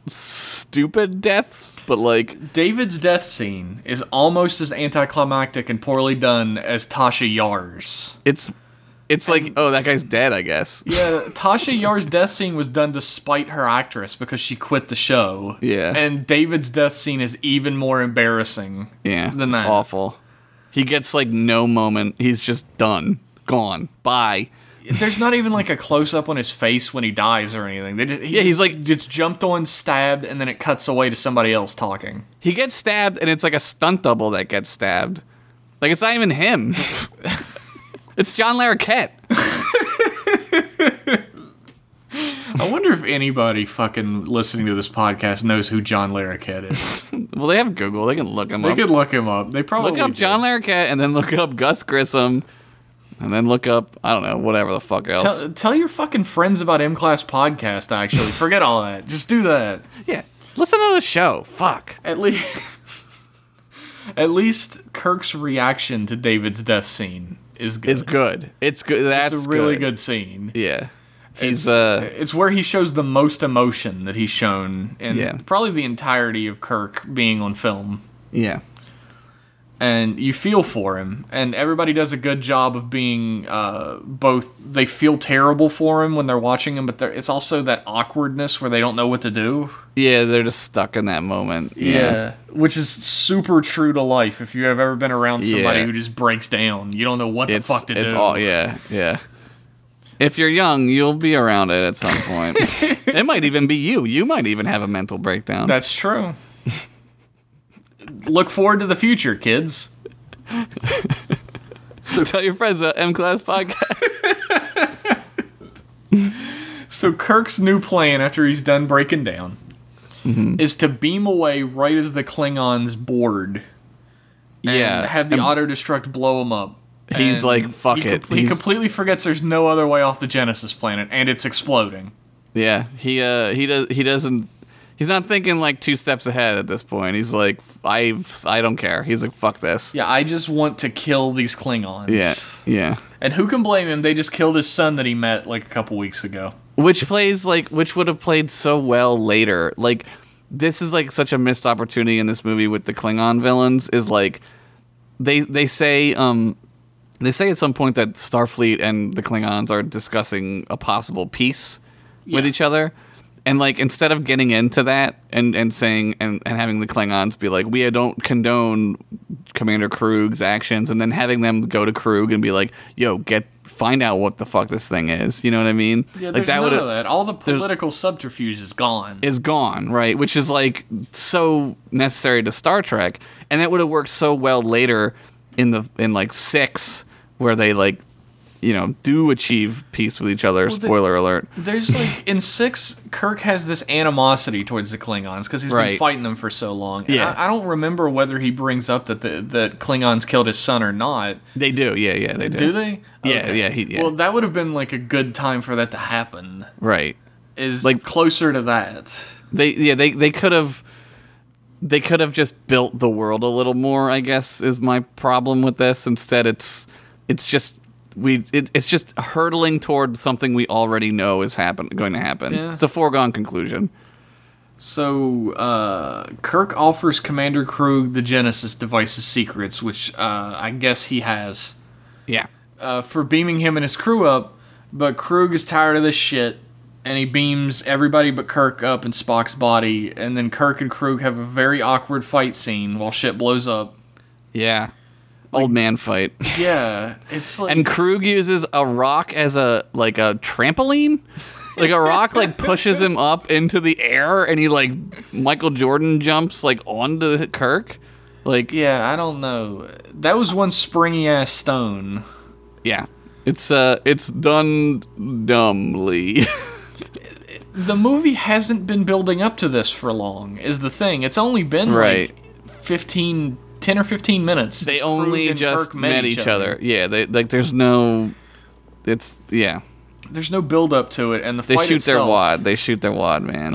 Speaker 2: stupid deaths, but like
Speaker 1: David's death scene is almost as anticlimactic and poorly done as Tasha Yar's.
Speaker 2: it's it's like oh that guy's dead I guess
Speaker 1: Yeah, Tasha Yar's death scene was done to spite her actress because she quit the show.
Speaker 2: Yeah.
Speaker 1: And David's death scene is even more embarrassing.
Speaker 2: yeah
Speaker 1: Than
Speaker 2: it's
Speaker 1: that.
Speaker 2: awful. He gets like no moment. He's just done, gone, bye.
Speaker 1: There's not even like a close up on his face when he dies or anything. They just, he
Speaker 2: Yeah, he's
Speaker 1: just-
Speaker 2: like-
Speaker 1: just jumped on, stabbed, and then it cuts away to somebody else talking.
Speaker 2: He gets stabbed, and it's like a stunt double that gets stabbed. Like it's not even him. *laughs* it's John Larroquette.
Speaker 1: I wonder if anybody fucking listening to this podcast knows who John Larroquette is.
Speaker 2: Well, they have Google. They can look him
Speaker 1: They
Speaker 2: up.
Speaker 1: could look him up. They probably
Speaker 2: Look up
Speaker 1: do.
Speaker 2: John Larroquette, and then look up Gus Grissom, and then look up I don't know whatever the fuck else.
Speaker 1: Tell, tell your fucking friends about M Class Podcast. Actually, forget all that. Just do that.
Speaker 2: yeah, listen to the show. Fuck.
Speaker 1: At least, *laughs* at least Kirk's reaction to David's death scene is good.
Speaker 2: It's good. It's good. That's
Speaker 1: It's a really good, scene.
Speaker 2: Yeah.
Speaker 1: It's
Speaker 2: He's uh
Speaker 1: it's where he shows the most emotion that he's shown in
Speaker 2: Yeah.
Speaker 1: probably the entirety of Kirk being on film.
Speaker 2: yeah.
Speaker 1: and you feel for him. And everybody does a good job of being uh, both. They feel terrible for him when they're watching him, but they're, it's also that awkwardness where they don't know what to do.
Speaker 2: Yeah, they're just stuck in that moment.
Speaker 1: which is super true to life. If you have ever been around somebody
Speaker 2: Yeah.
Speaker 1: who just breaks down, you don't know what
Speaker 2: it's
Speaker 1: the fuck to
Speaker 2: it's
Speaker 1: do.
Speaker 2: all yeah yeah if you're young you'll be around it at
Speaker 1: *laughs*
Speaker 2: some point it might even be you you might even have a mental breakdown
Speaker 1: That's true. Look forward to the future, kids.
Speaker 2: *laughs* tell your friends uh, m
Speaker 1: *laughs*
Speaker 2: class podcast
Speaker 1: So Kirk's new plan after he's done breaking down
Speaker 2: Mm-hmm.
Speaker 1: is to beam away right as the Klingons board. and
Speaker 2: yeah
Speaker 1: have the
Speaker 2: and
Speaker 1: auto destruct blow him up.
Speaker 2: He's
Speaker 1: And
Speaker 2: like, "Fuck
Speaker 1: he
Speaker 2: it."
Speaker 1: com- he
Speaker 2: He's-
Speaker 1: completely forgets there's no other way off the Genesis planet, and it's exploding.
Speaker 2: yeah he uh he does he doesn't He's not thinking like two steps ahead at this point. He's like, I, I don't care. He's like, fuck this.
Speaker 1: Yeah, I just want to kill these Klingons.
Speaker 2: Yeah. Yeah.
Speaker 1: And who can blame him? They just killed his son that he met like a couple weeks ago.
Speaker 2: Which plays like, which would have played so well later. Like, this is like such a missed opportunity in this movie with the Klingon villains. Is like, they they say um, they say at some point that Starfleet and the Klingons are discussing a possible peace with
Speaker 1: Yeah.
Speaker 2: each other. And like instead of getting into that and, and saying and, and having the Klingons be like, We don't condone Commander Krug's actions and then having them go to Krug and be like, Yo, get find out what the fuck this thing is. You know what I mean?
Speaker 1: Yeah,
Speaker 2: like
Speaker 1: there's none
Speaker 2: would've-
Speaker 1: of that. All the political subterfuge is gone.
Speaker 2: is gone, right? Which is like so necessary to Star Trek, and that would have worked so well later in the in like six, where they like, you know, do achieve peace with each other.
Speaker 1: the-
Speaker 2: spoiler alert.
Speaker 1: There's like *laughs* in six, Kirk has this animosity towards the Klingons because he's been
Speaker 2: Right.
Speaker 1: fighting them for so long.
Speaker 2: Yeah.
Speaker 1: and I, I don't remember whether he brings up that the that Klingons killed his son or not.
Speaker 2: They do, yeah, yeah, they do.
Speaker 1: Do they?
Speaker 2: Yeah, yeah, he- yeah.
Speaker 1: Well, that would have been like a good time for that to happen.
Speaker 2: Right.
Speaker 1: Is like
Speaker 2: Like-
Speaker 1: closer to that.
Speaker 2: They yeah they they could have. They could have just built the world a little more, I guess, is my problem with this. Instead, it's it's just we it, it's just hurtling toward something we already know is happen going to happen.
Speaker 1: Yeah.
Speaker 2: It's a foregone conclusion.
Speaker 1: So uh, Kirk offers Commander Krug the Genesis device's secrets, which uh, I guess he has.
Speaker 2: Yeah.
Speaker 1: uh, for beaming him and his crew up, but Krug is tired of this shit, and he beams everybody but Kirk up in Spock's body, and then Kirk and Krug have a very awkward fight scene while shit blows up.
Speaker 2: Yeah. Old man fight. *laughs*
Speaker 1: Yeah, it's like
Speaker 2: and Krug uses a rock as a like a trampoline. Like a
Speaker 1: *laughs*
Speaker 2: rock like pushes him up into the air and he like Michael Jordan jumps like onto Kirk. Like yeah.
Speaker 1: yeah, I don't know. That was one springy ass stone.
Speaker 2: It's uh it's done dumbly. *laughs*
Speaker 1: The movie hasn't been building up to this for long. Is the thing? It's only been
Speaker 2: Right.
Speaker 1: like 15, 10 or fifteen minutes.
Speaker 2: they
Speaker 1: since Krug
Speaker 2: only
Speaker 1: and
Speaker 2: just
Speaker 1: Kirk
Speaker 2: met, each other. Yeah, they like there's no it's yeah.
Speaker 1: There's no build up to it, and the
Speaker 2: They
Speaker 1: fight
Speaker 2: shoot their
Speaker 1: itself- Uh,
Speaker 2: wad. They shoot their wad, man.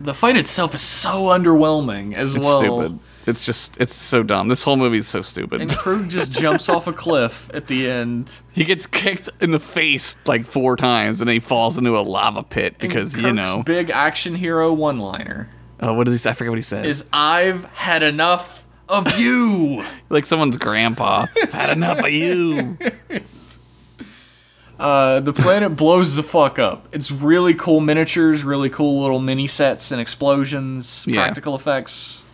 Speaker 1: The fight itself is so underwhelming as
Speaker 2: it's
Speaker 1: well.
Speaker 2: stupid. It's just it's so dumb. This whole movie's so stupid. *laughs*
Speaker 1: And Krug just jumps off a cliff at the end.
Speaker 2: He gets kicked in the face like four times, and then he falls into a lava pit
Speaker 1: And
Speaker 2: because you
Speaker 1: Kirk's
Speaker 2: know.
Speaker 1: big action hero one-liner
Speaker 2: Uh, what does he? say? I forget what he says.
Speaker 1: is "I've had enough of you."
Speaker 2: like
Speaker 1: *laughs*
Speaker 2: someone's grandpa. I've had enough of you.
Speaker 1: uh, the planet blows the fuck up. It's really cool miniatures, really cool little mini sets and explosions,
Speaker 2: Yeah.
Speaker 1: practical effects.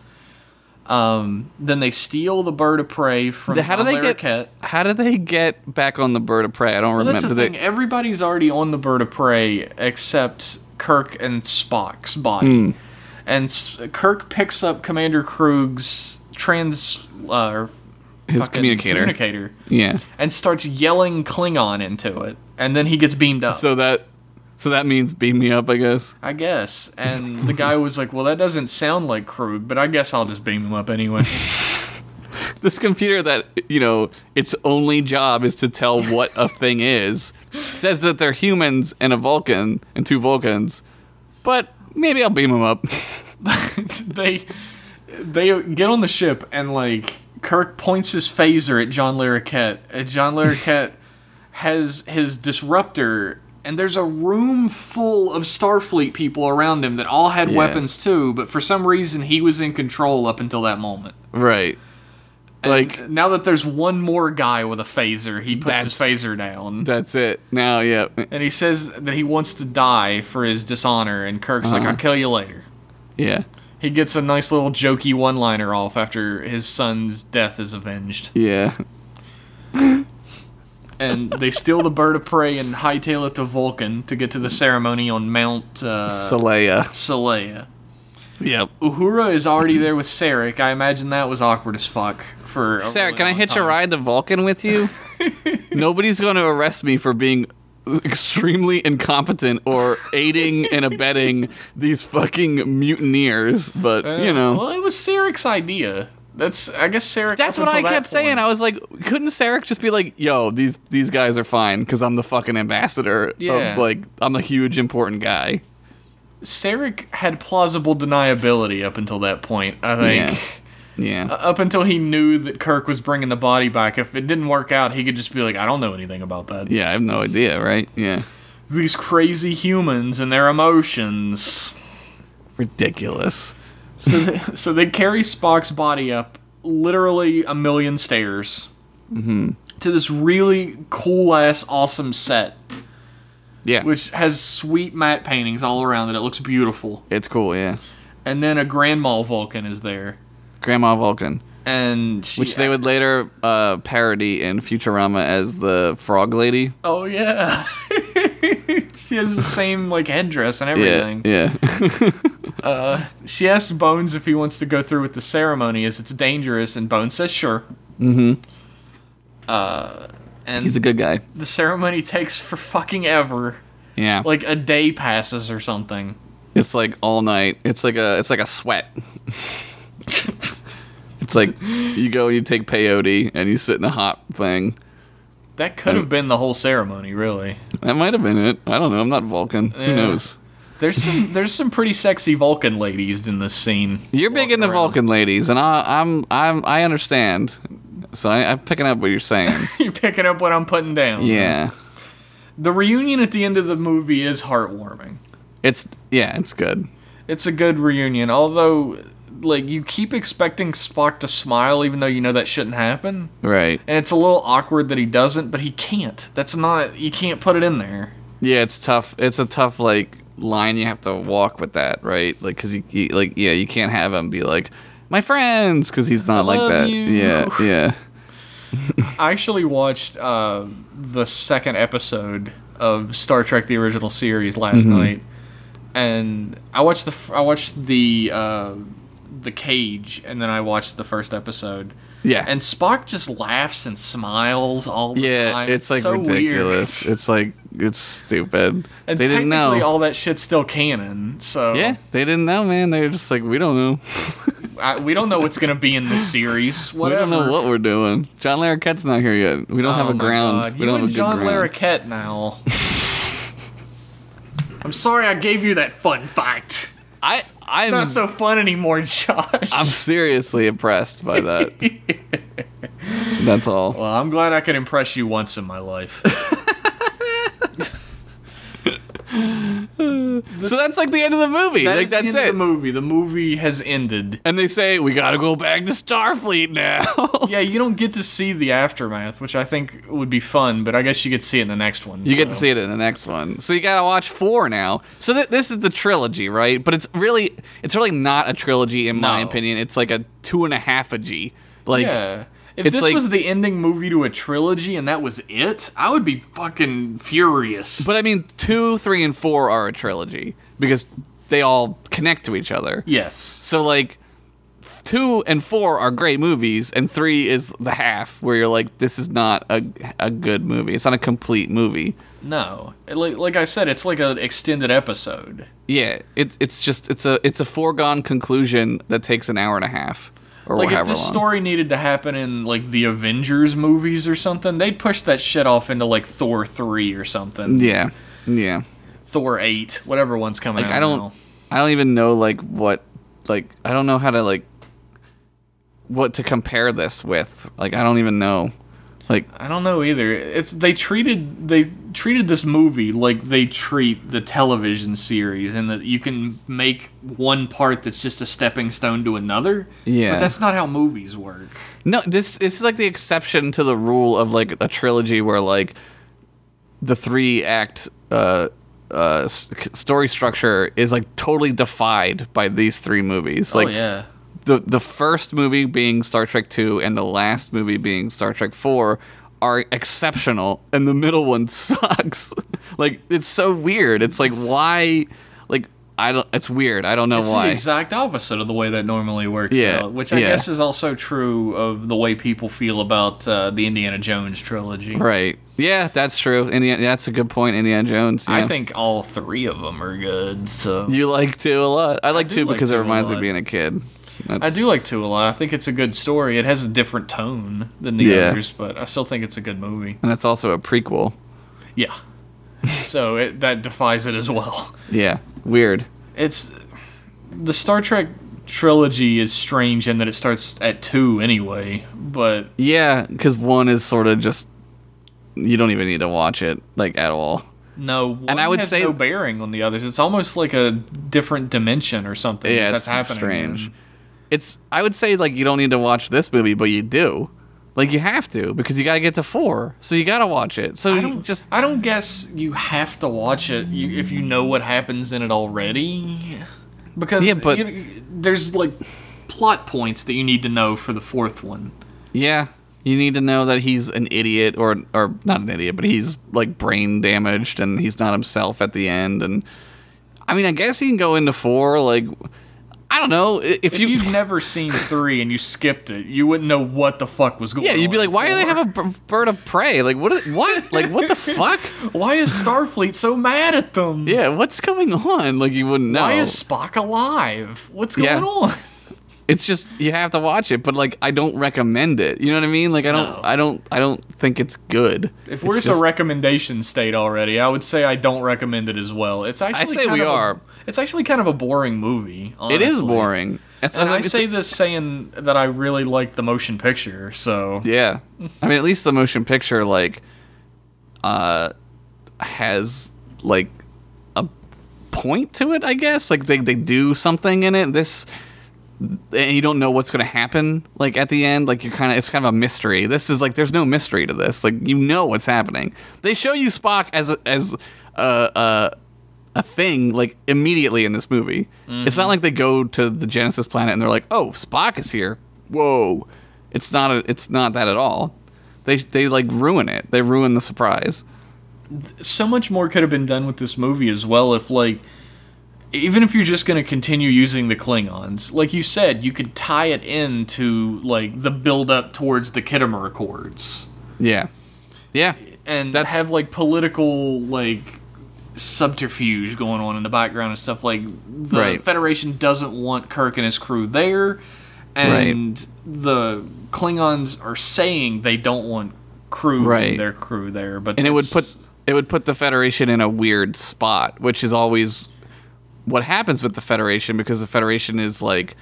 Speaker 1: Um, then they steal the bird of prey from
Speaker 2: How do
Speaker 1: John
Speaker 2: they
Speaker 1: Larroquette.
Speaker 2: get? How do they get back on the bird of prey? I don't
Speaker 1: Well, that's
Speaker 2: remember.
Speaker 1: the
Speaker 2: Do they-
Speaker 1: thing. Everybody's already on the bird of prey except Kirk and Spock's
Speaker 2: Hmm.
Speaker 1: body, and S- Kirk picks up Commander Krug's trans uh, or
Speaker 2: his
Speaker 1: fucking
Speaker 2: communicator.
Speaker 1: communicator
Speaker 2: Yeah.
Speaker 1: and starts yelling Klingon into it, and then he gets beamed up.
Speaker 2: So that. So that means beam me up, I guess. *laughs*
Speaker 1: I guess. And the guy was like, "Well, that doesn't sound like Krug, but I guess I'll just beam him up anyway." *laughs*
Speaker 2: This computer that you know, its only job is to tell what a thing is, says that they're humans and a Vulcan and two Vulcans, but maybe I'll beam them up. *laughs*
Speaker 1: they they get on the ship and like Kirk points his phaser at John Larroquette. And John Larroquette has his disruptor, and there's a room full of Starfleet people around him that all had
Speaker 2: Yeah.
Speaker 1: weapons too. But for some reason, he was in control up until that moment.
Speaker 2: Right. Like
Speaker 1: Now that there's one more guy with a phaser, he puts his
Speaker 2: That's-
Speaker 1: phaser down.
Speaker 2: that's it. Now, yeah.
Speaker 1: and he says that he wants to die for his dishonor, and Kirk's
Speaker 2: Uh-huh.
Speaker 1: like, I'll kill you later.
Speaker 2: Yeah.
Speaker 1: He gets a nice little jokey one liner off after his son's death is avenged.
Speaker 2: Yeah.
Speaker 1: And they steal the bird of prey and hightail it to Vulcan to get to the ceremony on Mount uh,
Speaker 2: Saleya.
Speaker 1: Saleya.
Speaker 2: Yep.
Speaker 1: Uhura is already there with Sarek. I imagine that was awkward as fuck for. a
Speaker 2: Sarah,
Speaker 1: really
Speaker 2: can I
Speaker 1: long
Speaker 2: hitch
Speaker 1: time.
Speaker 2: a ride to Vulcan with you? *laughs* Nobody's going to arrest me for being extremely incompetent or aiding and abetting these fucking mutineers, but you know.
Speaker 1: Well, it was Sarek's idea. That's I guess Sarek.
Speaker 2: That's
Speaker 1: up
Speaker 2: what I
Speaker 1: until that
Speaker 2: kept saying.
Speaker 1: point-
Speaker 2: I was like, couldn't Sarek just be like, "Yo, these these guys are fine because I'm the fucking ambassador
Speaker 1: Yeah.
Speaker 2: of like I'm a huge important guy."
Speaker 1: Sarek had plausible deniability up until that point. I think.
Speaker 2: Yeah.
Speaker 1: Up until he knew that Kirk was bringing the body back, if it didn't work out, he could just be like, "I don't know anything about that."
Speaker 2: yeah, I have no idea, right? Yeah.
Speaker 1: These crazy humans and their emotions.
Speaker 2: Ridiculous.
Speaker 1: *laughs* So, they, so they carry Spock's body up literally a million stairs
Speaker 2: Mm-hmm.
Speaker 1: to this really cool ass, awesome set,
Speaker 2: Yeah.
Speaker 1: which has sweet matte paintings all around it. It looks beautiful.
Speaker 2: it's cool, yeah.
Speaker 1: And then a grandma Vulcan is there,
Speaker 2: Grandma Vulcan,
Speaker 1: and she,
Speaker 2: which they would later uh, parody in Futurama as the Frog Lady.
Speaker 1: Oh yeah. *laughs* She has the same like headdress and
Speaker 2: Yeah,
Speaker 1: everything.
Speaker 2: yeah. *laughs*
Speaker 1: She asks Bones if he wants to go through with the ceremony, as it's dangerous, and Bones says sure. Mm-hmm. Uh, and
Speaker 2: He's a good guy.
Speaker 1: the ceremony takes for fucking ever.
Speaker 2: Yeah, like
Speaker 1: Like a day passes or something.
Speaker 2: it's like all night. It's like a it's like
Speaker 1: *laughs*
Speaker 2: a sweat. it's like you go and you take peyote and you sit in a hot thing.
Speaker 1: That could have been the whole ceremony, really.
Speaker 2: That might have been it. I don't know. I'm not Vulcan. Who
Speaker 1: Yeah.
Speaker 2: knows?
Speaker 1: There's
Speaker 2: *laughs*
Speaker 1: some there's some pretty sexy Vulcan ladies in this scene.
Speaker 2: You're big
Speaker 1: Walking
Speaker 2: into
Speaker 1: around.
Speaker 2: Vulcan ladies, and I, I'm I'm I understand. So I, I'm picking up what
Speaker 1: *laughs*
Speaker 2: you're saying.
Speaker 1: You're picking up what I'm putting down.
Speaker 2: yeah,
Speaker 1: The reunion at the end of the movie is heartwarming.
Speaker 2: it's yeah, it's good.
Speaker 1: It's a good reunion, although like you keep expecting Spock to smile even though you know that shouldn't happen.
Speaker 2: Right.
Speaker 1: And it's a little awkward that he doesn't, but he can't. That's not you can't put it in there.
Speaker 2: Yeah, it's tough. It's a tough like line you have to walk with that, right? Like, cause you, you like yeah, you can't have him be like my friends, cause he's not like
Speaker 1: love
Speaker 2: that.
Speaker 1: you.
Speaker 2: Yeah,
Speaker 1: *laughs*
Speaker 2: yeah.
Speaker 1: I actually watched uh, the second episode of Star Trek: The Original Series last night, and I watched the f- I watched the uh, the cage, and then I watched the first episode.
Speaker 2: Yeah.
Speaker 1: and Spock just laughs and smiles all the
Speaker 2: Yeah,
Speaker 1: time.
Speaker 2: it's like
Speaker 1: so weird.
Speaker 2: ridiculous. It's like it's stupid.
Speaker 1: *laughs* And
Speaker 2: they didn't
Speaker 1: technically,
Speaker 2: know.
Speaker 1: all that shit's still canon. So
Speaker 2: yeah, they didn't know, man. They were just like, we don't know.
Speaker 1: I, we don't know what's gonna be in *laughs* this series.
Speaker 2: We
Speaker 1: Whatever.
Speaker 2: don't know what we're doing. John Larroquette's not here yet. We don't have
Speaker 1: Oh
Speaker 2: a
Speaker 1: my
Speaker 2: ground.
Speaker 1: God.
Speaker 2: We
Speaker 1: You
Speaker 2: don't have
Speaker 1: and
Speaker 2: a
Speaker 1: John
Speaker 2: good ground.
Speaker 1: Larroquette now. I'm sorry I gave you that fun fact.
Speaker 2: I I'm
Speaker 1: Not so fun anymore, *laughs* Josh.
Speaker 2: I'm seriously impressed by that.
Speaker 1: *laughs*
Speaker 2: That's all.
Speaker 1: well, I'm glad I could impress you once in my
Speaker 2: *laughs*
Speaker 1: life.
Speaker 2: so that's like the end of the movie.
Speaker 1: That
Speaker 2: like
Speaker 1: is the
Speaker 2: that's
Speaker 1: end of
Speaker 2: it.
Speaker 1: The movie. The movie has ended.
Speaker 2: and they say we gotta go back to Starfleet now.
Speaker 1: *laughs* Yeah, you don't get to see the aftermath, which I think would be fun, but I guess you get to see it in the next one.
Speaker 2: you get to see it in the next one, so you gotta watch four now. So th- this is the trilogy, right? But it's really, it's really not a trilogy in my
Speaker 1: No.
Speaker 2: opinion. It's like a two and a half a G. Like,
Speaker 1: Yeah. If
Speaker 2: It's
Speaker 1: this
Speaker 2: like-
Speaker 1: was the ending movie to a trilogy and that was it, I would be fucking furious.
Speaker 2: but I mean, two, three, and four are a trilogy because they all connect to each other.
Speaker 1: yes.
Speaker 2: So like two and four are great movies, and three is the half where you're like, this is not a a good movie. It's not a complete movie.
Speaker 1: No. It- Like, like I said, it's like an extended episode.
Speaker 2: Yeah, it's it's just it's a it's a foregone conclusion that takes an hour and a half or
Speaker 1: Like if
Speaker 2: however
Speaker 1: this
Speaker 2: long.
Speaker 1: story needed to happen in like the Avengers movies or something, they'd push that shit off into like Thor three or something.
Speaker 2: yeah, yeah.
Speaker 1: Thor eight, whatever one's coming
Speaker 2: Like
Speaker 1: out.
Speaker 2: I don't
Speaker 1: now.
Speaker 2: I don't even know like what like I don't know how to like what to compare this with. Like I don't even know. Like
Speaker 1: I don't know either. It's they treated they treated this movie like they treat the television series, and that you can make one part that's just a stepping stone to another.
Speaker 2: Yeah.
Speaker 1: but that's not how movies work.
Speaker 2: No, this this is like the exception to the rule of like a trilogy where like the three act uh, uh, s- story structure is like totally defied by these three movies. Like
Speaker 1: oh yeah,
Speaker 2: the the first movie being Star Trek Two and the last movie being Star Trek Four are exceptional, and the middle one *laughs* sucks. like it's so weird. It's like why like. I don't. It's weird. I don't know
Speaker 1: it's
Speaker 2: why.
Speaker 1: the exact opposite of the way that normally works.
Speaker 2: Yeah,
Speaker 1: out, which I
Speaker 2: yeah.
Speaker 1: guess is also true of the way people feel about uh, the Indiana Jones trilogy.
Speaker 2: right. Yeah, that's true. Indiana, that's a good point. Indiana Jones.
Speaker 1: I
Speaker 2: yeah.
Speaker 1: think all three of them are good. So
Speaker 2: You like two a lot. I like
Speaker 1: do
Speaker 2: two
Speaker 1: like
Speaker 2: because it
Speaker 1: two a
Speaker 2: reminds me of
Speaker 1: lot.
Speaker 2: being a kid.
Speaker 1: I
Speaker 2: That's-
Speaker 1: do like two a lot. I think it's a good story. It has a different tone than the
Speaker 2: Yeah.
Speaker 1: others, but I still think it's a good movie.
Speaker 2: and that's also a prequel. *laughs*
Speaker 1: Yeah. so it, that defies it as well.
Speaker 2: Yeah, weird.
Speaker 1: it's the Star Trek trilogy is strange in that it starts at two anyway, but
Speaker 2: Yeah, because one is sort of just you don't even need to watch it like at all.
Speaker 1: no, one
Speaker 2: I would
Speaker 1: has
Speaker 2: say-
Speaker 1: no bearing on the others. It's almost like a different dimension or something.
Speaker 2: Yeah,
Speaker 1: that's
Speaker 2: it's
Speaker 1: happening.
Speaker 2: strange. It's I would say like you don't need to watch this movie, but you do. Like you have to because you gotta get to four, so you gotta watch it. So
Speaker 1: I
Speaker 2: you
Speaker 1: don't
Speaker 2: just
Speaker 1: just. I don't guess you have to watch it you, if you know what happens in it already, because
Speaker 2: Yeah, but-
Speaker 1: you- there's like plot points that you need to know for the fourth one.
Speaker 2: yeah. You need to know that he's an idiot or or not an idiot, but he's like brain damaged and he's not himself at the end. And I mean, I guess he can go into four. Like I don't know i- if,
Speaker 1: If
Speaker 2: you.
Speaker 1: you've never seen three and you skipped it, you wouldn't know what the fuck was going.
Speaker 2: *laughs* yeah,
Speaker 1: on.
Speaker 2: you'd be like, why do they have a b- bird of prey? Like, what? is- What? Like,
Speaker 1: *laughs*
Speaker 2: what the fuck?
Speaker 1: Why is Starfleet so mad at them?
Speaker 2: Yeah, what's going on? Like, you wouldn't know.
Speaker 1: Why is Spock alive? What's going
Speaker 2: Yeah.
Speaker 1: on?
Speaker 2: it's just you have to watch it but like i don't recommend it you know what i mean like i don't
Speaker 1: No.
Speaker 2: i don't i don't think it's good
Speaker 1: If we're
Speaker 2: It's
Speaker 1: at
Speaker 2: just-
Speaker 1: the recommendation state already, I would say I don't recommend it as well. It's actually
Speaker 2: say
Speaker 1: kind
Speaker 2: we
Speaker 1: of a-
Speaker 2: are.
Speaker 1: it's actually kind of a boring movie.
Speaker 2: it is
Speaker 1: honestly.
Speaker 2: boring it's,
Speaker 1: And I
Speaker 2: it's-
Speaker 1: say this saying that I really like the motion picture, so
Speaker 2: yeah i mean at least the motion picture like uh has like a point to it i guess like they, they do something in it this and you don't know what's going to happen like at the end like you're kind of it's kind of a mystery this is like there's no mystery to this like you know what's happening they show you spock as a, as a, a a thing like immediately in this movie it's not like they go to the genesis planet and they're like oh spock is here whoa it's not a, it's not that at all they they like ruin it they ruin the surprise
Speaker 1: so much more could have been done with this movie as well if like even if you're just going to continue using the Klingons, like you said, you could tie it into like the build up towards the Kittimer Accords.
Speaker 2: yeah yeah
Speaker 1: and
Speaker 2: That's-
Speaker 1: have like political like subterfuge going on in the background and stuff like the
Speaker 2: Right.
Speaker 1: federation doesn't want kirk and his crew there and the klingons are saying they don't want crew
Speaker 2: Right.
Speaker 1: their crew there but
Speaker 2: and it would
Speaker 1: that's-
Speaker 2: put it would put the federation in a weird spot which is always what happens with the federation because the federation is like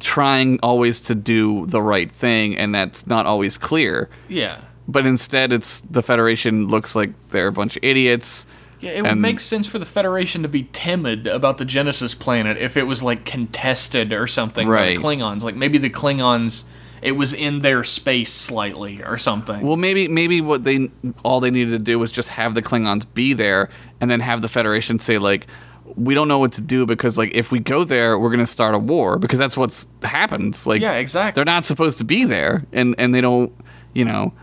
Speaker 2: trying always to do the right thing and that's not always clear
Speaker 1: yeah
Speaker 2: but instead it's the federation looks like they're a bunch of idiots
Speaker 1: yeah, it would
Speaker 2: and-
Speaker 1: make sense for the Federation to be timid about the Genesis planet if it was like contested or something. by the
Speaker 2: Right.
Speaker 1: Klingons, like maybe the Klingons, it was in their space slightly or something.
Speaker 2: well maybe maybe what they all they needed to do was just have the klingons be there and then have the federation say like we don't know what to do because like if we go there we're going to start a war because that's what's happens like
Speaker 1: Yeah, exactly.
Speaker 2: they're not supposed to be there and and they don't you know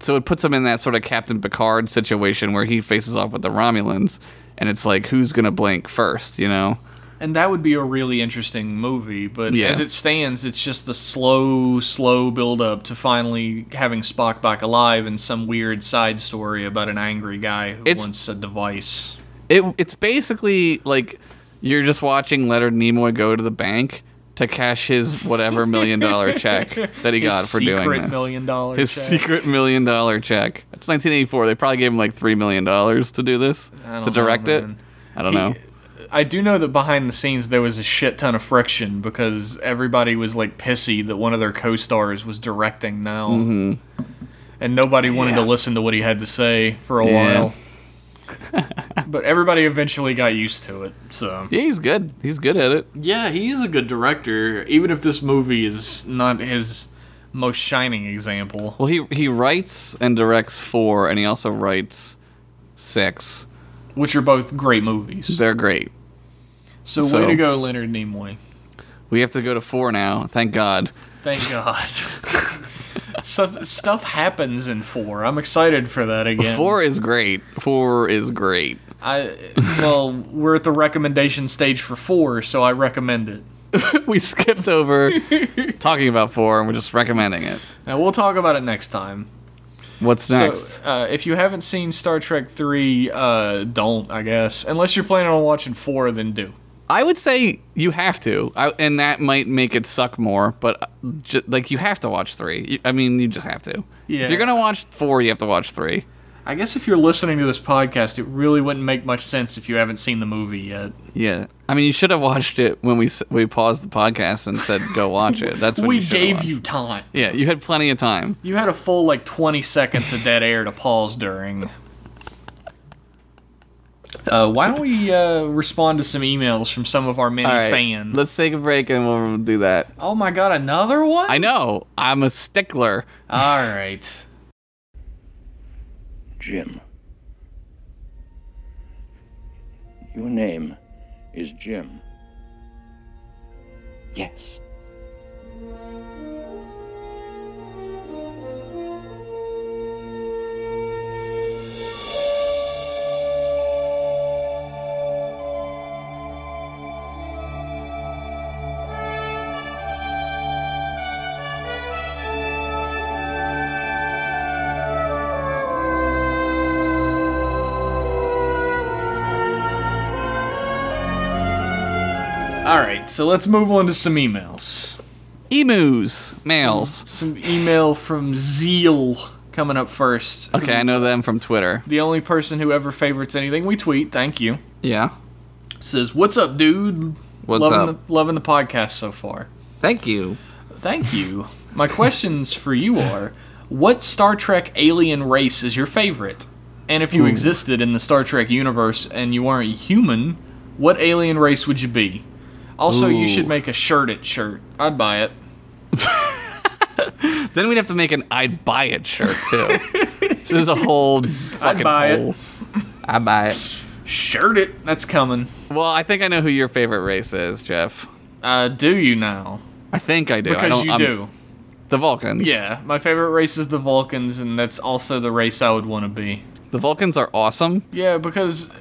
Speaker 2: so it puts them in that sort of captain picard situation where he faces off with the romulans and it's like who's going to blink first you know
Speaker 1: And that would be a really interesting movie, but
Speaker 2: Yeah.
Speaker 1: as it stands, it's just the slow, slow build up to finally having Spock back alive and some weird side story about an angry guy who
Speaker 2: It's-
Speaker 1: wants a device.
Speaker 2: It it's basically like you're just watching Leonard Nimoy go to the bank to cash his whatever million dollar check that he
Speaker 1: His
Speaker 2: got for doing
Speaker 1: secret
Speaker 2: this.
Speaker 1: million dollar
Speaker 2: his
Speaker 1: check.
Speaker 2: secret million dollar check. It's 1984. They probably gave him like three million dollars to do this
Speaker 1: I don't
Speaker 2: to direct
Speaker 1: know,
Speaker 2: it.
Speaker 1: man.
Speaker 2: I don't
Speaker 1: He-
Speaker 2: know.
Speaker 1: I do know that behind the scenes there was a shit ton of friction because everybody was like pissy that one of their co stars was directing now.
Speaker 2: Mm-hmm.
Speaker 1: And nobody wanted to
Speaker 2: Yeah.
Speaker 1: listen to what he had to say for a
Speaker 2: Yeah.
Speaker 1: while. *laughs* but everybody eventually got used to it, so.
Speaker 2: Yeah, he's good. He's good at it.
Speaker 1: Yeah, he is a good director, even if this movie is not his most shining example.
Speaker 2: Well, he he writes and directs four, and he also writes six.
Speaker 1: Which are both great movies.
Speaker 2: They're great.
Speaker 1: So, way
Speaker 2: so-
Speaker 1: to go, Leonard Nimoy.
Speaker 2: We have to go to four now. Thank God.
Speaker 1: Thank God. *laughs* Stuff, stuff happens in four. I'm excited for that again.
Speaker 2: Four is great. Four is great.
Speaker 1: I well, we're at the recommendation stage for four, so I recommend it.
Speaker 2: *laughs* we skipped over talking about four and we're just recommending it.
Speaker 1: Now we'll talk about it next time.
Speaker 2: What's next?
Speaker 1: So, uh, if you haven't seen Star Trek three, uh, don't I guess. Unless you're planning on watching four, then do.
Speaker 2: I would say you have to, I, and that might make it suck more. But uh, ju- like you have to watch three. You, I mean, you just have to.
Speaker 1: Yeah.
Speaker 2: If you're gonna watch four, you have to watch three.
Speaker 1: I guess if you're listening to this podcast, it really wouldn't make much sense if you haven't seen the movie yet.
Speaker 2: Yeah, I mean, you should have watched it when we s- we paused the podcast and said go watch it. That's *laughs* when
Speaker 1: we
Speaker 2: you should have
Speaker 1: gave
Speaker 2: watched.
Speaker 1: you time.
Speaker 2: Yeah, you had plenty of time.
Speaker 1: You had a full like 20 seconds of dead air to pause during. Uh, why don't we uh, respond to some emails from some of our many
Speaker 2: All right,
Speaker 1: fans?
Speaker 2: let's take a break and we'll do that.
Speaker 1: oh my god, another one!
Speaker 2: I know I'm a stickler.
Speaker 1: All right.
Speaker 9: Jim. Your name is Jim. Yes.
Speaker 1: All right, so let's move on to some emails.
Speaker 2: Emus, males.
Speaker 1: Some email from Zeal coming up first.
Speaker 2: Okay, I know them from Twitter.
Speaker 1: The only person who ever favorites anything we tweet, thank you.
Speaker 2: Yeah.
Speaker 1: Says, "What's up, dude?
Speaker 2: What's
Speaker 1: loving
Speaker 2: up?
Speaker 1: The, loving the podcast so far.
Speaker 2: Thank you.
Speaker 1: Thank you. My questions for you are: What Star Trek alien race is your favorite? And if you
Speaker 2: Hmm.
Speaker 1: existed in the Star Trek universe and you weren't human, what alien race would you be? Also, you
Speaker 2: Ooh.
Speaker 1: should make a shirt it shirt. I'd buy it.
Speaker 2: Then we'd have to make an I'd buy it shirt too. this is a
Speaker 1: *laughs*
Speaker 2: whole fucking
Speaker 1: buy it.
Speaker 2: *laughs* hole. I buy it.
Speaker 1: Shirt it. That's coming.
Speaker 2: Well, I think I know who your favorite race is, Jeff.
Speaker 1: Uh, do you now?
Speaker 2: I think I do. I
Speaker 1: Because
Speaker 2: don't,
Speaker 1: you
Speaker 2: I'm-
Speaker 1: do.
Speaker 2: The Vulcans.
Speaker 1: Yeah, my favorite race is the Vulcans, and that's also the race I would want to be.
Speaker 2: The Vulcans are awesome.
Speaker 1: Yeah, because uh,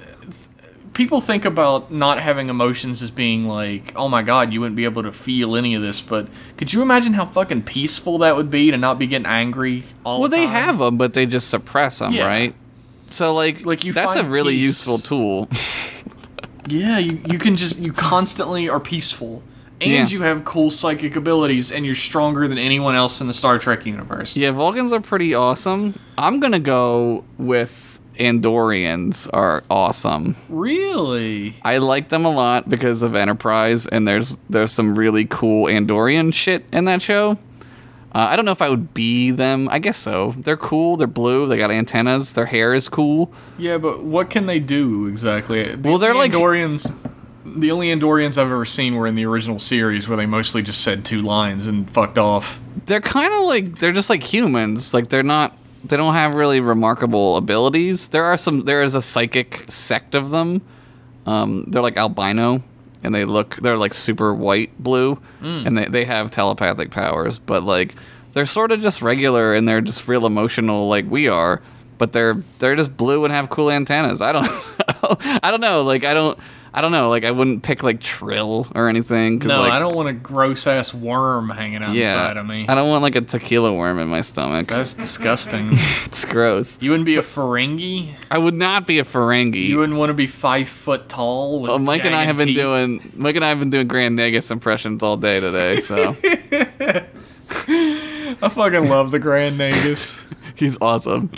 Speaker 1: people think about not having emotions as being like, oh my god, you wouldn't be able to feel any of this, but could you imagine how fucking peaceful that would be to not be getting angry all
Speaker 2: Well,
Speaker 1: the
Speaker 2: they
Speaker 1: time?
Speaker 2: have them, but they just suppress them,
Speaker 1: Yeah.
Speaker 2: right? So, like,
Speaker 1: Like, you
Speaker 2: that's a
Speaker 1: find
Speaker 2: really
Speaker 1: peace.
Speaker 2: useful tool.
Speaker 1: Yeah, you, you can just, you constantly are peaceful. And
Speaker 2: Yeah.
Speaker 1: you have cool psychic abilities, and you're stronger than anyone else in the Star Trek universe.
Speaker 2: yeah, Vulcans are pretty awesome. I'm gonna go with Andorians are awesome.
Speaker 1: Really?
Speaker 2: I like them a lot because of Enterprise, and there's there's some really cool Andorian shit in that show. Uh, I don't know if I would be them. I guess so. They're cool. They're blue. They got antennas. Their hair is cool.
Speaker 1: Yeah, but what can they do exactly? The
Speaker 2: Well, they're
Speaker 1: only
Speaker 2: like-
Speaker 1: Andorians. The only Andorians I've ever seen were in the original series, where they mostly just said two lines and fucked off.
Speaker 2: They're kind of like they're just like humans. Like they're not. They don't have really remarkable abilities. There are some. There is a psychic sect of them. Um, they're like albino, and they look. They're like super white blue,
Speaker 1: Hmm.
Speaker 2: and they they have telepathic powers. But like they're sort of just regular, and they're just real emotional, like we are. But they're they're just blue and have cool antennas. I don't. *laughs* I don't know. Like I don't. I don't know. Like I wouldn't pick like Trill or anything. 'cause,
Speaker 1: No,
Speaker 2: like,
Speaker 1: I don't want a gross ass worm hanging outside of me.
Speaker 2: I don't want like a tequila worm in my stomach. *laughs*
Speaker 1: That's disgusting.
Speaker 2: That's gross.
Speaker 1: you wouldn't be a Ferengi.
Speaker 2: I would not be a Ferengi.
Speaker 1: You wouldn't want to be five foot tall. With
Speaker 2: Uh, Mike and I
Speaker 1: jagged
Speaker 2: have been
Speaker 1: teeth.
Speaker 2: doing Mike and I have been doing Grand Negus impressions all day today, *laughs* so
Speaker 1: I fucking love the Grand
Speaker 2: *laughs*
Speaker 1: Nagus.
Speaker 2: he's awesome.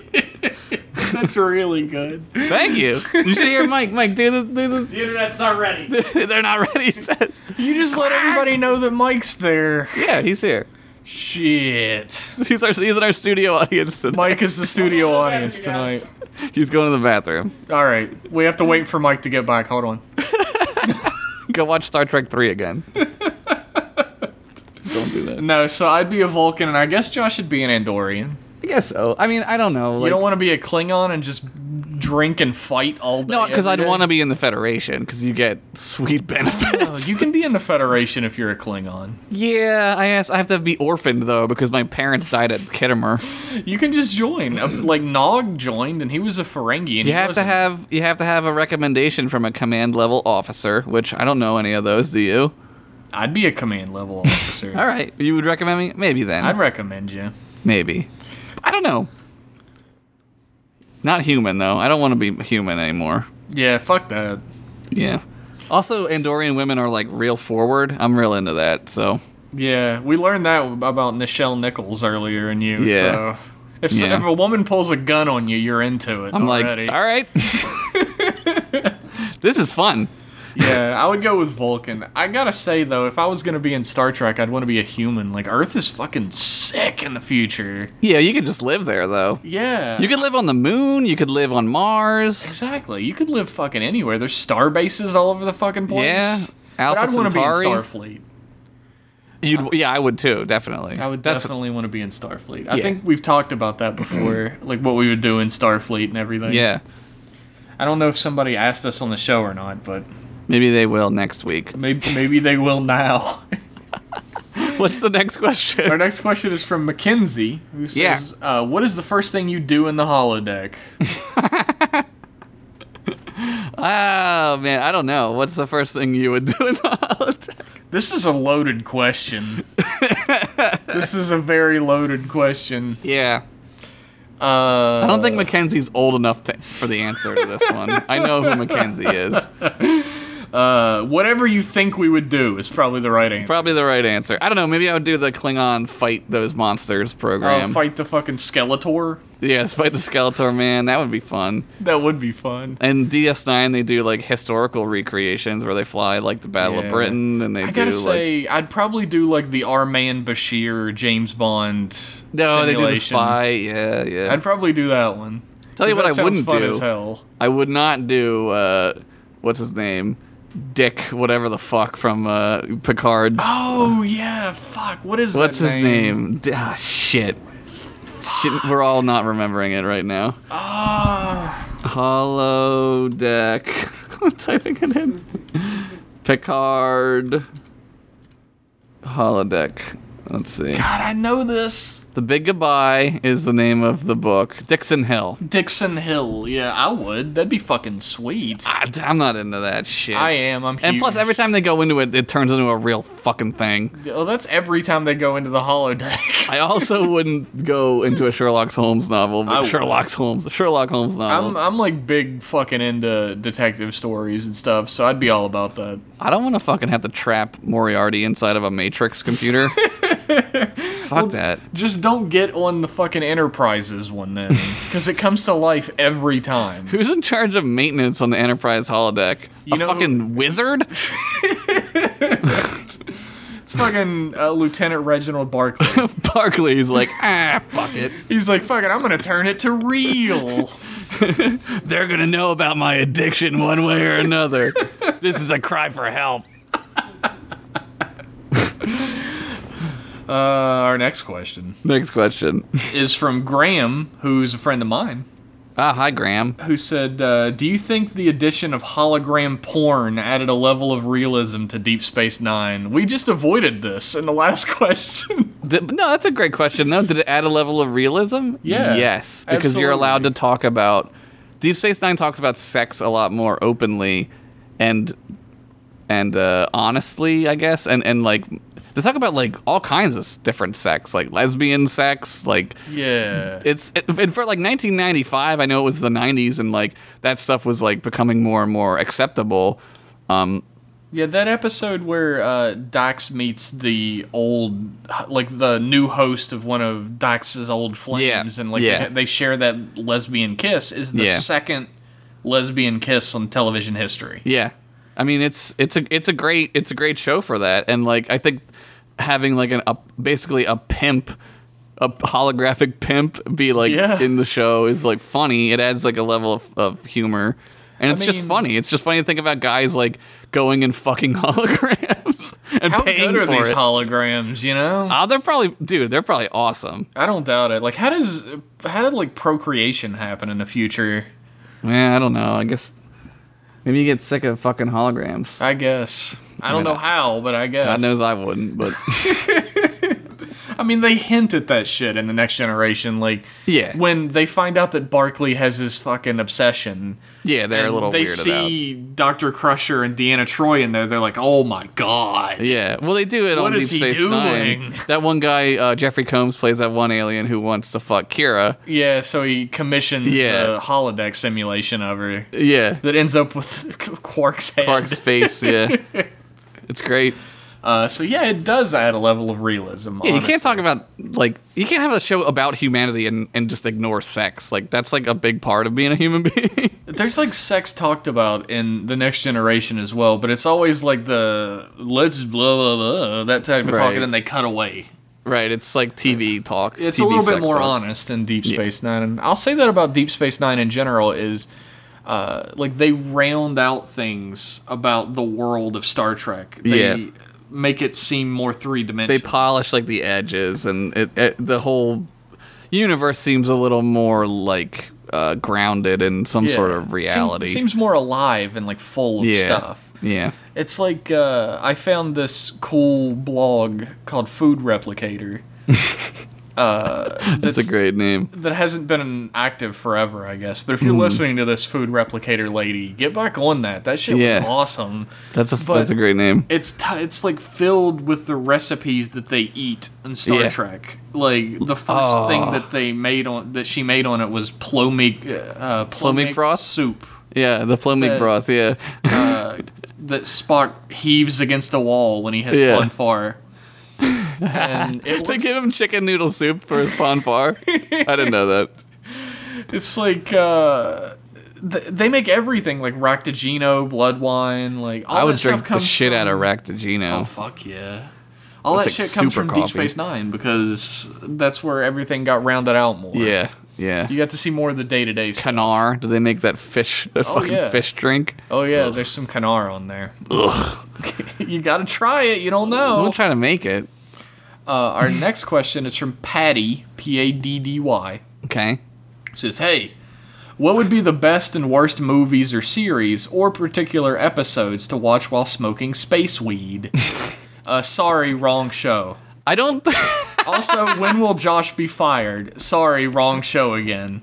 Speaker 2: *laughs*
Speaker 1: That's really good.
Speaker 2: Thank you. You should hear Mike. Mike, do the do
Speaker 5: The internet's not ready.
Speaker 2: the. *laughs* They're not ready. He says,
Speaker 1: You just let everybody know that Mike's there.
Speaker 2: "Yeah, he's here.
Speaker 1: Shit.
Speaker 2: He's our he's in our studio audience today.
Speaker 1: Mike is the studio audience
Speaker 5: guys.
Speaker 1: tonight.
Speaker 2: He's going to the bathroom.
Speaker 1: All right, we have to wait for Mike to get back. Hold on.
Speaker 2: Go watch Star Trek Three again. Don't do that.
Speaker 1: No, so I'd be a Vulcan, and I guess Josh should be an Andorian.
Speaker 2: I guess so. I mean, I don't know.
Speaker 1: you
Speaker 2: Like,
Speaker 1: don't want to be a Klingon and just drink and fight all day.
Speaker 2: no, because
Speaker 1: every
Speaker 2: I'd
Speaker 1: day.
Speaker 2: want to be in the Federation because you get sweet benefits.
Speaker 1: Oh, You can be in the Federation if you're a Klingon.
Speaker 2: *laughs* Yeah, I guess I have to be orphaned though because my parents died at Kittimer.
Speaker 1: You can just join.
Speaker 2: *clears throat*
Speaker 1: Uh, Like Nog joined, and he was a Ferengi. And
Speaker 2: You
Speaker 1: he
Speaker 2: have to
Speaker 1: wasn't.
Speaker 2: have you have to have a recommendation from a command level officer, which I don't know any of those. Do you?
Speaker 1: I'd be a command
Speaker 2: *laughs*
Speaker 1: level officer.
Speaker 2: All right, you would recommend me? Maybe then.
Speaker 1: I'd recommend you.
Speaker 2: Maybe. I don't know. Not human though. I don't want to be human anymore.
Speaker 1: Yeah, fuck that.
Speaker 2: Yeah. Also, Andorian women are like real forward. I'm real into that. So
Speaker 1: Yeah, we learned that about Nichelle Nichols earlier in you.
Speaker 2: Yeah.
Speaker 1: So. If, so-
Speaker 2: Yeah.
Speaker 1: if a woman pulls a gun on you, you're into it
Speaker 2: I'm
Speaker 1: already.
Speaker 2: like, all right, *laughs* this is fun.
Speaker 1: yeah, I would go with Vulcan. I gotta say though, if I was gonna be in Star Trek, I'd want to be a human. Like Earth is fucking sick in the future.
Speaker 2: Yeah, you could just live there though.
Speaker 1: Yeah,
Speaker 2: You could live on the moon. You could live on Mars.
Speaker 1: exactly. You could live fucking anywhere. There's star bases all over the fucking place.
Speaker 2: Yeah,
Speaker 1: but
Speaker 2: Alpha
Speaker 1: I'd wanna
Speaker 2: Centauri.
Speaker 1: be in Starfleet.
Speaker 2: You'd, yeah, I would too, definitely.
Speaker 1: I would
Speaker 2: That's
Speaker 1: definitely want to be in Starfleet. I
Speaker 2: Yeah.
Speaker 1: think we've talked about that
Speaker 2: *clears throat*
Speaker 1: before, like what we would do in Starfleet and everything.
Speaker 2: yeah.
Speaker 1: I don't know if somebody asked us on the show or not, but
Speaker 2: Maybe they will next week. *laughs*
Speaker 1: maybe maybe they will now. *laughs*
Speaker 2: What's the next question?
Speaker 1: Our next question is from Mackenzie, who says,
Speaker 2: Yeah.
Speaker 1: uh, "What is the first thing you do in the holodeck?"
Speaker 2: Oh man, I don't know. What's the first thing you would *laughs* do in the holodeck?
Speaker 1: This is a loaded
Speaker 2: *laughs*
Speaker 1: question. this is a very loaded question.
Speaker 2: Yeah.
Speaker 1: Uh,
Speaker 2: I don't think Mackenzie's old enough to, for the answer to this one. I know who Mackenzie is.
Speaker 1: uh, whatever you think we would do is probably the right answer.
Speaker 2: Probably the right answer. I don't know. Maybe I would do the Klingon fight those monsters
Speaker 1: Uh,
Speaker 2: program.
Speaker 1: fight the fucking Skeletor.
Speaker 2: Yes, fight the Skeletor man. That would be fun.
Speaker 1: That would be fun.
Speaker 2: And DS9, they do like historical recreations where they fly like the Battle
Speaker 1: Yeah.
Speaker 2: of Britain, and they
Speaker 1: I
Speaker 2: do
Speaker 1: gotta
Speaker 2: like
Speaker 1: say, I'd probably do like the Arman Bashir James Bond.
Speaker 2: no, they do the
Speaker 1: simulation.
Speaker 2: spy. Yeah, yeah.
Speaker 1: I'd probably do that one.
Speaker 2: Tell you
Speaker 1: 'Cause
Speaker 2: what
Speaker 1: that
Speaker 2: I
Speaker 1: sounds
Speaker 2: wouldn't
Speaker 1: fun
Speaker 2: do.
Speaker 1: As hell.
Speaker 2: I would not do uh, what's his name, Dick, whatever the fuck from uh, Picard's.
Speaker 1: Oh yeah, fuck. What is
Speaker 2: what's
Speaker 1: that
Speaker 2: his name? D- Ah, shit. shit. We're all not remembering it right now.
Speaker 1: Ah,
Speaker 2: Hollow *laughs* deck. I'm typing it in. Picard. Holodeck. Let's see.
Speaker 1: God, I know this.
Speaker 2: The Big Goodbye is the name of the book. Dixon Hill.
Speaker 1: Dixon Hill. Yeah, I would. That'd be fucking sweet.
Speaker 2: I, am Ah, not into that shit.
Speaker 1: I am. I'm. Huge.
Speaker 2: And plus, every time they go into it, it turns into a real fucking thing.
Speaker 1: Oh, that's every time they go into the holodeck. *laughs*
Speaker 2: I also wouldn't go into a Sherlock Holmes novel,
Speaker 1: I
Speaker 2: but
Speaker 1: would.
Speaker 2: Sherlock Holmes, a Sherlock Holmes
Speaker 1: I'm
Speaker 2: novel. I'm,
Speaker 1: I'm like big fucking into detective stories and stuff, so I'd be all about that.
Speaker 2: I do not want to fucking have to trap Moriarty inside of a
Speaker 1: *laughs*
Speaker 2: Matrix computer. Fuck that.
Speaker 1: Just don't get on the fucking Enterprises one *laughs* then, because it comes to life every time.
Speaker 2: Who's in charge of maintenance on the Enterprise holodeck?
Speaker 1: You
Speaker 2: a
Speaker 1: know-
Speaker 2: fucking wizard? *laughs*
Speaker 1: It's fucking uh, Lieutenant Reginald Barclay.
Speaker 2: Barclay's like, ah, fuck it.
Speaker 1: He's like, fucking, I'm gonna turn it to real.
Speaker 2: They're gonna know about my addiction one way or
Speaker 1: *laughs*
Speaker 2: another. this is a cry for help.
Speaker 1: *laughs* Uh, our next question
Speaker 2: Next question.
Speaker 1: is from Graham, who's a friend of mine,
Speaker 2: Ah, hi Graham.
Speaker 1: who said, uh, "Do you think the addition of hologram porn added a level of realism to Deep Space Nine? We just avoided this in the last *laughs* question.
Speaker 2: Did, no, that's a great question, though. Did it add a level of realism?
Speaker 1: Yeah,
Speaker 2: Yes, because you're allowed to
Speaker 1: absolutely.
Speaker 2: talk about. Deep Space Nine talks about sex a lot more openly, and and uh, honestly, I guess, and and like they talk about like all kinds of s- different sex, like lesbian sex, like
Speaker 1: yeah,
Speaker 2: it's it, and for like 1995 i know it was the 90s and like that stuff was like becoming more and more acceptable um
Speaker 1: yeah. That episode where uh, Dax meets the old, like the new host of one of Dax's old flames,
Speaker 2: Yeah,
Speaker 1: and like
Speaker 2: yeah.
Speaker 1: they, they share that lesbian kiss is the
Speaker 2: Yeah.
Speaker 1: second lesbian kiss on television history.
Speaker 2: yeah i mean it's it's a it's a great it's a great show for that and like i think having like an a, basically a pimp a holographic pimp be like
Speaker 1: Yeah.
Speaker 2: in the show is like funny it adds like a level of, of humor and it's just
Speaker 1: mean-
Speaker 2: funny it's just funny to think about guys like going and fucking *laughs* holograms and
Speaker 1: How
Speaker 2: paying
Speaker 1: good are
Speaker 2: for
Speaker 1: these
Speaker 2: it
Speaker 1: holograms? You know,
Speaker 2: oh they're probably dude they're probably awesome
Speaker 1: I don't doubt it. Like, how does how did like procreation happen in the future?
Speaker 2: Yeah, I don't know. I guess maybe you get sick of fucking holograms.
Speaker 1: I guess I don't
Speaker 2: mean,
Speaker 1: know how, but I guess
Speaker 2: God knows I wouldn't, but *laughs*
Speaker 1: I mean, they hint at that shit in the next generation. Like,
Speaker 2: Yeah.
Speaker 1: when they find out that Barkley has his fucking obsession,
Speaker 2: yeah, they're a
Speaker 1: and
Speaker 2: little
Speaker 1: They
Speaker 2: weird about.
Speaker 1: see Doctor Crusher and Deanna Troy in there. They're like, oh my god.
Speaker 2: Yeah, well, they do it
Speaker 1: What
Speaker 2: on
Speaker 1: is
Speaker 2: Deep
Speaker 1: he
Speaker 2: Space Nine.
Speaker 1: doing?
Speaker 2: That one guy, uh, Jeffrey Combs, plays that one alien who wants to fuck Kira.
Speaker 1: Yeah, so he commissions
Speaker 2: Yeah.
Speaker 1: the holodeck simulation of her
Speaker 2: Yeah,
Speaker 1: that ends up with *laughs* Quark's head.
Speaker 2: *laughs* Clark's face. Yeah, it's great.
Speaker 1: Uh, so yeah, it does add a level of realism.
Speaker 2: Yeah, you can't
Speaker 1: honestly.
Speaker 2: talk about like you can't have a show about humanity and, and just ignore sex. Like that's like a big part of being a human *laughs* being.
Speaker 1: There's like sex talked about in the next generation as well, but it's always like the let's blah blah blah that type of talk,
Speaker 2: Right.
Speaker 1: and then they cut away.
Speaker 2: right. It's like TV talk.
Speaker 1: It's
Speaker 2: TV
Speaker 1: a little bit
Speaker 2: sex
Speaker 1: more
Speaker 2: talk.
Speaker 1: honest in Deep Space Nine, and I'll say that about Deep Space Nine in general is. Uh, like they round out things about the world of Star Trek. They
Speaker 2: Yeah.
Speaker 1: make it seem more three
Speaker 2: They
Speaker 1: dimensional.
Speaker 2: polish like the edges, and it, it, the whole universe seems a little more like uh, grounded in some
Speaker 1: Yeah.
Speaker 2: sort of
Speaker 1: Seem-
Speaker 2: reality.
Speaker 1: seems more alive and like full of
Speaker 2: yeah.
Speaker 1: stuff.
Speaker 2: Yeah.
Speaker 1: It's like uh, I found this cool blog called Food
Speaker 2: *laughs*
Speaker 1: Replicator. uh,
Speaker 2: That's a great name.
Speaker 1: that hasn't been active forever, I guess. But if you're
Speaker 2: Hmm.
Speaker 1: listening to this Food Replicator lady, get back on that. That shit
Speaker 2: Yeah.
Speaker 1: was awesome.
Speaker 2: That's a
Speaker 1: But-
Speaker 2: that's a great name.
Speaker 1: It's t- it's like filled with the recipes that they eat in Star
Speaker 2: Yeah.
Speaker 1: Trek. Like the first
Speaker 2: Oh.
Speaker 1: thing that they made on that she made on it was plomeek uh,
Speaker 2: Plomeek broth?
Speaker 1: soup.
Speaker 2: Yeah, the
Speaker 1: That's-
Speaker 2: Fleming
Speaker 1: *laughs*
Speaker 2: broth. Yeah, *laughs*
Speaker 1: uh, that Spock heaves against a wall when he hits
Speaker 2: Yeah.
Speaker 1: one
Speaker 2: *laughs*
Speaker 1: far. And it
Speaker 2: they
Speaker 1: looks-
Speaker 2: give him chicken noodle soup for
Speaker 1: *laughs*
Speaker 2: his ponfar. I didn't know that.
Speaker 1: it's like uh, th- they make everything like Ractigino, blood wine, like all
Speaker 2: I
Speaker 1: that
Speaker 2: would
Speaker 1: stuff
Speaker 2: drink the
Speaker 1: comes
Speaker 2: shit
Speaker 1: from,
Speaker 2: out of
Speaker 1: Oh
Speaker 2: Ractigino.
Speaker 1: fuck yeah! All
Speaker 2: That's
Speaker 1: that
Speaker 2: like
Speaker 1: shit comes
Speaker 2: super
Speaker 1: from Deep
Speaker 2: coffee.
Speaker 1: Space Nine because that's where everything got rounded out more.
Speaker 2: yeah, yeah.
Speaker 1: you got to see more of the day to day stuff.
Speaker 2: Canar. Do they make that fish? That
Speaker 1: Oh,
Speaker 2: fucking
Speaker 1: yeah.
Speaker 2: fish drink.
Speaker 1: Oh yeah, there's some Canar on there. *laughs* you got to try it. You don't know.
Speaker 2: I'm trying to make it.
Speaker 1: Uh, our next question is from Patty, P A D D Y.
Speaker 2: Okay.
Speaker 1: Says, hey, what would be the best and worst movies or series or particular episodes to watch while smoking space weed? uh, sorry, wrong show.
Speaker 2: I don't. *laughs*
Speaker 1: Also, when will Josh be fired? Sorry, wrong show again.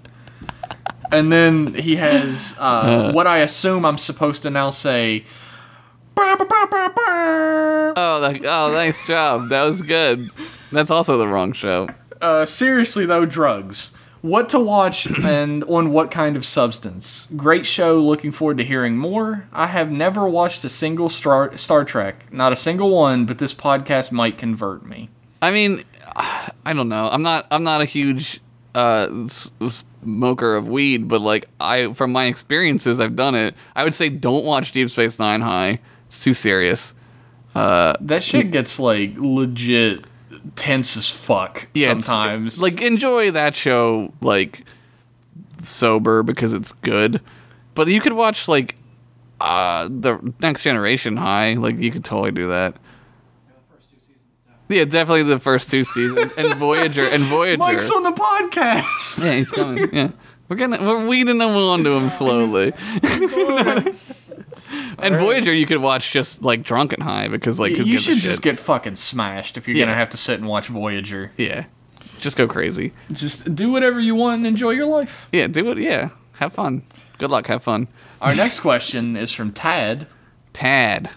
Speaker 1: And then he has uh, what I assume I'm supposed to now say. "Brr, brr, brr, brr, brr."
Speaker 2: oh, that, oh, nice job. That was good. That's also the wrong show.
Speaker 1: Uh, seriously though, drugs. What to *clears throat* watch and on what kind of substance? Great show. Looking forward to hearing more. I have never watched a single Star Star Trek, not a single one, but this podcast might convert me.
Speaker 2: I mean, I don't know. I'm not. I'm not a huge uh, s- smoker of weed, but like I, from my experiences, I've done it. I would say don't watch Deep Space Nine high. It's too serious.
Speaker 1: That shit gets like legit tense as fuck
Speaker 2: it's-
Speaker 1: sometimes.
Speaker 2: like enjoy that show like sober because it's good, but you could watch like uh the Next Generation High. Like you could totally do that. Yeah, definitely the first two seasons
Speaker 1: *laughs*
Speaker 2: and Voyager and Voyager.
Speaker 1: Mike's on the podcast.
Speaker 2: yeah, he's coming. Yeah, we're gonna we're weeding them onto
Speaker 1: *laughs*
Speaker 2: him slowly. and Voyager, you could watch just like drunk and high because like who
Speaker 1: you
Speaker 2: gives a
Speaker 1: should
Speaker 2: shit?
Speaker 1: just get fucking smashed if you're
Speaker 2: Yeah.
Speaker 1: gonna have to sit and watch Voyager.
Speaker 2: yeah, just go crazy.
Speaker 1: Just do whatever you want and enjoy your life.
Speaker 2: Yeah, do it. Yeah, have fun. Good luck. Have fun.
Speaker 1: Our next question is from Tad.
Speaker 2: Tad.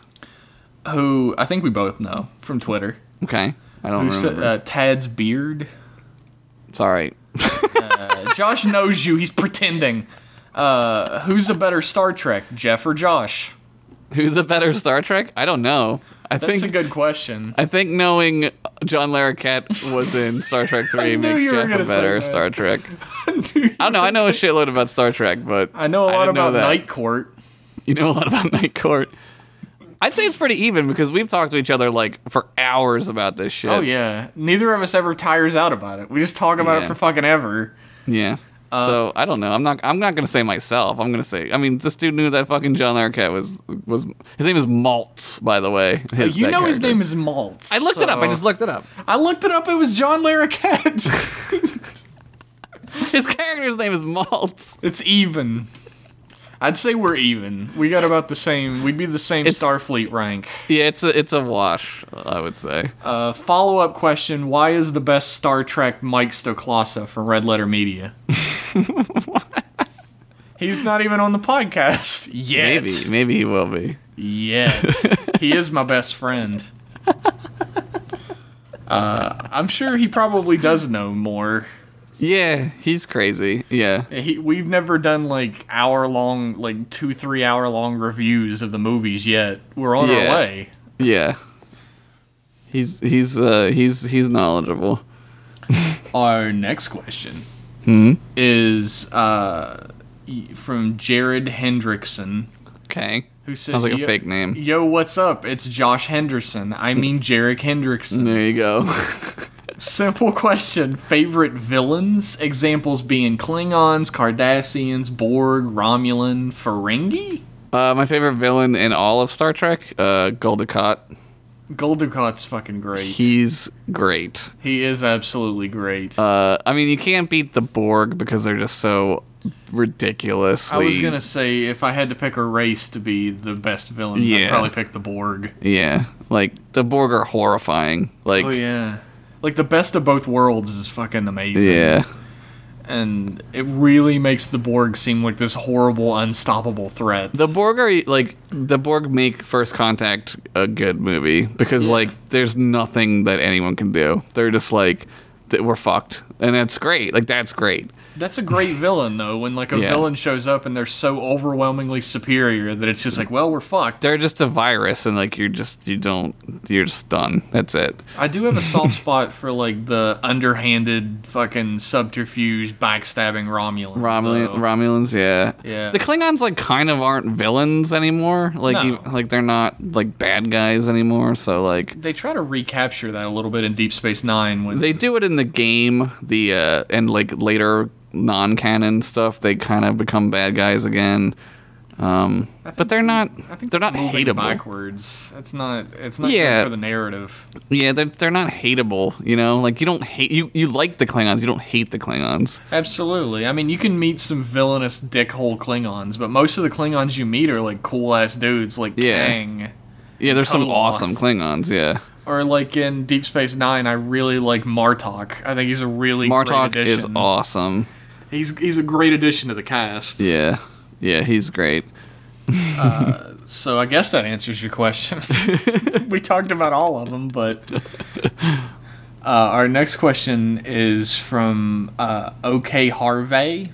Speaker 1: who I think we both know from Twitter,
Speaker 2: Okay. I don't
Speaker 1: who
Speaker 2: remember.
Speaker 1: said uh, Tad's beard.
Speaker 2: Sorry. *laughs*
Speaker 1: Uh, Josh knows you. He's pretending. Uh, who's a better Star Trek, Jeff or Josh?
Speaker 2: Who's a better Star Trek? I don't know. I
Speaker 1: That's
Speaker 2: think
Speaker 1: a good
Speaker 2: *laughs*
Speaker 1: question.
Speaker 2: I think knowing John Larroquette was in
Speaker 1: *laughs*
Speaker 2: Star Trek 3
Speaker 1: knew
Speaker 2: makes
Speaker 1: you were
Speaker 2: Jeff
Speaker 1: gonna
Speaker 2: a
Speaker 1: say
Speaker 2: better
Speaker 1: that.
Speaker 2: Star Trek. I don't know. I know a shitload about Star Trek, but
Speaker 1: *laughs* I know a lot
Speaker 2: didn't know
Speaker 1: about
Speaker 2: that.
Speaker 1: Night Court.
Speaker 2: You know a lot about *laughs* Night Court. I'd say it's pretty even because we've talked to each other like for hours about this shit.
Speaker 1: Oh yeah, neither of us ever tires out about it. We just talk about it
Speaker 2: Yeah.
Speaker 1: for fucking ever.
Speaker 2: Yeah. so I don't know. I'm not. I'm not gonna say myself. I'm gonna say. I mean, this dude knew that fucking John Larroquette was was. His name is Maltz, by the way. *laughs* His-
Speaker 1: You
Speaker 2: that
Speaker 1: know his
Speaker 2: character.
Speaker 1: name is Maltz.
Speaker 2: I looked it up. I
Speaker 1: so-
Speaker 2: just looked it up. *laughs*
Speaker 1: I looked it up. It was John Larroquette. *laughs*
Speaker 2: His character's name is Maltz.
Speaker 1: it's even. I'd say we're even. We got about the same. We'd be the same
Speaker 2: It's-
Speaker 1: Starfleet rank.
Speaker 2: Yeah, it's a it's a wash. I would say.
Speaker 1: Uh, Follow up question Why is the best Star Trek Mike Stoklasa from Red Letter
Speaker 2: *laughs*
Speaker 1: Media? He's not even on the podcast yet.
Speaker 2: maybe maybe he will be. *laughs*
Speaker 1: Yet. he is my best friend. Uh, I'm sure he probably does know more.
Speaker 2: Yeah, he's crazy. Yeah,
Speaker 1: He, we've never done like hour long, like two, three hour long reviews of the movies yet. We're on
Speaker 2: Yeah.
Speaker 1: our way.
Speaker 2: yeah. He's he's uh he's he's knowledgeable.
Speaker 1: Our next question
Speaker 2: Hmm?
Speaker 1: is uh, y- from Jared Hendrickson,
Speaker 2: Okay.
Speaker 1: who says,
Speaker 2: Sounds like a
Speaker 1: "Yo-
Speaker 2: fake name.
Speaker 1: Yo, what's up? It's Josh Henderson. I mean, Jarek Hendrickson.
Speaker 2: There you go.
Speaker 1: Simple question. Favorite villains? Examples being Klingons, Cardassians, Borg, Romulan, Ferengi?
Speaker 2: *laughs* Uh, my favorite villain in all of Star Trek, uh, Gul Dukat.
Speaker 1: Goldacot's fucking great. He,
Speaker 2: He's great.
Speaker 1: is absolutely great.
Speaker 2: Uh, I mean, you can't beat the Borg because they're just so ridiculously.
Speaker 1: I was gonna say if I had to pick a race to be the best villains,
Speaker 2: Yeah.
Speaker 1: I'd probably pick the Borg.
Speaker 2: Yeah, like the Borg are horrifying. Like,
Speaker 1: Oh yeah. Like the best of both worlds is fucking amazing.
Speaker 2: yeah,
Speaker 1: And it really makes the Borg seem like this horrible, unstoppable threat.
Speaker 2: the Borg are like the Borg make First Contact a good movie because like there's nothing that anyone can do. They're just like that we're fucked, and that's great. Like that's great.
Speaker 1: That's a
Speaker 2: *laughs*
Speaker 1: great villain though, when like a
Speaker 2: Yeah.
Speaker 1: villain shows up and they're so overwhelmingly superior that it's just like, well, we're fucked.
Speaker 2: They're just a virus, and like you're just you don't you're just done. That's it.
Speaker 1: I do have a
Speaker 2: *laughs*
Speaker 1: soft spot for like the underhanded fucking subterfuge backstabbing Romulans.
Speaker 2: Romulan,
Speaker 1: though.
Speaker 2: Romulans, yeah.
Speaker 1: Yeah.
Speaker 2: The Klingons like kind of aren't villains anymore. Like
Speaker 1: No.
Speaker 2: ev- like they're not like bad guys anymore. So like
Speaker 1: they try to recapture that a little bit in Deep Space Nine with
Speaker 2: they do it in the game, the uh and like later non-canon stuff, they kind of become bad guys again. Um but they're not
Speaker 1: I think
Speaker 2: they're not
Speaker 1: moving
Speaker 2: hateable.
Speaker 1: backwards. That's not it's not
Speaker 2: Yeah.
Speaker 1: good for the narrative.
Speaker 2: Yeah, they're, they're not hateable, you know? Like you don't hate you you like the Klingons, you don't hate the Klingons.
Speaker 1: Absolutely. I mean, you can meet some villainous dickhole Klingons, but most of the Klingons you meet are like cool ass dudes like
Speaker 2: Yeah.
Speaker 1: Kang.
Speaker 2: Yeah, there's some
Speaker 1: Total loss.
Speaker 2: awesome Klingons, yeah.
Speaker 1: Or like in Deep Space Nine, I really like Martok. I think he's a really
Speaker 2: Martok
Speaker 1: great
Speaker 2: is
Speaker 1: addition.
Speaker 2: awesome.
Speaker 1: He's he's a great addition to the cast.
Speaker 2: Yeah. Yeah, he's great.
Speaker 1: So I guess that answers your
Speaker 2: *laughs*
Speaker 1: question. *laughs* we talked about all of them, but uh, our next question is from uh, OK Harvey,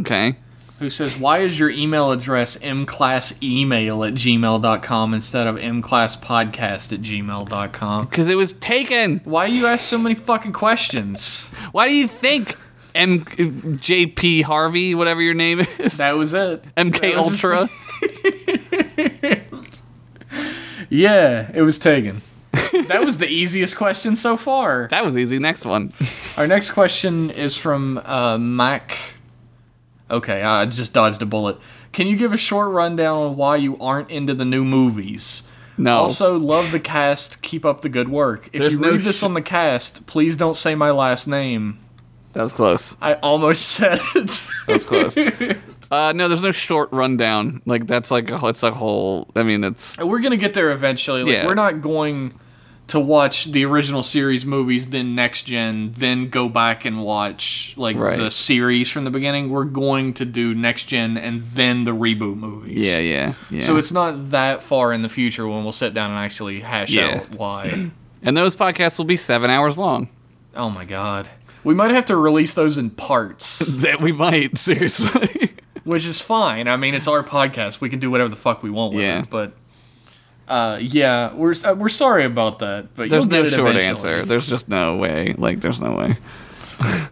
Speaker 2: Okay.
Speaker 1: who says, "Why is your email address mclassemail at gmail.com instead of mclasspodcast at gmail.com?
Speaker 2: Because it was taken.
Speaker 1: Why you ask so many fucking questions?
Speaker 2: Why do you think M J P Harvey, whatever your name is,
Speaker 1: That was it.
Speaker 2: MK
Speaker 1: That was-
Speaker 2: Ultra?
Speaker 1: Yeah, it was Tegan. *laughs* that was the easiest question so far.
Speaker 2: That was easy. Next one.
Speaker 1: Our next question is from uh, Mac. Okay, I just dodged a bullet. Can you give a short rundown on why you aren't into the new movies?
Speaker 2: No.
Speaker 1: Also, love the cast. Keep up the good work. If
Speaker 2: There's
Speaker 1: you
Speaker 2: no
Speaker 1: read this
Speaker 2: sh-
Speaker 1: on the cast, please don't say my last name.
Speaker 2: that was close.
Speaker 1: I almost *laughs* said it.
Speaker 2: That
Speaker 1: *laughs*
Speaker 2: was close. Uh, no, there's no short rundown. Like that's like a, it's a whole. I mean, it's
Speaker 1: we're gonna get there eventually. Like,
Speaker 2: Yeah.
Speaker 1: We're not going to watch the original series movies, then next gen, then go back and watch like
Speaker 2: Right.
Speaker 1: the series from the beginning. We're going to do next gen and then the reboot movies.
Speaker 2: yeah, yeah, yeah.
Speaker 1: So it's not that far in the future when we'll sit down and actually hash
Speaker 2: Yeah.
Speaker 1: out why.
Speaker 2: and those podcasts will be seven hours long.
Speaker 1: oh my god. We might have to release those in
Speaker 2: *laughs*
Speaker 1: parts,
Speaker 2: That we
Speaker 1: *laughs*
Speaker 2: might seriously.
Speaker 1: which is fine. I mean, it's our podcast. We can do whatever the fuck we want with
Speaker 2: Yeah.
Speaker 1: it. But uh, yeah, we're s- uh, we're sorry about that. But
Speaker 2: there's
Speaker 1: you'll
Speaker 2: no
Speaker 1: get it
Speaker 2: short
Speaker 1: eventually.
Speaker 2: answer. There's just no way. Like there's no way.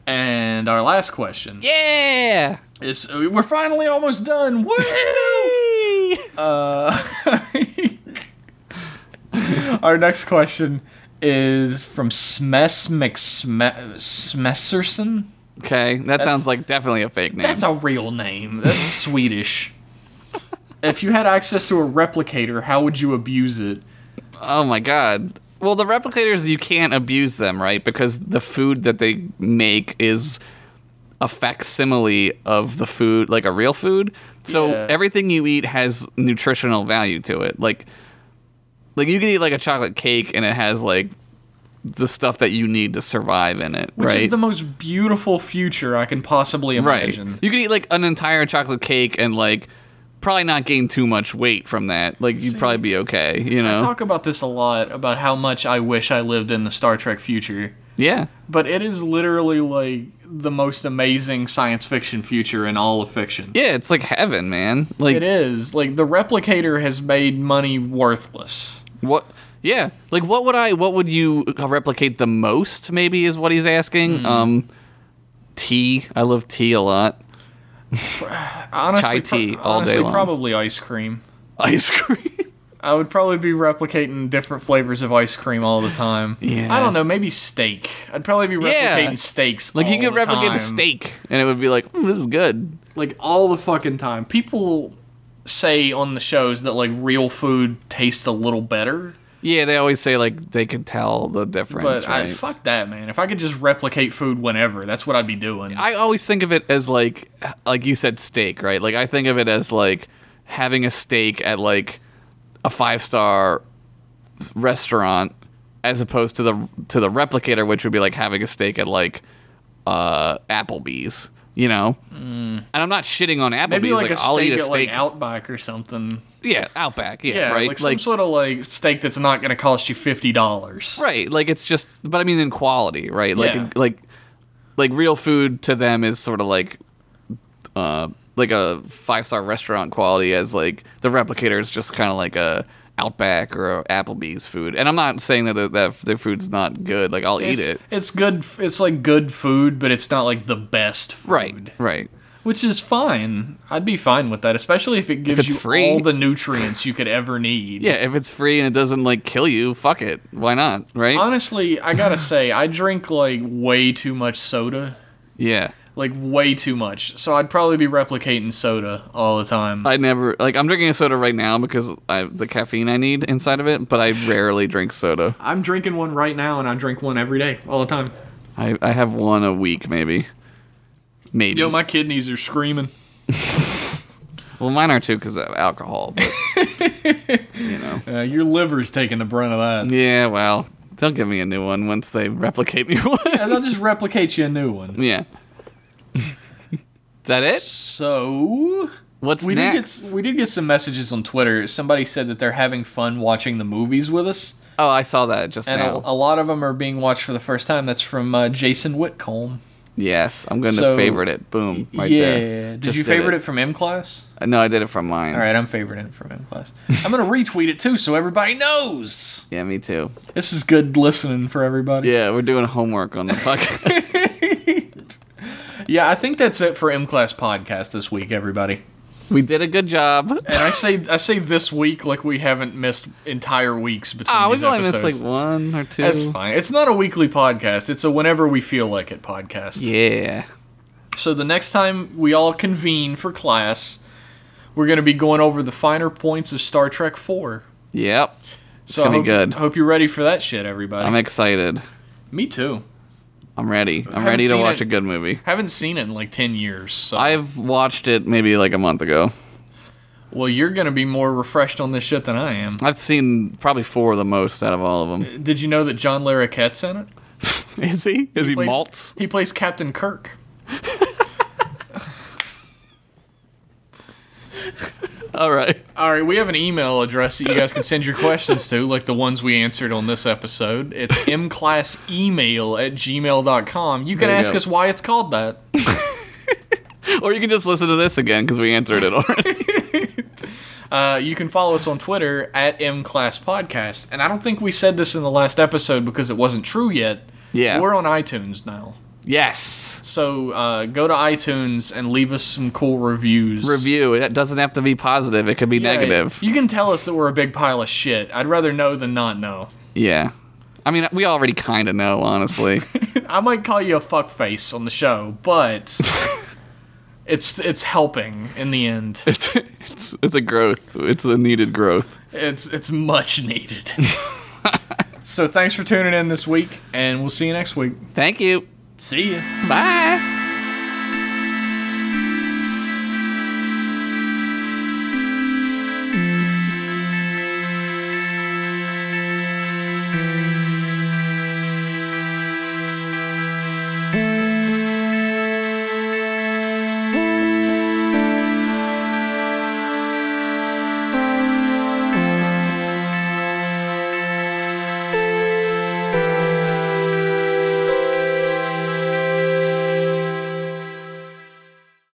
Speaker 1: And our last question
Speaker 2: Yeah.
Speaker 1: is: uh, We're finally almost done. Woo! Uh, *laughs* Our next question is from Smes McSme- Smesserson.
Speaker 2: Okay, that sounds like definitely a fake name.
Speaker 1: That's a real name. That's
Speaker 2: *laughs*
Speaker 1: Swedish. If you had access to a replicator, how would you abuse it?
Speaker 2: Oh my god. Well, the replicators you can't abuse them, right? Because the food that they make is a facsimile of the food, like a real food. So
Speaker 1: Yeah.
Speaker 2: everything you eat has nutritional value to it. Like like you can eat like a chocolate cake and it has like the stuff that you need to survive in it,
Speaker 1: Which
Speaker 2: right?
Speaker 1: is the most beautiful future I can possibly
Speaker 2: right.
Speaker 1: imagine.
Speaker 2: You can eat like an entire chocolate cake and like probably not gain too much weight from that. Like you'd probably be okay, you know.
Speaker 1: I talk about this a lot about how much I wish I lived in the Star Trek future,
Speaker 2: yeah.
Speaker 1: but it is literally like the most amazing science fiction future in all of fiction.
Speaker 2: Yeah, it's like heaven, man. Like
Speaker 1: It is. Like the replicator has made money worthless.
Speaker 2: What? Yeah, like what would I? What would you replicate the most? Maybe is what he's asking.
Speaker 1: Hmm.
Speaker 2: Um, tea. I love tea a lot. *laughs*
Speaker 1: Honestly,
Speaker 2: Chai
Speaker 1: pro-
Speaker 2: tea all day
Speaker 1: honestly,
Speaker 2: long.
Speaker 1: Probably ice cream.
Speaker 2: Ice cream. *laughs*
Speaker 1: I would probably be replicating different flavors of ice cream all the time.
Speaker 2: Yeah.
Speaker 1: I don't know, maybe steak. I'd probably be
Speaker 2: Yeah.
Speaker 1: replicating steaks.
Speaker 2: Like you
Speaker 1: all
Speaker 2: could
Speaker 1: the
Speaker 2: replicate
Speaker 1: time.
Speaker 2: a steak, and it would be like, "Mm, this is good.
Speaker 1: Like all the fucking time. People say on the shows that like real food tastes a little better.
Speaker 2: Yeah, they always say like they could tell the difference.
Speaker 1: But I,
Speaker 2: right?
Speaker 1: fuck that, man. If I could just replicate food whenever, that's what I'd be doing.
Speaker 2: I always think of it as like like you said steak, right? Like I think of it as like having a steak at like a five star restaurant as opposed to the to the replicator, which would be like having a steak at like uh Applebee's, you know? And I'm not shitting on Applebee's.
Speaker 1: Mm. Maybe like, a
Speaker 2: I'll
Speaker 1: steak
Speaker 2: eat a
Speaker 1: at like
Speaker 2: steak.
Speaker 1: Outback or something.
Speaker 2: yeah, Outback. Yeah,
Speaker 1: Yeah,
Speaker 2: right.
Speaker 1: like, some sort of like steak that's not gonna cost you fifty dollars.
Speaker 2: Right, like it's just, but I mean in quality, right? Like,
Speaker 1: Yeah.
Speaker 2: like, like real food to them is sort of like, uh, like a five star restaurant quality as like the replicator is just kind of like a Outback or a Applebee's food. And I'm not saying that the, that their food's not good. Like I'll
Speaker 1: It's,
Speaker 2: eat it.
Speaker 1: it's good. f- It's like good food, but it's not like the best food.
Speaker 2: Right, right.
Speaker 1: Which is fine. I'd be fine with that, especially if it gives
Speaker 2: it's
Speaker 1: you
Speaker 2: free.
Speaker 1: all the nutrients you could ever need.
Speaker 2: Yeah, if it's free and it doesn't like kill you, fuck it. Why not?
Speaker 1: *laughs*
Speaker 2: Right?
Speaker 1: Honestly, I gotta say, I drink like way too much soda.
Speaker 2: yeah.
Speaker 1: Like way too much. So I'd probably be replicating soda all the time.
Speaker 2: I never like I'm drinking a soda right now because I the caffeine I need inside of it, but I rarely drink soda.
Speaker 1: I'm drinking one right now, and I drink one every day, all the time.
Speaker 2: I, I have one a week, maybe. Maybe.
Speaker 1: Yo, my kidneys are screaming.
Speaker 2: well, mine are too because of alcohol. But *laughs*
Speaker 1: Uh, your liver's taking the brunt of that.
Speaker 2: yeah, well, they'll give me a new one once they replicate me *laughs* one.
Speaker 1: And they'll just replicate you a new one.
Speaker 2: yeah. Is that it?
Speaker 1: So
Speaker 2: What's
Speaker 1: we did
Speaker 2: next?
Speaker 1: get we did get some messages on Twitter. Somebody said that they're having fun watching the movies with us,
Speaker 2: oh, I saw that just
Speaker 1: and
Speaker 2: now.
Speaker 1: a, a lot of them are being watched for the first time. That's from uh, Jason Whitcomb.
Speaker 2: yes, I'm going to
Speaker 1: So-
Speaker 2: favorite it. Boom, right
Speaker 1: yeah,
Speaker 2: there.
Speaker 1: did
Speaker 2: Just
Speaker 1: you favorite it.
Speaker 2: it?
Speaker 1: from M class?
Speaker 2: No, I did it from mine.
Speaker 1: All right, I'm favoriting it from M class. I'm gonna retweet it too, so everybody knows.
Speaker 2: Yeah, me too.
Speaker 1: This is good listening for everybody.
Speaker 2: Yeah, we're doing homework
Speaker 1: *laughs*
Speaker 2: on the podcast. *laughs*
Speaker 1: yeah. I think that's it for M class podcast this week, everybody.
Speaker 2: we did a good job. *laughs*
Speaker 1: And I say I say this week like we haven't missed entire weeks between.
Speaker 2: Ah,
Speaker 1: these
Speaker 2: we've only
Speaker 1: episodes.
Speaker 2: missed like one or two.
Speaker 1: That's fine. It's not a weekly podcast. It's a whenever we feel like it podcast.
Speaker 2: Yeah.
Speaker 1: So the next time we all convene for class, we're going to be going over the finer points of Star Trek 4.
Speaker 2: Yep.
Speaker 1: So
Speaker 2: gonna
Speaker 1: I
Speaker 2: be
Speaker 1: hope,
Speaker 2: good.
Speaker 1: hope you're ready for that shit, everybody.
Speaker 2: I'm excited.
Speaker 1: Me too.
Speaker 2: I'm ready. I'm
Speaker 1: Haven't
Speaker 2: ready to
Speaker 1: seen
Speaker 2: watch
Speaker 1: it.
Speaker 2: a good movie.
Speaker 1: Haven't seen it in like 10 years. So.
Speaker 2: I've watched it maybe like a month ago.
Speaker 1: well, you're going to be more refreshed on this shit than I am.
Speaker 2: I've seen probably four of the most out of all of them.
Speaker 1: Did you know that John Larroquette's in it?
Speaker 2: *laughs* Is he? Is he,
Speaker 1: plays-
Speaker 2: malts?
Speaker 1: He plays Captain Kirk.
Speaker 2: *laughs* All right.
Speaker 1: All right, we have an email address that you guys can send your questions to, like the ones we answered on this episode. It's *laughs* mclassemail at gmail.com. You can
Speaker 2: There you
Speaker 1: ask
Speaker 2: go.
Speaker 1: us why it's called that.
Speaker 2: Or you can just listen to this again because we answered it already.
Speaker 1: Uh, you can follow us on Twitter at mclasspodcast. And I don't think we said this in the last episode because it wasn't true yet.
Speaker 2: *laughs* Yeah.
Speaker 1: We're on iTunes now.
Speaker 2: yes.
Speaker 1: So uh, go to iTunes and leave us some cool reviews.
Speaker 2: Review. It doesn't have to be positive. It could be
Speaker 1: Yeah,
Speaker 2: negative.
Speaker 1: You can tell us that we're a big pile of shit. I'd rather know than not know.
Speaker 2: Yeah. I mean, we already kind of know, *laughs* honestly.
Speaker 1: I might call you a fuckface on the show,
Speaker 2: *laughs*
Speaker 1: but it's it's helping in the end.
Speaker 2: it's, it's it's a growth. It's a needed growth.
Speaker 1: It's it's much
Speaker 2: *laughs*
Speaker 1: needed. so thanks for tuning in this week, and we'll see you next week.
Speaker 2: Thank you.
Speaker 1: See ya.
Speaker 2: Bye.